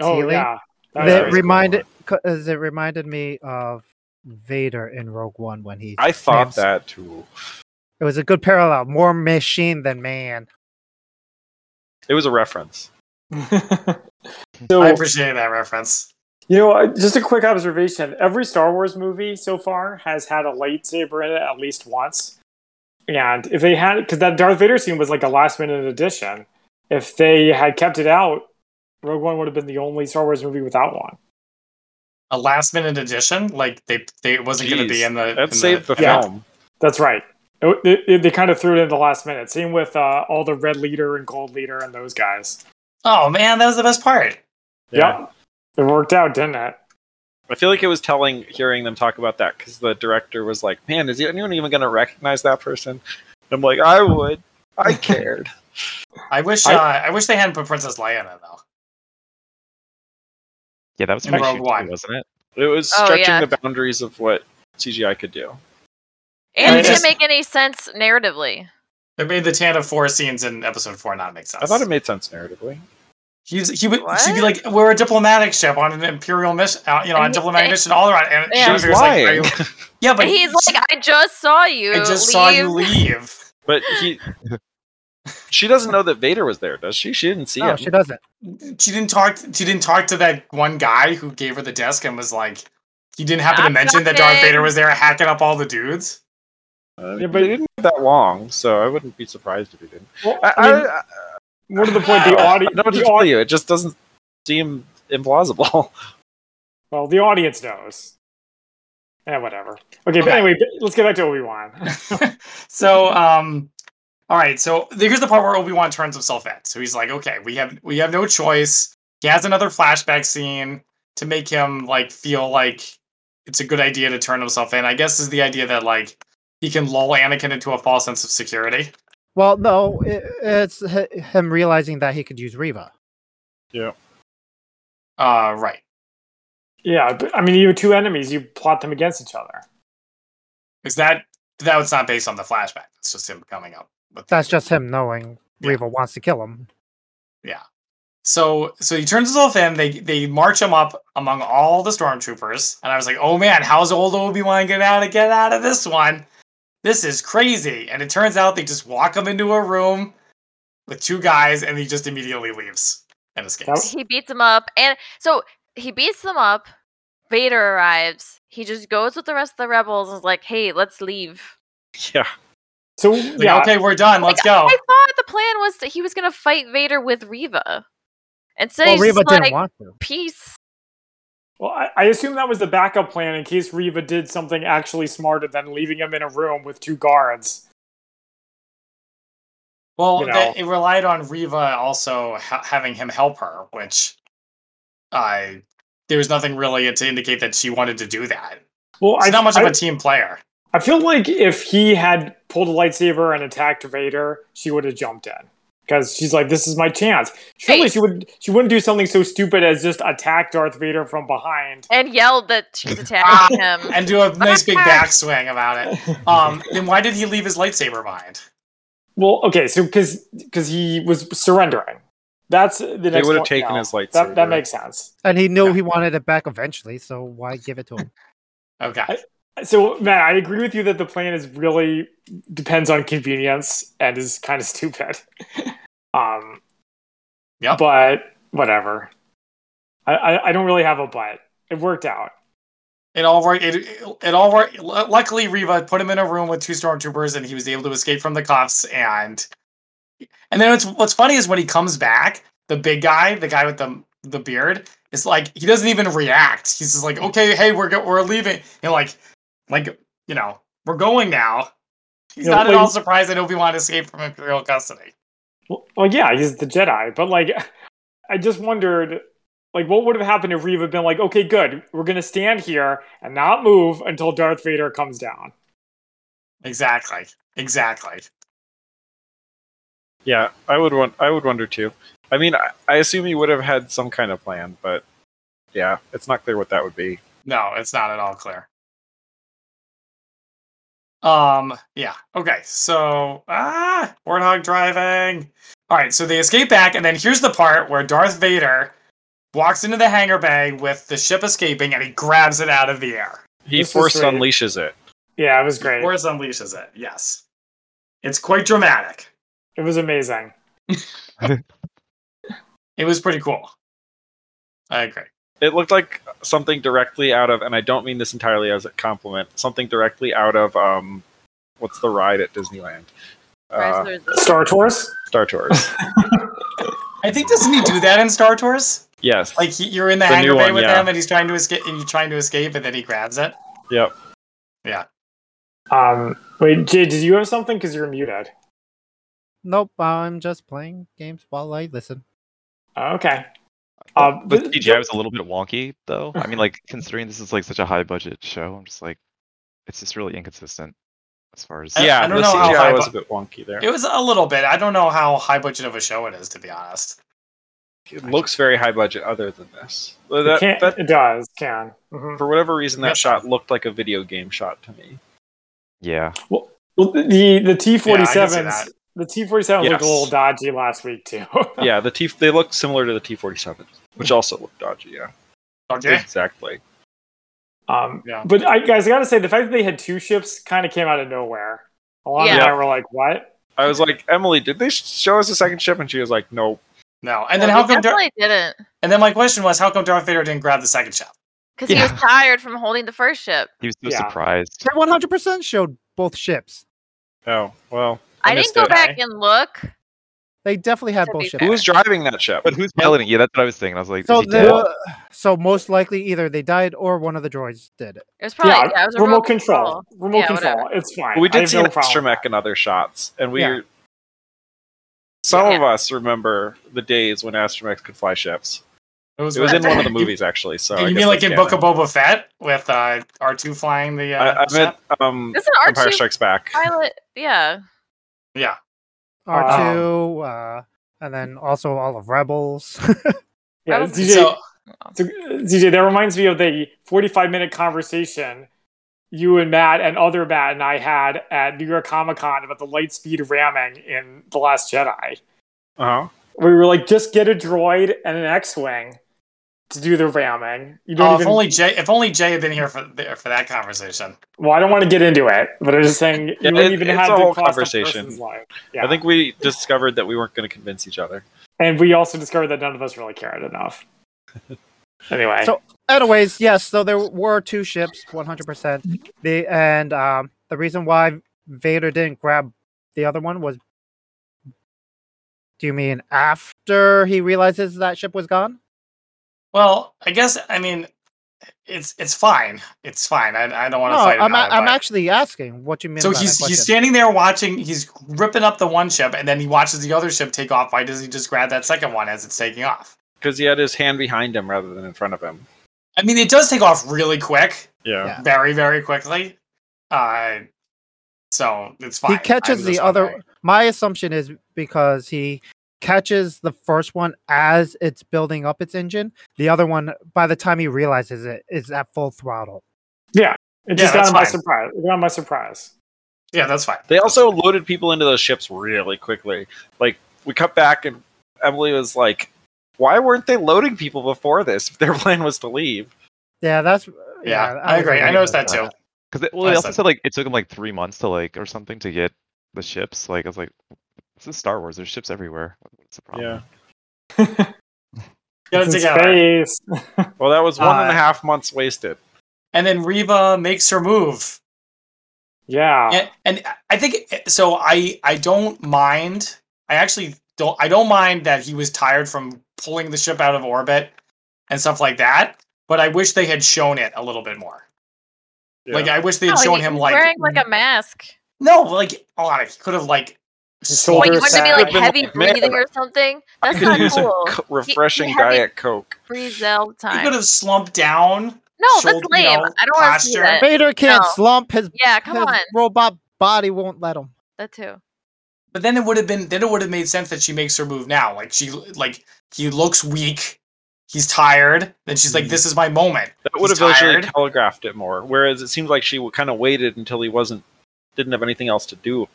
[SPEAKER 5] Oh
[SPEAKER 3] Ceiling.
[SPEAKER 5] yeah. That
[SPEAKER 3] That
[SPEAKER 5] was-
[SPEAKER 6] re-
[SPEAKER 3] reminded, because it reminded me of Vader in Rogue One when he.
[SPEAKER 6] I thought
[SPEAKER 3] slams-
[SPEAKER 6] that too.
[SPEAKER 3] it was a good parallel. More machine than man.
[SPEAKER 6] It was a reference.
[SPEAKER 5] so
[SPEAKER 1] I appreciate that reference.
[SPEAKER 5] you know, uh, just a quick observation: every Star Wars movie so far has had a lightsaber in it at least once. And if they had, because that Darth Vader scene was like a last minute addition, if they had kept it out, Rogue One would have been the only Star Wars movie without one.
[SPEAKER 1] A last minute addition, like they they it wasn't going to be
[SPEAKER 6] Jeez,
[SPEAKER 1] in the. in
[SPEAKER 6] That saved the,
[SPEAKER 5] Yeah.
[SPEAKER 6] film.
[SPEAKER 5] That's right. It- it- it- they kind of threw it in the last minute. Same with uh, all the red leader and gold leader and those guys.
[SPEAKER 1] Oh man, that was the best part.
[SPEAKER 5] Yep. It worked out, didn't it?
[SPEAKER 6] I feel like it was telling hearing them talk about that because the director was like, "Man, is anyone even going to recognize that person?" I'm like, "I would. I cared."
[SPEAKER 1] I wish
[SPEAKER 5] I-
[SPEAKER 1] uh, I wish they hadn't put Princess Leia in it though.
[SPEAKER 4] Yeah, that was
[SPEAKER 1] In
[SPEAKER 4] pretty
[SPEAKER 1] Rogue
[SPEAKER 4] shoot,
[SPEAKER 1] One.
[SPEAKER 4] too, wasn't it?
[SPEAKER 6] it was
[SPEAKER 2] Oh,
[SPEAKER 6] stretching
[SPEAKER 2] yeah.
[SPEAKER 6] the boundaries of what CGI could do.
[SPEAKER 2] And
[SPEAKER 1] I
[SPEAKER 2] it didn't
[SPEAKER 1] just-
[SPEAKER 2] make any sense narratively.
[SPEAKER 1] It made the tan of four scenes in episode four not make sense.
[SPEAKER 6] I thought it made sense narratively.
[SPEAKER 1] He's, he would she'd be
[SPEAKER 2] What?
[SPEAKER 1] like, "We're a diplomatic ship on an imperial mission, uh, you know, on a
[SPEAKER 2] And he-
[SPEAKER 1] diplomatic
[SPEAKER 2] and-
[SPEAKER 1] mission all around." And
[SPEAKER 2] Yeah.
[SPEAKER 1] she
[SPEAKER 6] She's
[SPEAKER 1] was like, "Are
[SPEAKER 6] lying.
[SPEAKER 1] you-" "Yeah, but
[SPEAKER 2] He's like, I just saw you.
[SPEAKER 1] I just saw you
[SPEAKER 2] leave."
[SPEAKER 1] leave."
[SPEAKER 6] But he, She doesn't know that Vader was there, does she? She didn't see
[SPEAKER 3] No,
[SPEAKER 6] him.
[SPEAKER 3] she doesn't.
[SPEAKER 1] She didn't talk. She didn't talk to that one guy who gave her the desk and was like, "You didn't happen to
[SPEAKER 2] Not
[SPEAKER 1] mention that Darth
[SPEAKER 2] talking.
[SPEAKER 1] Vader was there hacking up all the dudes."
[SPEAKER 5] Yeah,
[SPEAKER 6] Uh, yeah,
[SPEAKER 5] but-
[SPEAKER 6] but it didn't have that long, so I wouldn't be surprised if he didn't.
[SPEAKER 5] Well,
[SPEAKER 6] I,
[SPEAKER 5] I mean,
[SPEAKER 6] I,
[SPEAKER 5] more to the point, the
[SPEAKER 6] I
[SPEAKER 5] audio,
[SPEAKER 6] don't know what to
[SPEAKER 5] the,
[SPEAKER 6] tell
[SPEAKER 5] audi-
[SPEAKER 6] you. It just doesn't seem implausible.
[SPEAKER 5] well, the audience knows. Yeah, whatever. Okay, but
[SPEAKER 1] Okay.
[SPEAKER 5] anyway, let's get back to Obi Wan.
[SPEAKER 1] so um all right so here's the part where obi-wan turns himself in so he's like okay we have we have no choice he has another flashback scene to make him like feel like it's a good idea to turn himself in i guess is the idea that like he can lull anakin into a false sense of security
[SPEAKER 3] Well, no, it, it's hi- him realizing that he could use Reva.
[SPEAKER 1] uh right
[SPEAKER 5] yeah, but, I mean, you have two enemies. You plot them against each other.
[SPEAKER 1] is that that was not based on the flashback it's just him coming up with
[SPEAKER 3] That's just him knowing
[SPEAKER 1] Yeah.
[SPEAKER 3] Reva wants to kill him.
[SPEAKER 1] So so he turns himself in. They they march him up among all the stormtroopers, and I was like, oh man, how's old Obi Wan gonna out get out of this one? This is crazy. And it turns out they just walk him into a room with two guys, and he just immediately leaves and escapes.
[SPEAKER 2] He beats them up, and so he beats them up. Vader arrives. He just goes with the rest of the rebels and is like, "Hey, let's leave."
[SPEAKER 6] yeah.
[SPEAKER 5] So
[SPEAKER 1] Like,
[SPEAKER 5] yeah,
[SPEAKER 1] okay, we're done. Let's go.
[SPEAKER 2] I thought the plan was that he was going to fight Vader with Reva. Instead,
[SPEAKER 3] well,
[SPEAKER 2] he's
[SPEAKER 3] Reva
[SPEAKER 2] just
[SPEAKER 3] didn't
[SPEAKER 2] like,
[SPEAKER 3] want to.
[SPEAKER 2] peace.
[SPEAKER 5] well, I, I assume that was the backup plan in case Reva did something actually smarter than leaving him in a room with two guards.
[SPEAKER 1] Well,
[SPEAKER 5] you
[SPEAKER 1] that-
[SPEAKER 5] know.
[SPEAKER 1] it relied on Riva also ha- having him help her, which I there was nothing really to indicate that she wanted to do that.
[SPEAKER 5] Well,
[SPEAKER 1] She's
[SPEAKER 5] I,
[SPEAKER 1] not much
[SPEAKER 5] I,
[SPEAKER 1] of a team player.
[SPEAKER 5] I feel like if he had pulled a lightsaber and attacked Vader, she would have jumped in because she's like, "This is my chance." Surely
[SPEAKER 2] Hey.
[SPEAKER 5] she would. She wouldn't do something so stupid as just attack Darth Vader from behind.
[SPEAKER 2] And yelled that she's attacking him.
[SPEAKER 1] and do a nice big
[SPEAKER 2] Backpack.
[SPEAKER 1] backswing about it. Um, then why did he leave his lightsaber behind?
[SPEAKER 5] Well, okay, so because because he was surrendering. That's the next.
[SPEAKER 6] would've
[SPEAKER 5] point
[SPEAKER 6] taken
[SPEAKER 5] now.
[SPEAKER 6] his
[SPEAKER 5] That, that
[SPEAKER 6] lightsaber.
[SPEAKER 5] makes sense.
[SPEAKER 3] And he knew
[SPEAKER 1] Yeah.
[SPEAKER 3] he wanted it back eventually, so why give it to him?
[SPEAKER 1] Okay.
[SPEAKER 5] I- So, Matt, I agree with you that the plan is really depends on convenience and is kind of stupid. um,
[SPEAKER 1] Yep.
[SPEAKER 5] But whatever. I, I, I don't really have a but. It worked out.
[SPEAKER 1] It all worked. It, it, it all worked. Lu- Luckily, Reva put him in a room with two stormtroopers, and he was able to escape from the cuffs. And and then what's what's funny is when he comes back, the big guy, the guy with the the beard, is like he doesn't even react. He's just like, okay, hey, we're go- we're leaving. And like like you know, we're going now. He's
[SPEAKER 5] Yeah,
[SPEAKER 1] not at
[SPEAKER 5] like-
[SPEAKER 1] all surprised that Obi Wan escaped from Imperial custody.
[SPEAKER 5] Well, well, yeah, he's the Jedi, but like, I just wondered, like, what would have happened if Reva had been like, okay, good, we're gonna stand here and not move until Darth Vader comes down.
[SPEAKER 1] Exactly. Exactly.
[SPEAKER 6] Yeah, I would want. I would wonder too. I mean, I, I assume he would have had some kind of plan, but yeah, it's not clear what that would be.
[SPEAKER 1] No, it's not at all clear. Um, yeah. Okay, so ah, warthog driving. All right, so they escape back, and then here's the part where Darth Vader walks into the hangar bay with the ship escaping, and he grabs it out of the air.
[SPEAKER 6] He
[SPEAKER 5] This is
[SPEAKER 6] force
[SPEAKER 5] right.
[SPEAKER 6] unleashes it.
[SPEAKER 5] Yeah, it was great.
[SPEAKER 1] Force unleashes it. Yes, it's quite dramatic.
[SPEAKER 5] It was amazing.
[SPEAKER 1] It was pretty cool. I agree.
[SPEAKER 6] It looked like something directly out of, and I don't mean this entirely as a compliment. Something directly out of um, what's the ride at Disneyland? Uh,
[SPEAKER 2] Chrysler's-
[SPEAKER 5] Star Tours.
[SPEAKER 6] Star Tours.
[SPEAKER 1] I think doesn't he do that in Star Tours?
[SPEAKER 6] yes.
[SPEAKER 1] Like he, you're in the,
[SPEAKER 6] The new
[SPEAKER 1] hangar bay
[SPEAKER 6] one,
[SPEAKER 1] with
[SPEAKER 6] yeah.
[SPEAKER 1] him, and he's trying to escape, and you're trying to escape, and then he grabs it.
[SPEAKER 6] Yep.
[SPEAKER 5] Um, wait, Jay, did you have something? Because you're muted.
[SPEAKER 3] Nope, I'm just playing games while I listen.
[SPEAKER 5] Okay.
[SPEAKER 4] Uh,
[SPEAKER 5] Um,
[SPEAKER 4] but
[SPEAKER 5] th-
[SPEAKER 4] CGI was a little bit wonky, though. I mean, like considering this is like such a high budget show, I'm just like, it's just really inconsistent as far as
[SPEAKER 1] I-
[SPEAKER 6] yeah,
[SPEAKER 1] I don't
[SPEAKER 6] the
[SPEAKER 1] know how
[SPEAKER 6] CGI
[SPEAKER 1] high
[SPEAKER 6] was
[SPEAKER 1] bu-
[SPEAKER 6] a bit wonky there.
[SPEAKER 1] It was a little bit. I don't know how high budget of a show it is, to be honest.
[SPEAKER 6] It looks very high budget. Other than this,
[SPEAKER 5] it
[SPEAKER 6] that,
[SPEAKER 5] can-
[SPEAKER 6] that
[SPEAKER 5] it does can. Mhm.
[SPEAKER 6] for whatever reason, that
[SPEAKER 1] Yeah.
[SPEAKER 6] shot looked like a video game shot to me.
[SPEAKER 4] yeah.
[SPEAKER 5] Well, the the T forty
[SPEAKER 1] Yeah, I can see
[SPEAKER 5] sevens. The T forty sevens looked a
[SPEAKER 6] Yes.
[SPEAKER 5] little dodgy last week too.
[SPEAKER 6] yeah, the T they look similar to the T forty seven, which also look dodgy. Yeah,
[SPEAKER 1] Okay.
[SPEAKER 6] exactly.
[SPEAKER 5] Um,
[SPEAKER 1] Yeah.
[SPEAKER 5] But I, guys, I gotta say, the fact that they had two ships kind of came out of nowhere. A lot
[SPEAKER 2] Yeah.
[SPEAKER 5] of them were like, "What?"
[SPEAKER 6] I was like, Emily, did they sh- show us the second ship? And she was like, nope.
[SPEAKER 1] No. And then
[SPEAKER 2] Well,
[SPEAKER 1] how
[SPEAKER 2] he
[SPEAKER 1] come? Dar-
[SPEAKER 2] definitely didn't?
[SPEAKER 1] and then my question was, how come Darth Vader didn't grab the second ship?
[SPEAKER 2] Because
[SPEAKER 4] Yeah.
[SPEAKER 2] he was tired from holding the first ship.
[SPEAKER 4] He was so
[SPEAKER 5] Yeah.
[SPEAKER 4] surprised.
[SPEAKER 3] They 100% showed both ships.
[SPEAKER 6] Oh, well.
[SPEAKER 2] I,
[SPEAKER 6] missed
[SPEAKER 2] didn't go
[SPEAKER 6] it.
[SPEAKER 2] back and look.
[SPEAKER 3] They definitely had
[SPEAKER 2] To
[SPEAKER 3] both
[SPEAKER 2] be
[SPEAKER 3] ships.
[SPEAKER 2] fair.
[SPEAKER 6] Who was driving that ship?
[SPEAKER 4] But who's piloting? Yeah, that's what I was thinking. I was like,
[SPEAKER 3] So
[SPEAKER 4] is he dead?
[SPEAKER 3] the, so most likely either they died or one of the droids did it.
[SPEAKER 2] It was probably yeah, it was a
[SPEAKER 5] remote, control. Remote
[SPEAKER 2] Yeah,
[SPEAKER 5] control.
[SPEAKER 2] whatever.
[SPEAKER 5] It's fine.
[SPEAKER 6] we
[SPEAKER 5] I
[SPEAKER 6] did
[SPEAKER 5] have
[SPEAKER 6] see
[SPEAKER 5] no
[SPEAKER 6] an extra
[SPEAKER 5] problem.
[SPEAKER 6] mech in other shots, and we.
[SPEAKER 3] Yeah.
[SPEAKER 6] Some
[SPEAKER 2] Yeah.
[SPEAKER 6] of us remember the days when astromechs could fly ships. It was
[SPEAKER 1] when-
[SPEAKER 6] in one of the movies, actually. So I
[SPEAKER 1] you
[SPEAKER 6] guess
[SPEAKER 1] mean like
[SPEAKER 6] that's
[SPEAKER 1] in Book of
[SPEAKER 6] canon.
[SPEAKER 1] Boba Fett with uh, R2 flying the? Uh,
[SPEAKER 6] I, I meant
[SPEAKER 1] ship?
[SPEAKER 6] um,
[SPEAKER 2] Isn't R
[SPEAKER 6] Empire
[SPEAKER 2] two
[SPEAKER 6] Strikes Back.
[SPEAKER 2] pilot? Yeah,
[SPEAKER 1] Yeah.
[SPEAKER 3] R2, uh, and then also all of Rebels.
[SPEAKER 5] Yeah,
[SPEAKER 2] That was-
[SPEAKER 5] DJ,
[SPEAKER 1] So
[SPEAKER 5] so, DJ, that reminds me of the 45 minute conversation you and Matt and other Matt and I had at New York Comic Con about the light speed ramming in The Last Jedi.
[SPEAKER 6] Uh huh.
[SPEAKER 5] We were like, just get a droid and an X Wing to do the ramming. You don't
[SPEAKER 1] oh,
[SPEAKER 5] even.
[SPEAKER 1] if only Jay, if only Jay had been here for there for that conversation.
[SPEAKER 5] well, I don't want to get into it, but I'm just saying you
[SPEAKER 6] Yeah,
[SPEAKER 5] wouldn't
[SPEAKER 6] it-
[SPEAKER 5] even
[SPEAKER 6] it's
[SPEAKER 5] have
[SPEAKER 6] a
[SPEAKER 5] the
[SPEAKER 6] whole
[SPEAKER 5] cost of
[SPEAKER 6] conversation.
[SPEAKER 5] person's life. Yeah.
[SPEAKER 6] I think we discovered that we weren't going to convince each other.
[SPEAKER 5] and we also discovered that none of us really cared enough. anyway.
[SPEAKER 3] So- Anyways, yes, so there were two ships, 100%. The and um, the reason why Vader didn't grab the other one was do you mean after he realizes that ship was gone?
[SPEAKER 1] Well, I guess I mean it's it's fine. It's fine. I, I don't want to
[SPEAKER 3] No,
[SPEAKER 1] fight.
[SPEAKER 3] I'm,
[SPEAKER 1] about it,
[SPEAKER 3] I'm
[SPEAKER 1] but-
[SPEAKER 3] actually asking what you mean.
[SPEAKER 1] So
[SPEAKER 3] by that
[SPEAKER 1] he's
[SPEAKER 3] question.
[SPEAKER 1] he's standing there watching. He's ripping up the one ship, and then he watches the other ship take off. Why doesn't he just grab that second one as it's taking off?
[SPEAKER 6] Because he had his hand behind him rather than in front of him.
[SPEAKER 1] I mean, it does take off really quick,
[SPEAKER 6] Yeah.
[SPEAKER 3] Yeah.
[SPEAKER 1] very very quickly. Uh, so it's fine.
[SPEAKER 3] he catches
[SPEAKER 1] I'm
[SPEAKER 3] the
[SPEAKER 1] just
[SPEAKER 3] other
[SPEAKER 1] wondering.
[SPEAKER 3] my assumption is because he catches the first one as it's building up its engine the other one by the time he realizes it is at full throttle
[SPEAKER 5] It
[SPEAKER 1] Yeah,
[SPEAKER 5] just got
[SPEAKER 1] that's
[SPEAKER 5] him by
[SPEAKER 1] fine.
[SPEAKER 5] surprise. It got him by surprise.
[SPEAKER 1] Yeah, that's fine.
[SPEAKER 6] They also loaded people into those ships really quickly. Like we cut back and Emily was like, "Why weren't they loading people before this? If their plan was to leave."
[SPEAKER 3] yeah that's
[SPEAKER 1] Yeah,
[SPEAKER 3] that
[SPEAKER 1] I
[SPEAKER 3] was
[SPEAKER 1] agree. I
[SPEAKER 3] really
[SPEAKER 1] noticed
[SPEAKER 3] good.
[SPEAKER 1] that too.
[SPEAKER 4] Because
[SPEAKER 6] Oh,
[SPEAKER 4] well, they
[SPEAKER 1] I
[SPEAKER 4] also
[SPEAKER 1] said-
[SPEAKER 4] said like it took him like three months to like or something to get the ships. Like I was like, this is Star Wars. There's ships everywhere. What- What's the problem?
[SPEAKER 6] Yeah.
[SPEAKER 1] Get it
[SPEAKER 5] It's in
[SPEAKER 1] together.
[SPEAKER 5] space.
[SPEAKER 6] Well, that was one and
[SPEAKER 1] Uh,
[SPEAKER 6] a half months wasted.
[SPEAKER 1] And then Reva makes her move.
[SPEAKER 5] Yeah.
[SPEAKER 1] and, and I think so. I I don't mind. I actually don't. I don't mind that he was tired from pulling the ship out of orbit and stuff like that. But I wish they had shown it a little bit more. Like I wish they had
[SPEAKER 2] No,
[SPEAKER 1] shown
[SPEAKER 2] he
[SPEAKER 1] him
[SPEAKER 2] was
[SPEAKER 1] like
[SPEAKER 2] wearing like a mask.
[SPEAKER 1] no, like a lot of he could have like
[SPEAKER 5] His
[SPEAKER 1] slowed
[SPEAKER 2] Wait,
[SPEAKER 5] Older
[SPEAKER 2] you wanted to be like
[SPEAKER 6] sack.
[SPEAKER 2] heavy
[SPEAKER 6] Could've been like,
[SPEAKER 2] breathing
[SPEAKER 6] man.
[SPEAKER 2] or something?
[SPEAKER 6] I
[SPEAKER 2] That's
[SPEAKER 6] could
[SPEAKER 2] not
[SPEAKER 6] use some
[SPEAKER 2] cool.
[SPEAKER 6] co- refreshing
[SPEAKER 2] had it-
[SPEAKER 6] diet coke.
[SPEAKER 2] Freeze all the
[SPEAKER 1] He could
[SPEAKER 2] time.
[SPEAKER 1] have slumped down.
[SPEAKER 2] No,
[SPEAKER 1] shoulder,
[SPEAKER 2] that's
[SPEAKER 1] you
[SPEAKER 2] lame.
[SPEAKER 1] know,
[SPEAKER 2] I don't want to see
[SPEAKER 1] posture.
[SPEAKER 2] that.
[SPEAKER 3] vader can't
[SPEAKER 2] No.
[SPEAKER 3] slump his,
[SPEAKER 2] Yeah, come
[SPEAKER 3] his
[SPEAKER 2] on.
[SPEAKER 3] robot body won't let him
[SPEAKER 2] That too.
[SPEAKER 1] But then it would have been then it would have made sense that she makes her move now. Like she like he looks weak. He's tired. Then she's like,
[SPEAKER 6] Mhm.
[SPEAKER 1] "This is my moment."
[SPEAKER 6] That would
[SPEAKER 1] He's
[SPEAKER 6] have visually
[SPEAKER 1] tired.
[SPEAKER 6] telegraphed it more. Whereas it seems like she kind of waited until he wasn't, didn't have anything else to do.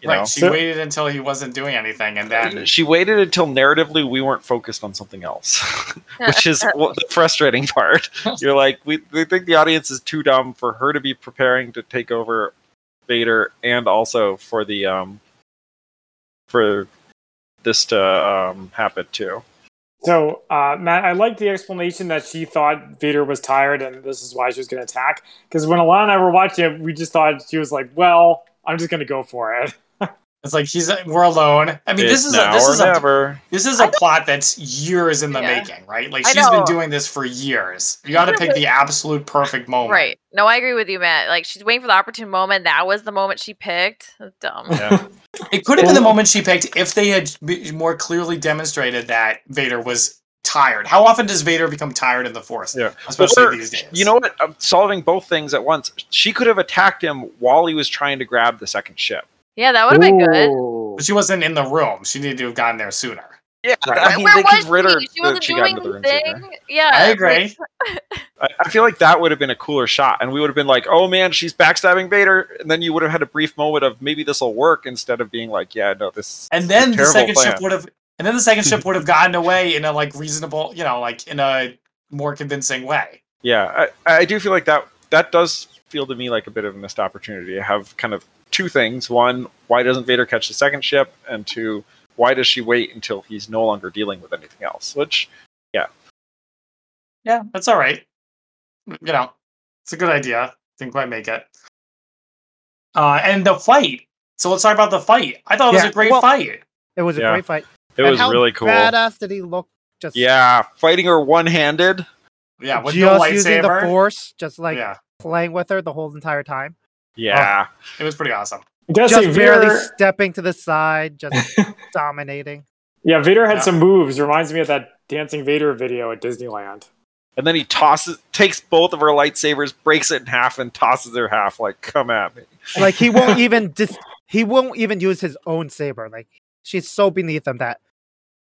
[SPEAKER 6] You
[SPEAKER 1] right.
[SPEAKER 6] know?
[SPEAKER 1] She
[SPEAKER 5] So-
[SPEAKER 1] waited until he wasn't doing anything, and then
[SPEAKER 6] And she waited until narratively we weren't focused on something else, which is what the frustrating part. You're like, we, we think the audience is too dumb for her to be preparing to take over Vader, and also for the um for this to um happen too.
[SPEAKER 5] So, uh, Matt, I like the explanation that she thought Vader was tired and this is why she was going to attack. Because when Alana and I were watching it, we just thought she was like, well, I'm just going to go for it.
[SPEAKER 1] it's like he's we're alone. I mean, this
[SPEAKER 6] It's
[SPEAKER 1] is a,
[SPEAKER 6] now
[SPEAKER 1] this
[SPEAKER 6] or
[SPEAKER 1] is a
[SPEAKER 6] never.
[SPEAKER 1] this is a plot that's years in the
[SPEAKER 2] Yeah.
[SPEAKER 1] making, right? Like
[SPEAKER 2] I
[SPEAKER 1] she's been
[SPEAKER 2] know.
[SPEAKER 1] doing this for years. You got to
[SPEAKER 2] Yeah,
[SPEAKER 1] pick
[SPEAKER 2] but-
[SPEAKER 1] the absolute perfect moment,
[SPEAKER 2] Right. No, I agree with you, Matt. Like she's waiting for the opportune moment. That was the moment she picked. That's dumb.
[SPEAKER 6] Yeah.
[SPEAKER 1] It could have been the
[SPEAKER 5] Well-
[SPEAKER 1] moment she picked if they had be- more clearly demonstrated that Vader was tired. How often does Vader become tired in the Force?
[SPEAKER 6] Yeah.
[SPEAKER 1] especially
[SPEAKER 6] Or,
[SPEAKER 1] these days.
[SPEAKER 6] You know what? I'm solving both things at once. She could have attacked him while he was trying to grab the second ship.
[SPEAKER 2] Yeah, that would have been good.
[SPEAKER 1] But she wasn't in the room. She needed to have gotten there sooner.
[SPEAKER 6] Yeah,
[SPEAKER 5] Right.
[SPEAKER 6] I mean,
[SPEAKER 2] Where
[SPEAKER 6] they
[SPEAKER 2] was
[SPEAKER 6] could ritter
[SPEAKER 2] she? She
[SPEAKER 6] that
[SPEAKER 2] wasn't
[SPEAKER 6] she got
[SPEAKER 2] doing
[SPEAKER 6] into the room sooner.
[SPEAKER 2] anything. Yeah,
[SPEAKER 1] I
[SPEAKER 2] like,
[SPEAKER 1] agree.
[SPEAKER 6] I, I feel like that would have been a cooler shot, and we would have been like, "Oh man, she's backstabbing Vader," and then you would have had a brief moment of maybe this will work instead of being like, "Yeah, no, this."
[SPEAKER 1] and
[SPEAKER 6] is
[SPEAKER 1] then
[SPEAKER 6] a
[SPEAKER 1] the
[SPEAKER 6] terrible
[SPEAKER 1] second
[SPEAKER 6] plan.
[SPEAKER 1] ship would have and then the second ship would have gotten away in a like reasonable you know like in a more convincing way
[SPEAKER 6] Yeah, I, I do feel like that. That does feel to me like a bit of a missed opportunity to have kind of two things. One, why doesn't Vader catch the second ship? And two, why does she wait until he's no longer dealing with anything else? Which
[SPEAKER 1] Yeah, that's all right. Mm, You know, it's a good idea. I think I make it. Uh, and the fight. So let's talk about the fight. I thought it was
[SPEAKER 3] Yeah,
[SPEAKER 1] a great
[SPEAKER 3] well-
[SPEAKER 1] fight.
[SPEAKER 3] It was
[SPEAKER 6] Yeah.
[SPEAKER 3] a great fight.
[SPEAKER 6] it
[SPEAKER 3] And
[SPEAKER 6] was
[SPEAKER 3] how
[SPEAKER 6] really cool.
[SPEAKER 3] Badass did he look? Just
[SPEAKER 6] Yeah, fighting her one handed.
[SPEAKER 1] Yeah, with
[SPEAKER 3] just
[SPEAKER 1] no
[SPEAKER 3] using the
[SPEAKER 1] lightsaber.
[SPEAKER 3] force, just like
[SPEAKER 1] yeah,
[SPEAKER 3] playing with her the whole entire time.
[SPEAKER 6] Yeah.
[SPEAKER 1] it was pretty awesome.
[SPEAKER 5] It does
[SPEAKER 3] just
[SPEAKER 5] say
[SPEAKER 3] barely
[SPEAKER 5] Vader.
[SPEAKER 3] stepping to the side, just dominating.
[SPEAKER 5] Yeah, Vader had
[SPEAKER 1] Yeah.
[SPEAKER 5] some moves. Reminds me of that dancing Vader video at Disneyland.
[SPEAKER 6] And then he tosses, takes both of her lightsabers, breaks it in half, and tosses her half. Like, come at me.
[SPEAKER 3] Like he won't even dis- he won't even use his own saber. Like she's so beneath him that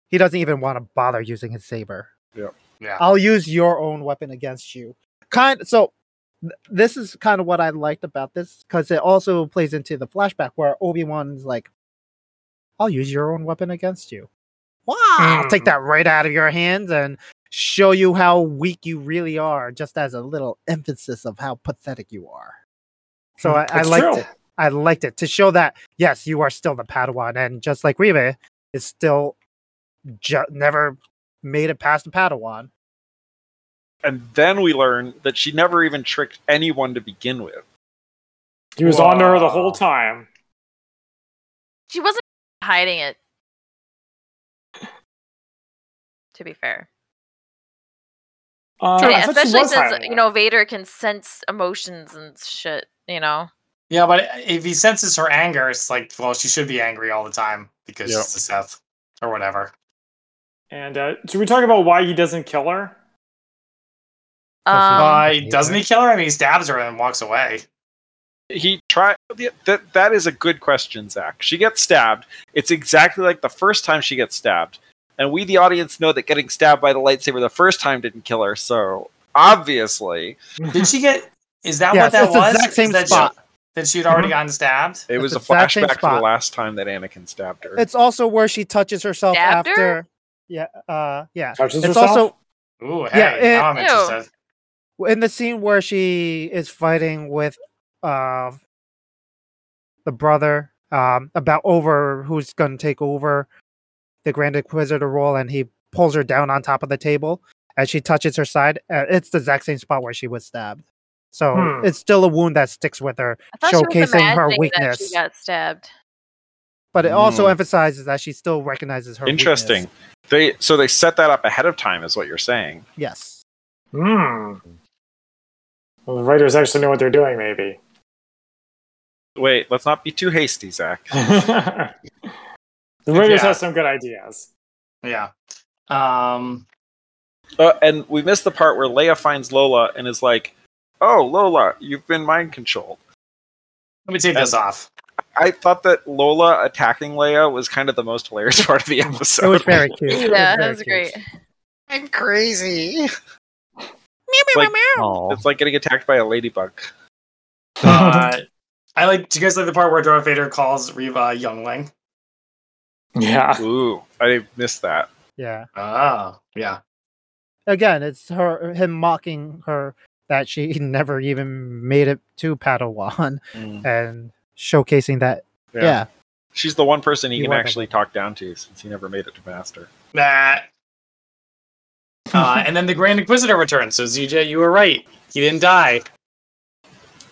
[SPEAKER 3] he doesn't even want to bother using his saber.
[SPEAKER 1] Yeah.
[SPEAKER 3] I'll use your own weapon against you. Kind so th- this is kind of what I liked about this because it also plays into the flashback where Obi Wan's like, "I'll use your own weapon against you. Wow! I'll take
[SPEAKER 1] Hmm.
[SPEAKER 3] that right out of your hands and show you how weak you really are." Just as a little emphasis of how pathetic you are. So I, I
[SPEAKER 5] It's
[SPEAKER 3] liked
[SPEAKER 5] Mm, true.
[SPEAKER 3] it. I liked it to show that yes, you are still the Padawan, and just like Riva is still ju- never made it past the Padawan.
[SPEAKER 6] And then we learn that she never even tricked anyone to begin with.
[SPEAKER 5] He was on to her the
[SPEAKER 1] Wow.
[SPEAKER 5] whole time.
[SPEAKER 2] She wasn't hiding it. To be fair,
[SPEAKER 5] Uh,
[SPEAKER 2] Yeah,
[SPEAKER 5] I thought she
[SPEAKER 2] especially
[SPEAKER 5] was
[SPEAKER 2] since
[SPEAKER 5] hiding
[SPEAKER 2] you
[SPEAKER 5] it.
[SPEAKER 2] know Vader can sense emotions and shit. You know,
[SPEAKER 1] Yeah, but if he senses her anger, it's like, well, she should be angry all the time because
[SPEAKER 6] Yeah.
[SPEAKER 1] she's a Sith or whatever.
[SPEAKER 5] And uh, should we talk about why he doesn't kill her?
[SPEAKER 3] Doesn't-
[SPEAKER 2] um,
[SPEAKER 1] Why doesn't he kill her? I mean, he stabs her and walks away.
[SPEAKER 6] He tried. That that is a good question, Zach. She gets stabbed. It's exactly like the first time she gets stabbed, and we, the audience, know that getting stabbed by the lightsaber the first time didn't kill her. So obviously,
[SPEAKER 1] Did she get? Is that
[SPEAKER 3] Yeah,
[SPEAKER 1] what that
[SPEAKER 3] it's the
[SPEAKER 1] was?
[SPEAKER 3] exact
[SPEAKER 1] Is
[SPEAKER 3] same
[SPEAKER 1] that she-
[SPEAKER 3] spot. Mm-hmm.
[SPEAKER 1] that she'd already gotten stabbed.
[SPEAKER 6] it
[SPEAKER 3] It's
[SPEAKER 6] was
[SPEAKER 3] the
[SPEAKER 6] a
[SPEAKER 3] exact same
[SPEAKER 6] flashback to the
[SPEAKER 3] spot.
[SPEAKER 6] last time that Anakin stabbed her.
[SPEAKER 3] It's also where she touches herself
[SPEAKER 2] Stabbed her?
[SPEAKER 3] after. Yeah, uh, yeah.
[SPEAKER 5] Touches
[SPEAKER 3] It's
[SPEAKER 5] herself?
[SPEAKER 3] also
[SPEAKER 1] Ooh, hey,
[SPEAKER 3] Yeah, it-
[SPEAKER 1] now I'm
[SPEAKER 2] Ew.
[SPEAKER 1] interested.
[SPEAKER 3] in the scene where she is fighting with uh the brother um about over who's going to take over the grand inquisitor role and he pulls her down on top of the table and she touches her side uh, it's the exact same spot where she was stabbed so
[SPEAKER 5] Hmm.
[SPEAKER 3] it's still a wound that sticks with her
[SPEAKER 2] I thought she was
[SPEAKER 3] showcasing her
[SPEAKER 2] imagining that
[SPEAKER 3] weakness.
[SPEAKER 2] she got stabbed.
[SPEAKER 3] but it also
[SPEAKER 6] Mm.
[SPEAKER 3] emphasizes that she still recognizes her weakness.
[SPEAKER 6] Interesting. They so they set that up ahead of time, is what you're saying.
[SPEAKER 3] yes
[SPEAKER 5] Hmm. Well, the writers actually know what they're doing, maybe.
[SPEAKER 6] Wait, let's not be too hasty, Zach.
[SPEAKER 5] the writers
[SPEAKER 1] Yeah.
[SPEAKER 5] have some good ideas.
[SPEAKER 1] Yeah. Um.
[SPEAKER 6] Uh, and we missed the part where Leia finds Lola and is like, "Oh, Lola, you've been mind controlled."
[SPEAKER 1] Let me take this off.
[SPEAKER 6] I thought that Lola attacking Leia was kind of the most hilarious part of the episode.
[SPEAKER 3] it was very cute It
[SPEAKER 2] Yeah, that
[SPEAKER 3] very
[SPEAKER 2] was
[SPEAKER 3] cute.
[SPEAKER 2] great.
[SPEAKER 6] I'm crazy. like,
[SPEAKER 4] Aw.
[SPEAKER 6] It's like getting attacked by a ladybug.
[SPEAKER 1] Uh, I like. Do you guys like the part where Darth Vader calls Reva a youngling?
[SPEAKER 5] yeah.
[SPEAKER 6] Ooh, I missed that.
[SPEAKER 3] yeah
[SPEAKER 1] Oh, yeah.
[SPEAKER 3] again, it's her him mocking her that she never even made it to Padawan and showcasing that yeah.
[SPEAKER 6] She's the one person he,
[SPEAKER 3] He
[SPEAKER 6] can
[SPEAKER 3] wasn't.
[SPEAKER 6] actually talk down to since he never made it to Master.
[SPEAKER 1] That. Uh, and then the Grand Inquisitor returns. So ZJ, you were right. He didn't die.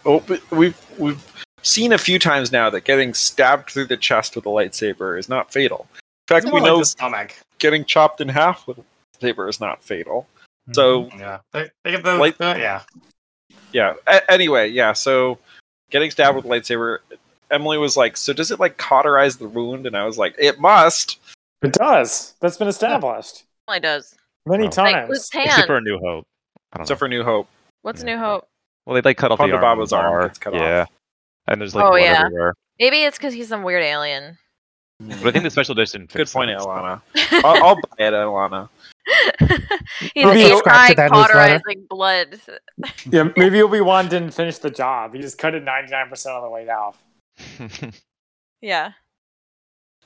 [SPEAKER 6] Oh, but we've we've seen a few times now that getting stabbed through the chest with a lightsaber is not fatal. In fact,
[SPEAKER 1] It's
[SPEAKER 6] we
[SPEAKER 1] more like
[SPEAKER 6] know
[SPEAKER 1] the stomach.
[SPEAKER 6] getting chopped in half with a lightsaber is not fatal.
[SPEAKER 3] Mm-hmm.
[SPEAKER 6] So
[SPEAKER 1] Yeah. They, they get the,
[SPEAKER 6] Like-
[SPEAKER 1] the- yeah.
[SPEAKER 6] yeah. A- anyway, yeah. So getting stabbed with lightsaber, Emily was like, "So does it like cauterize the wound?" And I was like, "It must."
[SPEAKER 5] It does. That's been established
[SPEAKER 2] Only does.
[SPEAKER 5] many
[SPEAKER 4] Wow.
[SPEAKER 2] Like
[SPEAKER 5] times.
[SPEAKER 2] with
[SPEAKER 4] Except for a
[SPEAKER 2] Tan.
[SPEAKER 4] new hope. I don't know.
[SPEAKER 6] Except for New Hope.
[SPEAKER 2] What's
[SPEAKER 4] Yeah.
[SPEAKER 2] New Hope?
[SPEAKER 4] well, they like cut off the
[SPEAKER 6] Ponda
[SPEAKER 4] arm.
[SPEAKER 6] Baba's
[SPEAKER 4] of
[SPEAKER 6] arm
[SPEAKER 4] Bar.
[SPEAKER 6] gets cut off.
[SPEAKER 4] yeah. And there's like
[SPEAKER 2] Oh,
[SPEAKER 4] blood
[SPEAKER 2] yeah.
[SPEAKER 4] everywhere.
[SPEAKER 2] Maybe it's because he's some weird alien.
[SPEAKER 4] But I think the special edition.
[SPEAKER 6] Good
[SPEAKER 4] fixed
[SPEAKER 6] point,
[SPEAKER 4] that.
[SPEAKER 6] Alana. I'll, I'll buy it, Alana.
[SPEAKER 2] he's
[SPEAKER 3] I'll
[SPEAKER 2] a
[SPEAKER 3] subscribe to that newsletter.
[SPEAKER 2] cauterizing blood.
[SPEAKER 5] yeah, maybe Obi Wan didn't finish the job. He just cut it 99% of the way off.
[SPEAKER 2] Yeah.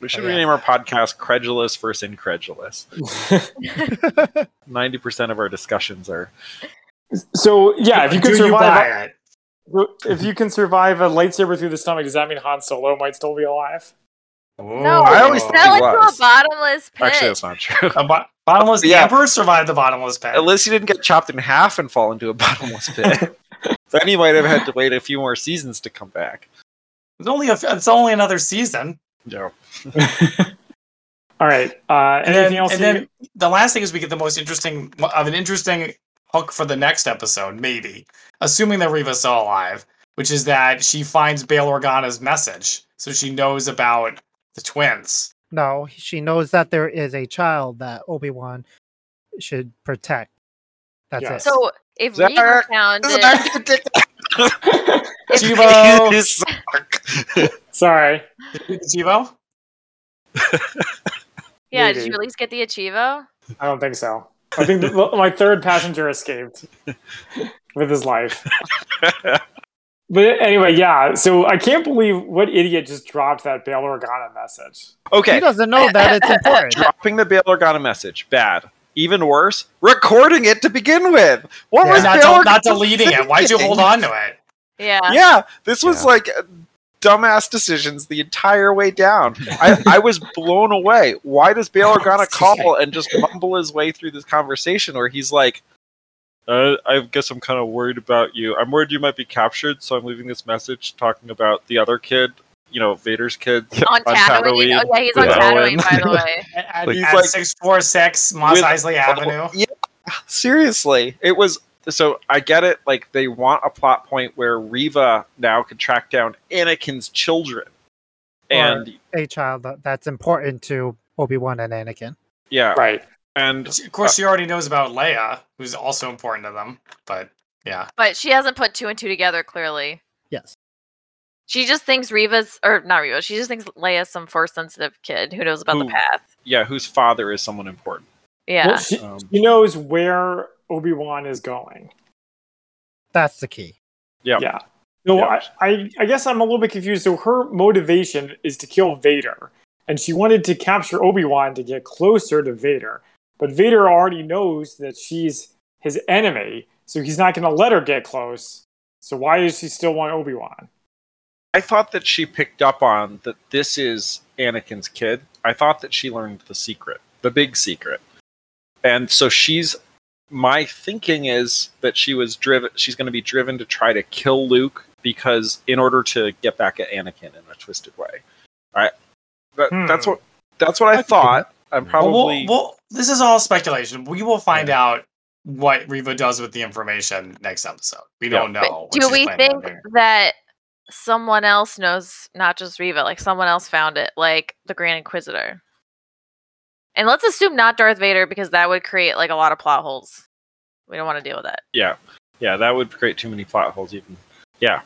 [SPEAKER 6] We should
[SPEAKER 3] Oh, yeah.
[SPEAKER 6] rename our podcast "Credulous versus Incredulous." Ninety percent of our discussions are
[SPEAKER 5] so, yeah, if you could
[SPEAKER 1] Do
[SPEAKER 5] survive.
[SPEAKER 1] buy it?
[SPEAKER 5] If you can survive a lightsaber through the stomach, does that mean Han Solo might still be alive?
[SPEAKER 2] No,
[SPEAKER 6] Oh, I always
[SPEAKER 1] Ooh.
[SPEAKER 6] thought
[SPEAKER 2] fell
[SPEAKER 6] he
[SPEAKER 2] into a
[SPEAKER 6] was.
[SPEAKER 2] bottomless pit.
[SPEAKER 6] Actually, that's not true.
[SPEAKER 1] A bo- bottomless.
[SPEAKER 6] Yeah.
[SPEAKER 1] The Emperor survived the bottomless pit.
[SPEAKER 6] Unless he didn't get chopped in half and fall into a bottomless pit. then he might have had to wait a few more seasons to come back.
[SPEAKER 1] It's only a, it's only another season.
[SPEAKER 6] No.
[SPEAKER 5] All right. Uh,
[SPEAKER 1] And
[SPEAKER 5] anything
[SPEAKER 1] then,
[SPEAKER 5] else?
[SPEAKER 1] and
[SPEAKER 5] you-
[SPEAKER 1] then the last thing is we get the most interesting of an interesting hook for the next episode, maybe, assuming that Riva's still alive, which is that she finds Bail Organa's message, so she knows about the twins.
[SPEAKER 3] No, she knows that there is a child that Obi Wan should protect. That's
[SPEAKER 5] Yes.
[SPEAKER 3] it.
[SPEAKER 2] So if
[SPEAKER 6] Zach,
[SPEAKER 2] Regan found
[SPEAKER 6] This is
[SPEAKER 2] it,
[SPEAKER 6] not ridiculous.
[SPEAKER 1] Chivo,
[SPEAKER 6] You suck.
[SPEAKER 5] Sorry.
[SPEAKER 1] Chivo.
[SPEAKER 2] yeah, did
[SPEAKER 5] Maybe.
[SPEAKER 2] you at least get the Achivo?
[SPEAKER 5] I don't think so. I think the, my third passenger escaped with his life. But anyway, yeah. So I can't believe what idiot just dropped that Bail Organa message.
[SPEAKER 3] He
[SPEAKER 6] okay,
[SPEAKER 3] doesn't know that it's important.
[SPEAKER 6] dropping the Bail Organa message, bad. Even worse, recording it to begin with. What
[SPEAKER 3] Yeah.
[SPEAKER 6] was
[SPEAKER 1] Not,
[SPEAKER 6] Bail
[SPEAKER 1] del- not
[SPEAKER 6] Organa
[SPEAKER 1] deleting it. Why'd you
[SPEAKER 6] thinking?
[SPEAKER 1] hold on to it?
[SPEAKER 2] Yeah.
[SPEAKER 6] Yeah, this was
[SPEAKER 4] Yeah.
[SPEAKER 6] like dumbass decisions the entire way down. I, I was blown away. Why does Bail Organa call and just mumble his way through this conversation where he's like, uh, I guess I'm kind of worried about you. I'm worried you might be captured, so I'm leaving this message talking about the other kid, you know, Vader's kid.
[SPEAKER 2] On
[SPEAKER 6] On
[SPEAKER 2] Tatooine.
[SPEAKER 6] Tatooine.
[SPEAKER 2] Oh, yeah, he's on
[SPEAKER 4] Yeah.
[SPEAKER 2] Tatooine, by the way.
[SPEAKER 1] At, at,
[SPEAKER 4] Like-
[SPEAKER 6] He's
[SPEAKER 1] at
[SPEAKER 6] like-
[SPEAKER 1] 646 Moss
[SPEAKER 6] With-
[SPEAKER 1] Eisley Avenue.
[SPEAKER 6] Yeah, seriously. It was so I get it. Like they want a plot point where Riva now can track down Anakin's children, and
[SPEAKER 3] a child that- that's important to Obi Wan and Anakin.
[SPEAKER 6] yeah,
[SPEAKER 5] Right.
[SPEAKER 6] and
[SPEAKER 1] Of course, she already knows about Leia, who's also important to them. But yeah,
[SPEAKER 2] But she hasn't put two and two together clearly.
[SPEAKER 3] Yes.
[SPEAKER 2] She just thinks Riva's or not Riva, she just thinks Leia's some force sensitive kid who knows about
[SPEAKER 6] Who-
[SPEAKER 2] the path.
[SPEAKER 6] yeah, whose father is someone important.
[SPEAKER 2] Yeah.
[SPEAKER 5] Well, she,
[SPEAKER 6] Um,
[SPEAKER 5] she knows where Obi Wan is going.
[SPEAKER 3] That's the key.
[SPEAKER 6] yeah,
[SPEAKER 5] Yeah. No,
[SPEAKER 6] Yeah.
[SPEAKER 5] I, I, I guess I'm a little bit confused. So her motivation is to kill Vader, and she wanted to capture Obi Wan to get closer to Vader. But Vader already knows that she's his enemy, so he's not going to let her get close. So why does she still want Obi Wan?
[SPEAKER 6] I thought that she picked up on that this is Anakin's kid. I thought that she learned the secret, the big secret. And so she's my thinking is that she was driven she's going to be driven to try to kill Luke because in order to get back at Anakin in a twisted way. All right. That,
[SPEAKER 5] Hmm.
[SPEAKER 6] that's what that's what I thought. I'm
[SPEAKER 4] Well,
[SPEAKER 1] Well, we'll-
[SPEAKER 6] probably
[SPEAKER 1] Well, this is all speculation. We will find out what Reva does with the information next episode. We
[SPEAKER 6] Yeah.
[SPEAKER 1] don't
[SPEAKER 2] But
[SPEAKER 1] know. what
[SPEAKER 2] do
[SPEAKER 1] she's
[SPEAKER 2] we
[SPEAKER 1] planning on
[SPEAKER 2] think
[SPEAKER 1] doing.
[SPEAKER 2] that someone else knows, not just Riva, like someone else found it, like the Grand Inquisitor? And let's assume not Darth Vader because that would create like a lot of plot holes. We don't want to deal with that.
[SPEAKER 6] yeah. Yeah, that would create too many plot holes even. Yeah.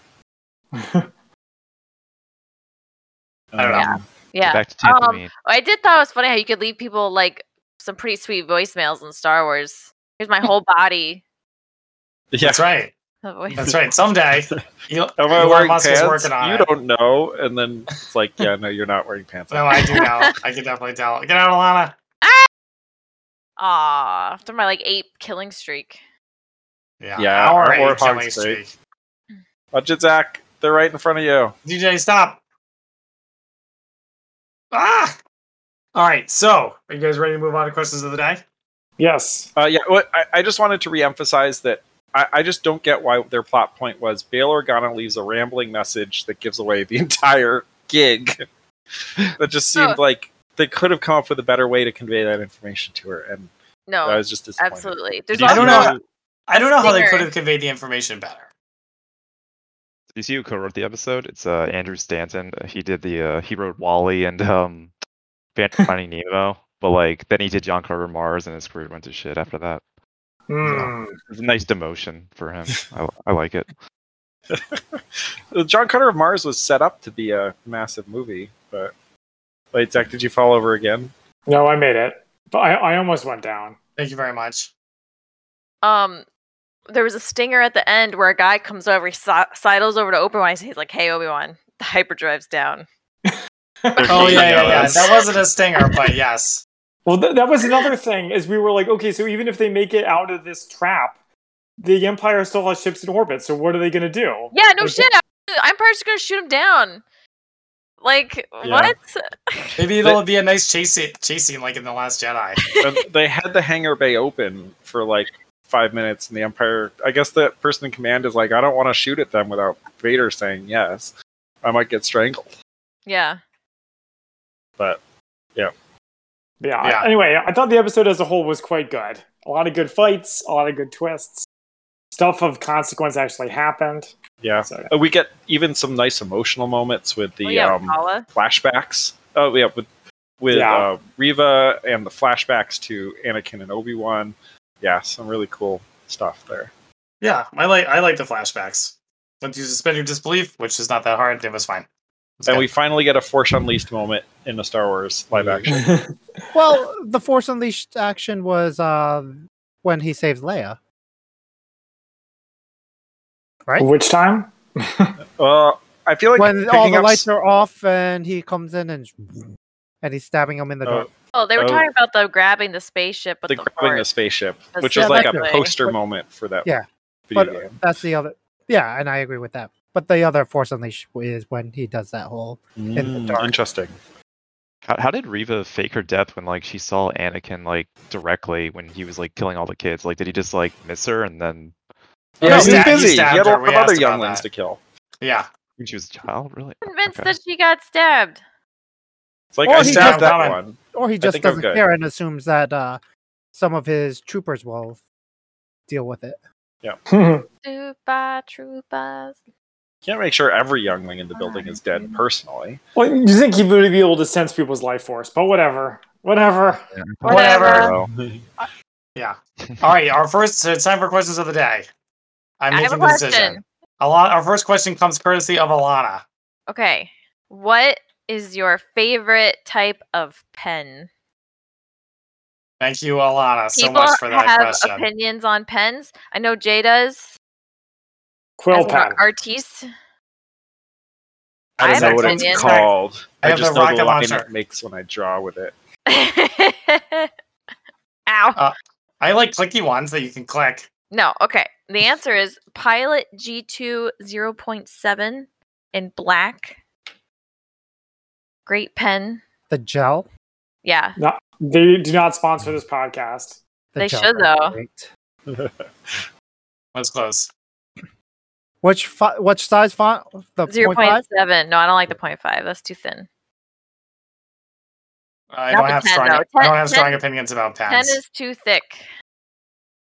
[SPEAKER 1] I don't know.
[SPEAKER 6] Um,
[SPEAKER 2] Yeah.
[SPEAKER 4] Back to
[SPEAKER 2] Um,
[SPEAKER 4] Tatooine.
[SPEAKER 2] I did thought it was funny how you could leave people like some pretty sweet voicemails in Star Wars. Here's my whole body.
[SPEAKER 6] yeah.
[SPEAKER 1] That's right.
[SPEAKER 2] of voice-
[SPEAKER 1] That's right. Someday, Elon
[SPEAKER 6] Am I
[SPEAKER 1] Elon
[SPEAKER 6] wearing
[SPEAKER 1] Musk
[SPEAKER 6] pants?
[SPEAKER 1] is working on
[SPEAKER 6] you
[SPEAKER 1] it.
[SPEAKER 6] don't know. And then it's like, yeah, no, you're not wearing pants.
[SPEAKER 1] No, I do know. I can definitely tell. Get out, Alana.
[SPEAKER 2] Aw, after my like eight killing streak.
[SPEAKER 1] Yeah.
[SPEAKER 6] Yeah,
[SPEAKER 1] Our
[SPEAKER 6] our
[SPEAKER 1] eight
[SPEAKER 6] Warhog's
[SPEAKER 1] killing
[SPEAKER 6] great.
[SPEAKER 1] streak.
[SPEAKER 6] Watch it, Zach. Uh, They're right in front of you.
[SPEAKER 1] DJ, stop. Ah. All right. So, are you guys ready to move on to questions of the day?
[SPEAKER 5] yes.
[SPEAKER 6] Uh, yeah, what, I, I just wanted to reemphasize that I, I just don't get why their plot point was Bail Organa leaves a rambling message that gives away the entire gig. that just seemed
[SPEAKER 2] Oh.
[SPEAKER 6] like they could have come up with a better way to convey that information to her. And
[SPEAKER 2] No,
[SPEAKER 6] I was just disappointed.
[SPEAKER 2] Oh, absolutely. There's
[SPEAKER 6] Did
[SPEAKER 1] I don't
[SPEAKER 6] you-
[SPEAKER 2] also-
[SPEAKER 1] know. I don't know how they
[SPEAKER 2] Stinger.
[SPEAKER 1] could have conveyed the information better.
[SPEAKER 4] Did you see who co-wrote the episode? It's uh, Andrew Stanton. Uh, He did the uh, he wrote Wally and um, Fan- Finding Nemo. But like then he did John Carver Mars, and his career went to shit after that.
[SPEAKER 5] Hmm.
[SPEAKER 4] It was a nice demotion for him. I, I like it.
[SPEAKER 6] Well, Uh, John Carter of Mars was set up to be a massive movie, but wait, Zach, did you fall over again?
[SPEAKER 5] No, I made it. But I, I almost went down.
[SPEAKER 1] Thank you very much.
[SPEAKER 2] um there was a stinger at the end where a guy comes over, he si- sidles over to Obi Wan, and he's like, "Hey, Obi Wan, the hyperdrive's down."
[SPEAKER 1] Oh yeah, yeah, yeah.
[SPEAKER 6] Yes.
[SPEAKER 1] That wasn't a stinger, but yes.
[SPEAKER 5] Well, th- that was another thing. Is we were like, okay, so even if they make it out of this trap, the Empire still has ships in orbit, so what are they going to do?
[SPEAKER 2] Yeah, no
[SPEAKER 5] Like,
[SPEAKER 2] shit. I'm probably just gonna shoot him down. Like
[SPEAKER 6] Yeah.
[SPEAKER 2] what?
[SPEAKER 1] Maybe it'll be a nice chase scene, chase scene like in the Last Jedi.
[SPEAKER 6] And they had the hangar bay open for like five minutes, and the Empire. I guess the person in command is like, I don't want to shoot at them without Vader saying yes. I might get strangled.
[SPEAKER 2] Yeah.
[SPEAKER 5] Yeah.
[SPEAKER 1] Yeah.
[SPEAKER 5] Anyway, I thought the episode as a whole was quite good. A lot of good fights, a lot of good twists. Stuff of consequence actually happened.
[SPEAKER 6] Yeah,
[SPEAKER 5] So,
[SPEAKER 6] Uh, we get even some nice emotional moments with the
[SPEAKER 2] oh, yeah,
[SPEAKER 6] um,
[SPEAKER 2] Paula.
[SPEAKER 6] flashbacks. Oh yeah, with with
[SPEAKER 5] Yeah.
[SPEAKER 6] Uh, Riva and the flashbacks to Anakin and Obi Wan. Yeah, some really cool stuff there.
[SPEAKER 1] Yeah, I like I like the flashbacks. Once you suspend your disbelief, which is not that hard, it was fine. It's
[SPEAKER 6] And
[SPEAKER 1] good.
[SPEAKER 6] we finally get a Force Unleashed moment in the Star Wars live
[SPEAKER 3] Mm-hmm.
[SPEAKER 6] action.
[SPEAKER 3] Well, the Force Unleashed action was uh, when he saves Leia. Right?
[SPEAKER 5] Which time?
[SPEAKER 6] Uh, I feel like
[SPEAKER 3] when all
[SPEAKER 6] picking
[SPEAKER 3] the
[SPEAKER 6] up
[SPEAKER 3] lights are off and he comes in and and he's stabbing him in the
[SPEAKER 6] Oh,
[SPEAKER 3] dark.
[SPEAKER 2] Oh, they were
[SPEAKER 6] oh.
[SPEAKER 2] talking about the grabbing the spaceship with
[SPEAKER 6] the
[SPEAKER 2] the,
[SPEAKER 6] grabbing the
[SPEAKER 2] force.
[SPEAKER 6] spaceship,
[SPEAKER 2] That's
[SPEAKER 6] which is like a
[SPEAKER 2] definitely-
[SPEAKER 6] poster moment for that.
[SPEAKER 3] Yeah.
[SPEAKER 6] video
[SPEAKER 3] But-
[SPEAKER 6] game.
[SPEAKER 3] That's the other. Yeah, and I agree with that. But the other Force Unleashed is when he does that whole. in the
[SPEAKER 6] Mm,
[SPEAKER 3] dark.
[SPEAKER 6] Interesting.
[SPEAKER 4] How, how did Reva fake her death when like she saw Anakin like directly when he was like killing all the kids? Like did he just like miss her and then
[SPEAKER 1] Yeah, he
[SPEAKER 6] no, he's
[SPEAKER 1] stabbed- he
[SPEAKER 6] busy. He
[SPEAKER 1] stabbed
[SPEAKER 6] had a
[SPEAKER 1] her.
[SPEAKER 6] lot
[SPEAKER 1] We
[SPEAKER 6] of other
[SPEAKER 1] asked
[SPEAKER 6] young
[SPEAKER 1] about
[SPEAKER 6] ones
[SPEAKER 1] that.
[SPEAKER 6] to kill.
[SPEAKER 1] yeah,
[SPEAKER 4] when she was a child? Really? Oh,
[SPEAKER 2] Convinced
[SPEAKER 4] okay.
[SPEAKER 2] that she got stabbed.
[SPEAKER 6] It's like
[SPEAKER 3] Or
[SPEAKER 6] I
[SPEAKER 3] he
[SPEAKER 6] stabbed
[SPEAKER 1] just-
[SPEAKER 6] that one.
[SPEAKER 3] Or he just
[SPEAKER 6] think I'm
[SPEAKER 3] doesn't
[SPEAKER 6] good.
[SPEAKER 3] care and assumes that uh, some of his troopers will deal with it.
[SPEAKER 2] Super troopers.
[SPEAKER 6] Can't make sure every youngling in the building is
[SPEAKER 1] Mm.
[SPEAKER 6] dead personally.
[SPEAKER 5] well, you think he would be able to sense people's life force, but whatever. Whatever.
[SPEAKER 2] Whatever.
[SPEAKER 6] So,
[SPEAKER 1] yeah. All right, our first it's time for questions of the day. I'm
[SPEAKER 2] I have a
[SPEAKER 1] making the decision.
[SPEAKER 2] question.
[SPEAKER 1] Alana, our first question comes courtesy of Alana.
[SPEAKER 2] Okay. What is your favorite type of pen?
[SPEAKER 1] Thank you, Alana, so
[SPEAKER 2] People
[SPEAKER 1] much for that
[SPEAKER 2] have
[SPEAKER 1] question.
[SPEAKER 2] opinions on pens. I know Jay does.
[SPEAKER 5] Quill
[SPEAKER 2] as well,
[SPEAKER 5] pen.
[SPEAKER 2] Artiste.
[SPEAKER 6] I don't
[SPEAKER 1] I
[SPEAKER 6] know
[SPEAKER 1] have
[SPEAKER 6] what
[SPEAKER 1] an
[SPEAKER 6] it's
[SPEAKER 1] opinion.
[SPEAKER 6] called.
[SPEAKER 1] I
[SPEAKER 6] I,
[SPEAKER 1] have
[SPEAKER 6] just
[SPEAKER 1] the
[SPEAKER 6] know the
[SPEAKER 1] rocket
[SPEAKER 6] line
[SPEAKER 1] launcher.
[SPEAKER 6] it makes when I draw with it.
[SPEAKER 2] Ow.
[SPEAKER 1] I like clicky ones that you can click.
[SPEAKER 2] No, okay. The answer is Pilot G2 0.7 in black. Great pen.
[SPEAKER 3] The gel.
[SPEAKER 2] Yeah.
[SPEAKER 5] They do not sponsor this podcast.
[SPEAKER 3] The
[SPEAKER 2] They
[SPEAKER 3] gel
[SPEAKER 2] should,
[SPEAKER 3] are
[SPEAKER 2] though.
[SPEAKER 3] great.
[SPEAKER 1] That's close.
[SPEAKER 3] Which fi- which size font? The 0.5?
[SPEAKER 2] 0.7. No, I don't like the 0.5. That's too thin.
[SPEAKER 1] I
[SPEAKER 2] Not
[SPEAKER 1] don't
[SPEAKER 2] the
[SPEAKER 1] have
[SPEAKER 2] 10,
[SPEAKER 1] strong.
[SPEAKER 2] though.
[SPEAKER 1] I don't
[SPEAKER 2] 10
[SPEAKER 1] have strong opinions about
[SPEAKER 2] 10
[SPEAKER 1] pens.
[SPEAKER 2] is too thick.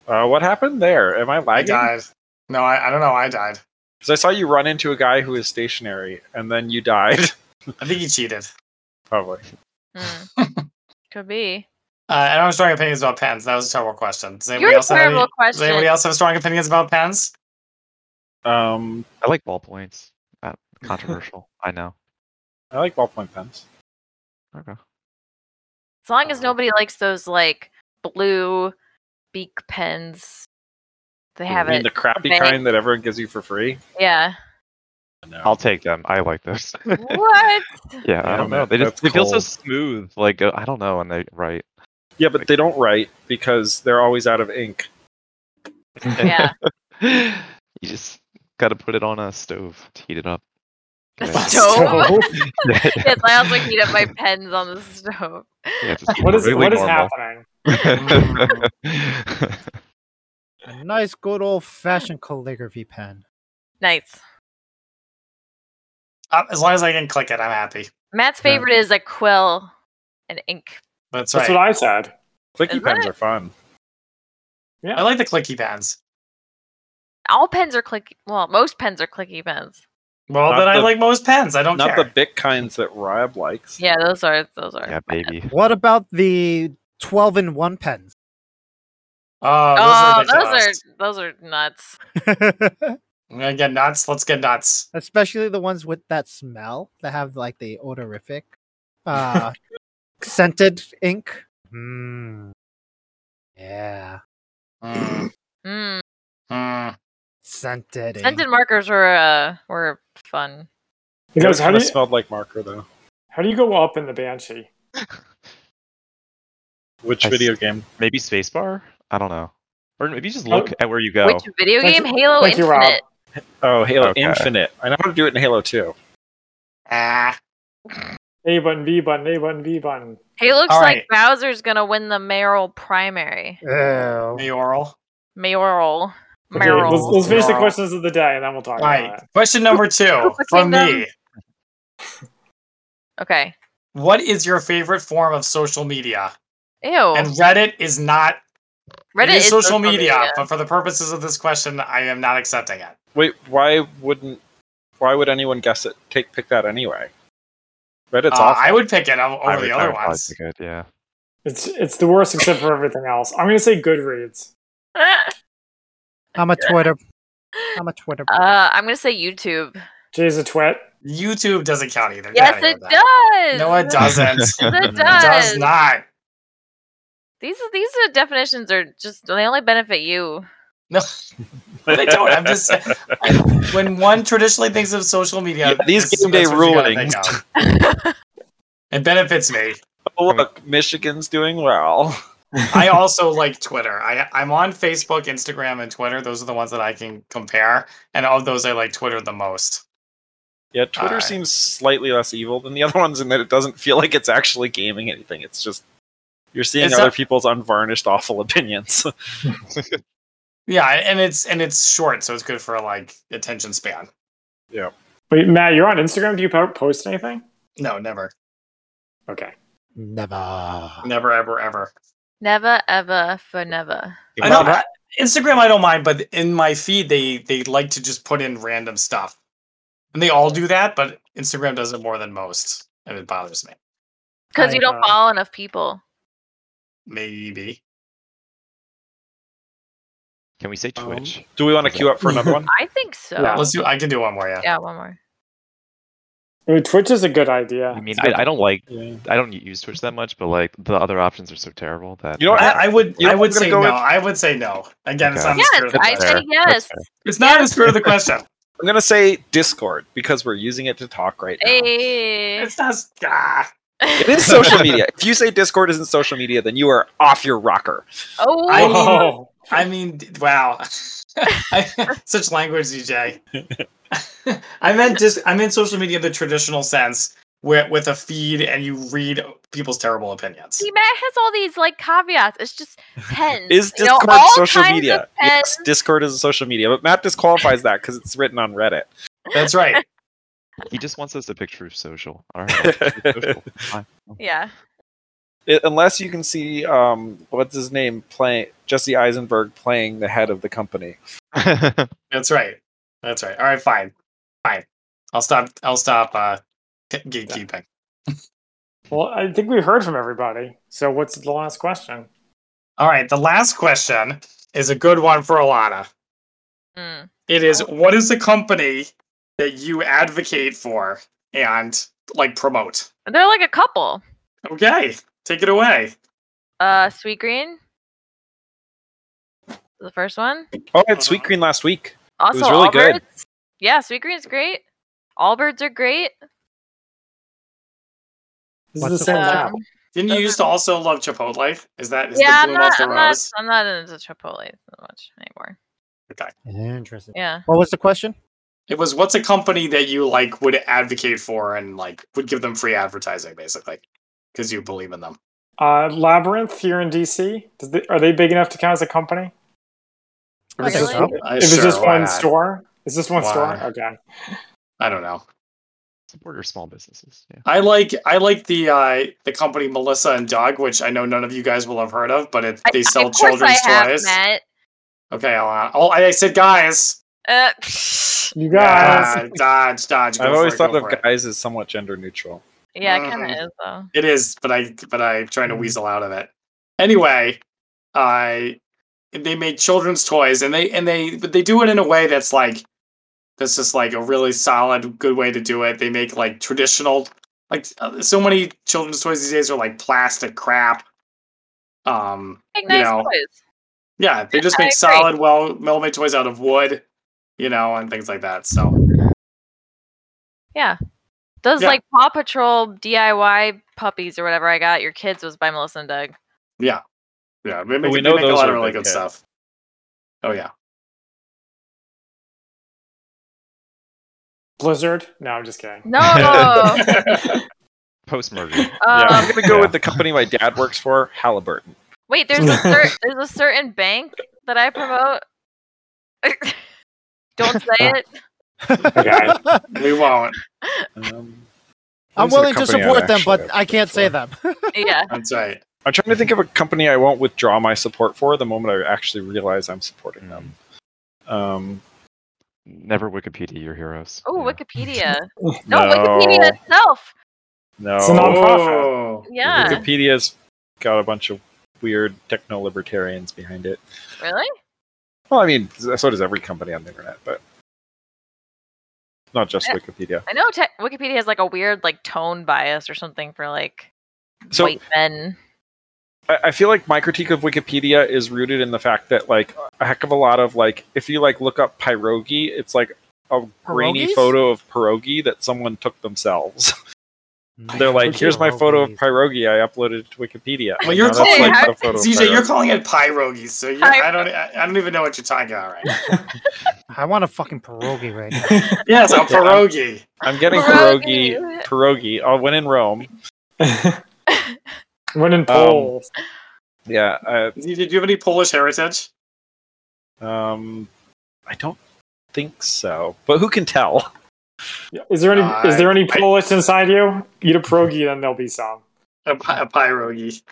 [SPEAKER 6] Uh, what happened there? Am I
[SPEAKER 1] I
[SPEAKER 6] lagging?
[SPEAKER 1] died. No, I, I don't know. I died.
[SPEAKER 6] Because I saw you run into a guy who is stationary, and then you died.
[SPEAKER 1] I think he cheated.
[SPEAKER 6] Probably.
[SPEAKER 2] Hmm. Could be.
[SPEAKER 1] Uh, I don't have strong opinions about pens. That was a terrible question. Does anybody
[SPEAKER 2] You're a
[SPEAKER 1] else have any-
[SPEAKER 2] terrible
[SPEAKER 1] Does anybody
[SPEAKER 2] question.
[SPEAKER 1] else have strong opinions about pens?
[SPEAKER 6] Um,
[SPEAKER 4] I like ballpoints. Uh, controversial. I know.
[SPEAKER 6] I like ballpoint pens.
[SPEAKER 4] Okay.
[SPEAKER 2] As long as
[SPEAKER 1] Uh,
[SPEAKER 2] nobody likes those like blue beak pens. They
[SPEAKER 4] You
[SPEAKER 2] have
[SPEAKER 6] I mean,
[SPEAKER 2] it.
[SPEAKER 6] the crappy
[SPEAKER 2] Right.
[SPEAKER 6] kind that everyone gives you for free.
[SPEAKER 2] yeah.
[SPEAKER 6] No.
[SPEAKER 4] I'll take them. I like those.
[SPEAKER 2] what?
[SPEAKER 4] yeah, I
[SPEAKER 6] Damn
[SPEAKER 4] don't know.
[SPEAKER 6] it,
[SPEAKER 4] They
[SPEAKER 6] that's
[SPEAKER 4] just they feel so
[SPEAKER 6] cold.
[SPEAKER 4] smooth. Like uh, I don't know when they write.
[SPEAKER 6] Yeah, but they don't write because they're always out of ink.
[SPEAKER 2] Yeah.
[SPEAKER 4] you just got to put it on a stove to heat it up. Get it.
[SPEAKER 2] Stove?
[SPEAKER 4] yeah,
[SPEAKER 2] Yes, I also heat up my pens on the stove.
[SPEAKER 4] Yeah, it's just
[SPEAKER 5] What is
[SPEAKER 4] really
[SPEAKER 5] what is
[SPEAKER 4] normal.
[SPEAKER 5] happening?
[SPEAKER 3] A nice, good old fashioned calligraphy pen.
[SPEAKER 2] Nice.
[SPEAKER 1] Uh, as long as I can click it, I'm happy.
[SPEAKER 2] Matt's
[SPEAKER 6] Yeah.
[SPEAKER 2] favorite is a quill and ink.
[SPEAKER 1] That's right.
[SPEAKER 5] That's what I said.
[SPEAKER 6] Clicky
[SPEAKER 2] Is
[SPEAKER 6] pens
[SPEAKER 2] it?
[SPEAKER 6] are fun.
[SPEAKER 1] I like the clicky pens.
[SPEAKER 2] All pens are clicky. Well, most pens are clicky pens.
[SPEAKER 1] Well,
[SPEAKER 6] Not
[SPEAKER 1] then I
[SPEAKER 6] the-
[SPEAKER 1] like most pens. I don't
[SPEAKER 6] Not
[SPEAKER 1] care.
[SPEAKER 6] the big kinds that Rob likes.
[SPEAKER 2] Yeah, those are those are.
[SPEAKER 4] yeah, baby.
[SPEAKER 3] What about the 12 in 1 pens?
[SPEAKER 1] oh, those
[SPEAKER 2] Oh,
[SPEAKER 1] are
[SPEAKER 2] those are,
[SPEAKER 1] ridiculous.
[SPEAKER 2] those are nuts.
[SPEAKER 1] I'm gonna get nuts. Let's get nuts.
[SPEAKER 3] Especially the ones with that smell that have like the odorific uh, scented ink. Mm. Yeah.
[SPEAKER 1] Mm,
[SPEAKER 2] Mm.
[SPEAKER 1] mm.
[SPEAKER 3] Scented ink.
[SPEAKER 2] Scented markers were uh were fun.
[SPEAKER 5] He goes, how
[SPEAKER 6] kind
[SPEAKER 5] do
[SPEAKER 6] of
[SPEAKER 5] you,
[SPEAKER 6] smelled like marker though.
[SPEAKER 5] how do you go up in the banshee?
[SPEAKER 6] Which
[SPEAKER 4] I s-
[SPEAKER 6] video game?
[SPEAKER 4] Maybe spacebar. I don't know. Or maybe just look at where you go.
[SPEAKER 2] Which video
[SPEAKER 5] Thank
[SPEAKER 2] game? Halo
[SPEAKER 5] thank you, Rob.
[SPEAKER 2] Infinite.
[SPEAKER 6] Oh, Halo
[SPEAKER 4] Okay.
[SPEAKER 6] Infinite. I know how to do it in Halo 2.
[SPEAKER 1] Ah,
[SPEAKER 5] A button, B button, A button, B button.
[SPEAKER 2] Hey, looks
[SPEAKER 1] All
[SPEAKER 2] like Bowser's gonna win the mayoral primary.
[SPEAKER 3] Ew.
[SPEAKER 1] mayoral.
[SPEAKER 2] Mayoral.
[SPEAKER 5] Okay,
[SPEAKER 2] Mayoral.
[SPEAKER 5] let's, let's finish the
[SPEAKER 1] Merle.
[SPEAKER 5] questions of the day, and then we'll talk
[SPEAKER 1] All
[SPEAKER 5] about
[SPEAKER 1] right.
[SPEAKER 5] it.
[SPEAKER 1] Question number two from me.
[SPEAKER 2] okay.
[SPEAKER 1] What is your favorite form of social media?
[SPEAKER 2] Ew.
[SPEAKER 1] And Reddit is not.
[SPEAKER 2] Reddit
[SPEAKER 1] it is, social, media, but for the purposes of this question, I am not accepting it.
[SPEAKER 6] Wait, why wouldn't why would anyone guess it? Take pick that anyway. Reddit's
[SPEAKER 1] Uh,
[SPEAKER 6] awful.
[SPEAKER 1] I would pick it o-
[SPEAKER 4] I
[SPEAKER 1] over
[SPEAKER 4] would-
[SPEAKER 1] the
[SPEAKER 4] I
[SPEAKER 1] other
[SPEAKER 4] would probably
[SPEAKER 1] ones.
[SPEAKER 4] pick it, yeah.
[SPEAKER 5] It's it's the worst except for everything else. I'm gonna say Goodreads.
[SPEAKER 2] uh,
[SPEAKER 3] I'm a Twitter. I'm a Twitter.
[SPEAKER 2] I'm gonna say YouTube.
[SPEAKER 5] Jay's a twit.
[SPEAKER 1] YouTube doesn't count either. Get
[SPEAKER 2] Yes,
[SPEAKER 1] outta here
[SPEAKER 2] it
[SPEAKER 1] with that.
[SPEAKER 2] does.
[SPEAKER 1] No, it doesn't. it does
[SPEAKER 2] It does.
[SPEAKER 1] not.
[SPEAKER 2] These these uh, definitions are just they only benefit you.
[SPEAKER 1] No, they don't. I'm just when one traditionally thinks of social media.
[SPEAKER 6] Yeah, these
[SPEAKER 1] this is
[SPEAKER 6] game
[SPEAKER 1] the best
[SPEAKER 6] day
[SPEAKER 1] one you gotta think
[SPEAKER 6] rulings.
[SPEAKER 1] of. It benefits me.
[SPEAKER 6] Oh, look, Michigan's doing well.
[SPEAKER 1] I also like Twitter. I I'm on Facebook, Instagram, and Twitter. Those are the ones that I can compare, and of those, I like Twitter the most.
[SPEAKER 6] Yeah, Twitter
[SPEAKER 1] Alright.
[SPEAKER 6] seems slightly less evil than the other ones in that it doesn't feel like it's actually gaming anything. It's just you're seeing
[SPEAKER 1] It's
[SPEAKER 6] other
[SPEAKER 1] not-
[SPEAKER 6] people's unvarnished awful opinions.
[SPEAKER 1] Yeah, and it's and it's short, so it's good for like attention span.
[SPEAKER 5] Wait, Matt, you're on Instagram. Do you po- post anything?
[SPEAKER 1] No, never,
[SPEAKER 5] Okay.
[SPEAKER 3] Never.
[SPEAKER 1] never, ever, ever.
[SPEAKER 2] Never ever for never.
[SPEAKER 1] I know that Instagram I don't mind, but in my feed they they like to just put in random stuff, and they all do that. But Instagram does it more than most, and it bothers me.
[SPEAKER 2] Because
[SPEAKER 5] I,
[SPEAKER 2] you don't
[SPEAKER 5] uh,
[SPEAKER 2] follow enough people.
[SPEAKER 1] Maybe
[SPEAKER 4] Can we say Twitch?
[SPEAKER 6] Do we want to queue up for another one?
[SPEAKER 2] I think so.
[SPEAKER 5] Yeah.
[SPEAKER 2] Yeah,
[SPEAKER 1] let's do. I can do one more. Yeah,
[SPEAKER 2] one more.
[SPEAKER 5] I mean, Twitch is a good idea.
[SPEAKER 4] I mean,
[SPEAKER 5] It's a
[SPEAKER 4] I,
[SPEAKER 5] good-
[SPEAKER 4] I don't like,
[SPEAKER 6] Yeah.
[SPEAKER 4] I don't use Twitch that much, but like the other options are so terrible that
[SPEAKER 6] You know what?
[SPEAKER 1] I, I would.
[SPEAKER 6] You know
[SPEAKER 1] I
[SPEAKER 6] what
[SPEAKER 1] would say
[SPEAKER 6] I'm gonna
[SPEAKER 1] no.
[SPEAKER 6] go with?
[SPEAKER 1] I would say no. Again, it's
[SPEAKER 4] Okay.
[SPEAKER 1] not the spirit
[SPEAKER 2] Yes,
[SPEAKER 1] of the
[SPEAKER 2] I
[SPEAKER 1] question.
[SPEAKER 2] say
[SPEAKER 4] Fair.
[SPEAKER 2] yes.
[SPEAKER 1] It's not in the spirit of the question.
[SPEAKER 6] I'm gonna say Discord because we're using it to talk right now.
[SPEAKER 2] Hey.
[SPEAKER 1] It's not. Ah.
[SPEAKER 6] It is social media. If you say Discord isn't social media, then you are off your rocker.
[SPEAKER 2] oh,
[SPEAKER 1] I mean-
[SPEAKER 5] Whoa.
[SPEAKER 1] I mean, d- wow. I- Such language, DJ. I meant just. I meant social media in the traditional sense, where with a feed and you read people's terrible opinions.
[SPEAKER 2] see, Matt has all these like caveats. It's just pens.
[SPEAKER 6] Is
[SPEAKER 2] you know,
[SPEAKER 6] Discord
[SPEAKER 2] all
[SPEAKER 6] social
[SPEAKER 2] kinds
[SPEAKER 6] media?
[SPEAKER 2] of pens.
[SPEAKER 6] Yes, Discord is social media, but Matt disqualifies that because it's written on Reddit.
[SPEAKER 1] That's right.
[SPEAKER 4] he just wants us to pick Truth Social. All right, Truth Social. Fine.
[SPEAKER 2] Yeah.
[SPEAKER 6] It- unless you can see um, what's his name playing Jesse Eisenberg playing the head of the company.
[SPEAKER 1] That's right. That's right. All right. Fine. Fine. I'll stop. I'll stop. Uh, g- gatekeeping.
[SPEAKER 5] Well, I think we heard from everybody. So what's the last question?
[SPEAKER 1] All right. The last question is a good one for Alana.
[SPEAKER 2] Mm.
[SPEAKER 1] It is what is the company that you advocate for and like promote?
[SPEAKER 2] They're like a couple.
[SPEAKER 1] Okay, take it away.
[SPEAKER 2] Uh, Sweet Green. The first one.
[SPEAKER 6] Oh, I had Sweet Green last week.
[SPEAKER 2] Also,
[SPEAKER 6] was really good.
[SPEAKER 2] Allbirds. Yeah, Sweet Green's great. Allbirds are great.
[SPEAKER 5] This
[SPEAKER 3] What's
[SPEAKER 5] is the same
[SPEAKER 3] the-
[SPEAKER 5] map.
[SPEAKER 2] Um,
[SPEAKER 1] Didn't you used to also love Chipotle? Is that is the
[SPEAKER 2] yeah, I'm
[SPEAKER 1] blue
[SPEAKER 2] not,
[SPEAKER 1] off the
[SPEAKER 2] I'm not.
[SPEAKER 1] rose?
[SPEAKER 2] I'm not into Chipotle that much anymore.
[SPEAKER 3] Interesting.
[SPEAKER 2] Yeah.
[SPEAKER 3] What was the question?
[SPEAKER 1] It was what's a company that you like would advocate for and like would give them free advertising basically because you believe in them.
[SPEAKER 5] Uh, Labyrinth here in DC. Does they, are they big enough to count as a company? If it's just-
[SPEAKER 2] Really?
[SPEAKER 1] I,
[SPEAKER 5] If it's
[SPEAKER 1] sure,
[SPEAKER 5] just
[SPEAKER 1] why
[SPEAKER 5] one
[SPEAKER 1] not?
[SPEAKER 5] store, is this one
[SPEAKER 1] Why?
[SPEAKER 5] store? Okay.
[SPEAKER 1] I don't know.
[SPEAKER 4] Support your small businesses. Yeah.
[SPEAKER 1] I like I like the uh, the company Melissa and Doug, which I know none of you guys will have heard of, but it,
[SPEAKER 2] I-
[SPEAKER 1] they sell
[SPEAKER 2] of course
[SPEAKER 1] children's
[SPEAKER 2] I have,
[SPEAKER 1] toys.
[SPEAKER 2] Matt.
[SPEAKER 1] Okay, Alana. Oh, I I said guys.
[SPEAKER 2] Uh,
[SPEAKER 5] You guys.
[SPEAKER 1] Yeah, dodge, dodge. Go
[SPEAKER 6] I've
[SPEAKER 1] for
[SPEAKER 6] always
[SPEAKER 1] it,
[SPEAKER 6] thought
[SPEAKER 1] go
[SPEAKER 6] of
[SPEAKER 1] for it.
[SPEAKER 6] guys as somewhat gender neutral.
[SPEAKER 2] yeah, it
[SPEAKER 1] Mhm.
[SPEAKER 2] kind of is though.
[SPEAKER 1] It is, but I, but I'm trying to
[SPEAKER 6] Mm-hmm.
[SPEAKER 1] weasel out of it. Anyway, I they make children's toys, and they and they but they do it in a way that's like that's just like a really solid, good way to do it. They make like traditional, like uh, so many children's toys these days are like plastic crap. Um,
[SPEAKER 2] Like
[SPEAKER 1] you
[SPEAKER 2] nice
[SPEAKER 1] know,
[SPEAKER 2] toys.
[SPEAKER 1] yeah, they just
[SPEAKER 2] I
[SPEAKER 1] make
[SPEAKER 2] agree.
[SPEAKER 1] solid, well, well made toys out of wood, you know, and things like that. So.
[SPEAKER 2] Those
[SPEAKER 1] yeah.
[SPEAKER 2] like Paw Patrol DIY puppies or whatever I got your kids was by Melissa and Doug.
[SPEAKER 1] Yeah, yeah. They make,
[SPEAKER 6] we
[SPEAKER 1] they
[SPEAKER 6] know
[SPEAKER 1] make a
[SPEAKER 6] those
[SPEAKER 1] lot
[SPEAKER 6] are
[SPEAKER 1] of really
[SPEAKER 6] big
[SPEAKER 1] good
[SPEAKER 6] hit.
[SPEAKER 1] stuff. Oh yeah.
[SPEAKER 5] Blizzard? No, I'm just kidding.
[SPEAKER 2] No. um,
[SPEAKER 4] Post merger.
[SPEAKER 6] yeah, I'm gonna go
[SPEAKER 4] Yeah.
[SPEAKER 6] with the company my dad works for, Halliburton.
[SPEAKER 2] Wait, there's a cer- there's a certain bank that I promote. Don't say it.
[SPEAKER 5] Okay.
[SPEAKER 1] we won't.
[SPEAKER 6] Um,
[SPEAKER 3] I'm
[SPEAKER 6] Who's the
[SPEAKER 3] willing to
[SPEAKER 6] company I
[SPEAKER 3] support them,
[SPEAKER 6] actually
[SPEAKER 3] but
[SPEAKER 6] have
[SPEAKER 3] I can't
[SPEAKER 6] worked
[SPEAKER 3] say
[SPEAKER 6] for?
[SPEAKER 3] them.
[SPEAKER 2] Yeah.
[SPEAKER 1] That's right.
[SPEAKER 6] I'm trying to think of a company I won't withdraw my support for the moment I actually realize I'm supporting them. Um,
[SPEAKER 4] Never Wikipedia your heroes.
[SPEAKER 2] Oh,
[SPEAKER 4] Yeah.
[SPEAKER 2] Wikipedia. No, Wikipedia itself.
[SPEAKER 6] No,
[SPEAKER 5] It's a non- Nonprofit.
[SPEAKER 1] Oh.
[SPEAKER 2] Yeah.
[SPEAKER 6] Wikipedia's got a bunch of weird techno libertarians behind it.
[SPEAKER 2] Really?
[SPEAKER 6] Well, I mean, so does every company on the internet, but not just
[SPEAKER 2] Yeah.
[SPEAKER 6] Wikipedia.
[SPEAKER 2] I know te- Wikipedia has like a weird like tone bias or something for like
[SPEAKER 6] So
[SPEAKER 2] white men.
[SPEAKER 6] I, I feel like my critique of Wikipedia is rooted in the fact that like a heck of a lot of like if you like look up pierogi, it's like a grainy
[SPEAKER 3] Pierogies?
[SPEAKER 6] photo of pierogi that someone took themselves. They're like, here's my photo of pierogi I uploaded it to Wikipedia.
[SPEAKER 1] Well, you're
[SPEAKER 6] Now that's,
[SPEAKER 1] calling
[SPEAKER 2] it-
[SPEAKER 6] the photo of
[SPEAKER 1] CJ, you're
[SPEAKER 6] pierogi.
[SPEAKER 1] calling it pierogies, so you're,
[SPEAKER 2] Py-
[SPEAKER 1] I don't. I, I don't even know what you're talking about right now.
[SPEAKER 3] I want a fucking pierogi right now.
[SPEAKER 1] Yes, a pierogi.
[SPEAKER 6] I'm getting
[SPEAKER 2] Pierogi.
[SPEAKER 6] pierogi. Pierogi. Oh, when in Rome.
[SPEAKER 1] Um,
[SPEAKER 5] Running polls.
[SPEAKER 6] Yeah.
[SPEAKER 1] Did you have any Polish heritage?
[SPEAKER 6] I, um, I don't think so, but who can tell?
[SPEAKER 5] is there any is there any
[SPEAKER 1] I-
[SPEAKER 5] Polish inside you? Eat a pierogi, then there'll be some.
[SPEAKER 1] A, pi- a pierogi.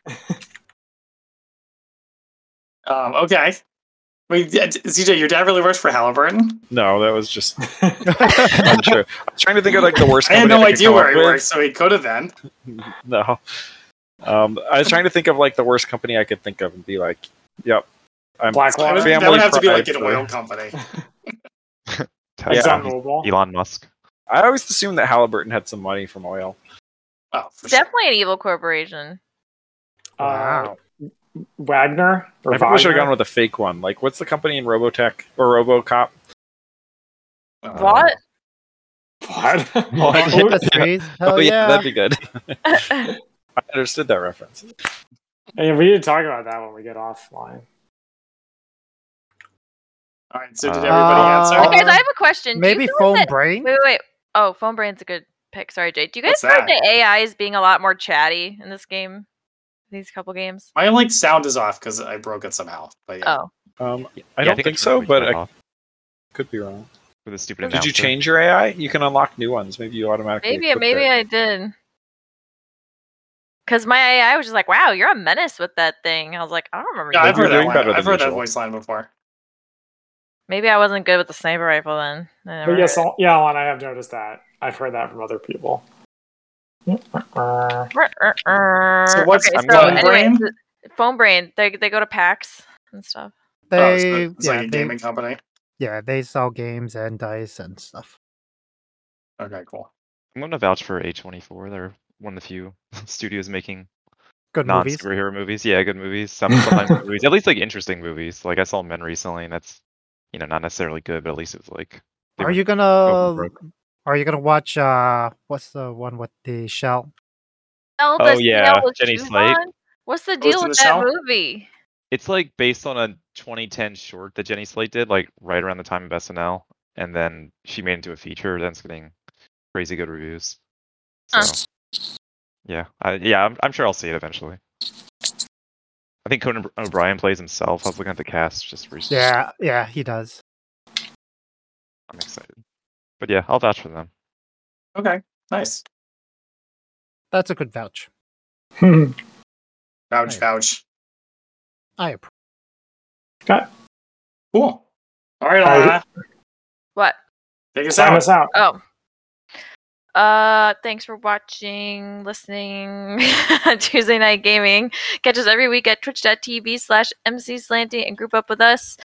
[SPEAKER 1] um. Okay. Wait, d- d- CJ, your dad really works for Halliburton.
[SPEAKER 6] No, that was just untrue. I'm trying to think of like the worst.
[SPEAKER 1] I had
[SPEAKER 6] company
[SPEAKER 1] no
[SPEAKER 6] could
[SPEAKER 1] idea
[SPEAKER 6] come
[SPEAKER 1] where
[SPEAKER 6] up
[SPEAKER 1] he
[SPEAKER 6] with.
[SPEAKER 1] works, so he could have then.
[SPEAKER 6] No. Um, I was trying to think of like the worst company I could think of and be like, "Yep, I'm
[SPEAKER 1] That
[SPEAKER 5] Blackwater?
[SPEAKER 1] would,
[SPEAKER 5] Family
[SPEAKER 1] that would have to be like an
[SPEAKER 6] pride
[SPEAKER 1] oil
[SPEAKER 6] for-
[SPEAKER 1] company.
[SPEAKER 4] Tell
[SPEAKER 6] Yeah.
[SPEAKER 4] Elon-
[SPEAKER 5] Examinable.
[SPEAKER 4] Elon Musk.
[SPEAKER 6] I always assumed that Halliburton had some money from oil.
[SPEAKER 1] Oh, for sure.
[SPEAKER 2] Definitely an evil corporation.
[SPEAKER 5] Uh,
[SPEAKER 3] Wow.
[SPEAKER 5] Wagner? Or
[SPEAKER 6] I probably should have
[SPEAKER 5] Wagner?
[SPEAKER 6] gone with a fake one. Like, what's the company in Robotech or RoboCop?
[SPEAKER 1] Uh,
[SPEAKER 2] What?
[SPEAKER 5] What?
[SPEAKER 4] What?
[SPEAKER 3] That's great.
[SPEAKER 6] Oh,
[SPEAKER 3] Hell yeah.
[SPEAKER 6] that'd be good. I understood that reference.
[SPEAKER 5] Hey, we need to talk about that when we get offline.
[SPEAKER 1] All right. So did
[SPEAKER 4] Uh,
[SPEAKER 1] everybody
[SPEAKER 2] Okay,
[SPEAKER 6] uh,
[SPEAKER 1] answer?
[SPEAKER 2] so I have a question. Do you
[SPEAKER 3] Maybe
[SPEAKER 2] feel
[SPEAKER 3] phone
[SPEAKER 2] that-
[SPEAKER 3] brain.
[SPEAKER 2] Wait, wait, wait. Oh, phone brain's a good pick. Sorry, Jay. Do you guys
[SPEAKER 1] What's
[SPEAKER 2] find
[SPEAKER 1] that?
[SPEAKER 2] the AI is being a lot more chatty in this game? These couple games?
[SPEAKER 1] My like sound is off because I broke it somehow. But yeah.
[SPEAKER 2] Oh.
[SPEAKER 6] Um, I
[SPEAKER 4] Yeah,
[SPEAKER 6] don't think,
[SPEAKER 4] it's
[SPEAKER 6] so,
[SPEAKER 4] really
[SPEAKER 6] but
[SPEAKER 4] turned
[SPEAKER 6] I
[SPEAKER 4] off
[SPEAKER 6] could be wrong.
[SPEAKER 4] with a stupid.
[SPEAKER 6] Did you
[SPEAKER 4] announcer.
[SPEAKER 6] change your AI? You can unlock new ones. Maybe you automatically.
[SPEAKER 2] Maybe
[SPEAKER 6] equip
[SPEAKER 2] maybe
[SPEAKER 6] it.
[SPEAKER 2] I did. Cause my AI was just like, "Wow, you're a menace with that thing." I was like, "I don't remember."
[SPEAKER 1] Yeah,
[SPEAKER 2] you
[SPEAKER 1] I've
[SPEAKER 6] you're
[SPEAKER 1] heard that
[SPEAKER 6] doing
[SPEAKER 1] line.
[SPEAKER 6] better than
[SPEAKER 1] I've heard that
[SPEAKER 6] usual.
[SPEAKER 1] voice line before.
[SPEAKER 2] Maybe I wasn't good with the sniper rifle then. I never
[SPEAKER 5] But
[SPEAKER 2] heard
[SPEAKER 5] yes,
[SPEAKER 2] it.
[SPEAKER 5] Al- yeah, Alan, I have noticed that. I've heard that from other people. Hmm. Uh,
[SPEAKER 1] So what's
[SPEAKER 2] okay,
[SPEAKER 6] I'm
[SPEAKER 2] so
[SPEAKER 6] going-
[SPEAKER 2] anyway,
[SPEAKER 1] Brain?
[SPEAKER 2] th- phone brain. They they go to PAX and stuff.
[SPEAKER 1] Oh,
[SPEAKER 3] They,
[SPEAKER 1] so it's
[SPEAKER 3] yeah,
[SPEAKER 1] like a
[SPEAKER 3] they-
[SPEAKER 1] gaming company.
[SPEAKER 3] yeah, they sell games and dice and stuff.
[SPEAKER 1] Okay, cool.
[SPEAKER 4] I'm gonna vouch for A24. They're one of the few studios making
[SPEAKER 3] Good
[SPEAKER 4] non
[SPEAKER 3] movies.
[SPEAKER 4] superhero movies. Yeah, good movies. Some sometimes good movies, at least like interesting movies. Like I saw Men recently, and that's you know not necessarily good, but at least it was like. they
[SPEAKER 3] Are
[SPEAKER 4] were
[SPEAKER 3] you
[SPEAKER 4] broke and
[SPEAKER 3] gonna
[SPEAKER 4] broke.
[SPEAKER 3] Are you gonna watch uh what's the one with the shell?
[SPEAKER 2] Zelda
[SPEAKER 4] Oh, yeah,
[SPEAKER 2] Snail with
[SPEAKER 4] Jenny
[SPEAKER 2] shoes
[SPEAKER 4] Slate.
[SPEAKER 2] on? What's the
[SPEAKER 1] Ghost
[SPEAKER 2] deal
[SPEAKER 1] in
[SPEAKER 2] with
[SPEAKER 1] Oh, the
[SPEAKER 2] that
[SPEAKER 1] Shell?
[SPEAKER 2] movie?
[SPEAKER 4] It's like based on a 2010 short that Jenny Slate did, like right around the time of SNL, and then she made it into a feature. That's getting crazy good reviews. So,
[SPEAKER 2] Huh.
[SPEAKER 4] yeah, I, yeah, I'm, I'm sure I'll see it eventually. I think Conan O'Brien plays himself. I was looking at the cast just recently.
[SPEAKER 3] Yeah, yeah, he does.
[SPEAKER 4] I'm excited. But yeah, I'll vouch for them.
[SPEAKER 1] Okay, nice.
[SPEAKER 3] That's a good vouch.
[SPEAKER 1] Vouch,
[SPEAKER 3] Nice.
[SPEAKER 1] vouch.
[SPEAKER 3] I approve.
[SPEAKER 1] Cool. All right,
[SPEAKER 5] Alright.
[SPEAKER 1] Alana,
[SPEAKER 2] What?
[SPEAKER 1] take us
[SPEAKER 5] Time
[SPEAKER 1] out.
[SPEAKER 5] us out.
[SPEAKER 2] Oh. Uh, thanks for watching, listening. Tuesday Night Gaming. Catch us every week at twitch.tv slash mcslanty and group up with us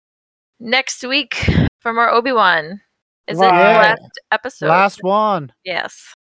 [SPEAKER 2] next week from our Obi-Wan. Is it
[SPEAKER 3] Wow.
[SPEAKER 2] the last episode?
[SPEAKER 3] Last one.
[SPEAKER 2] Yes.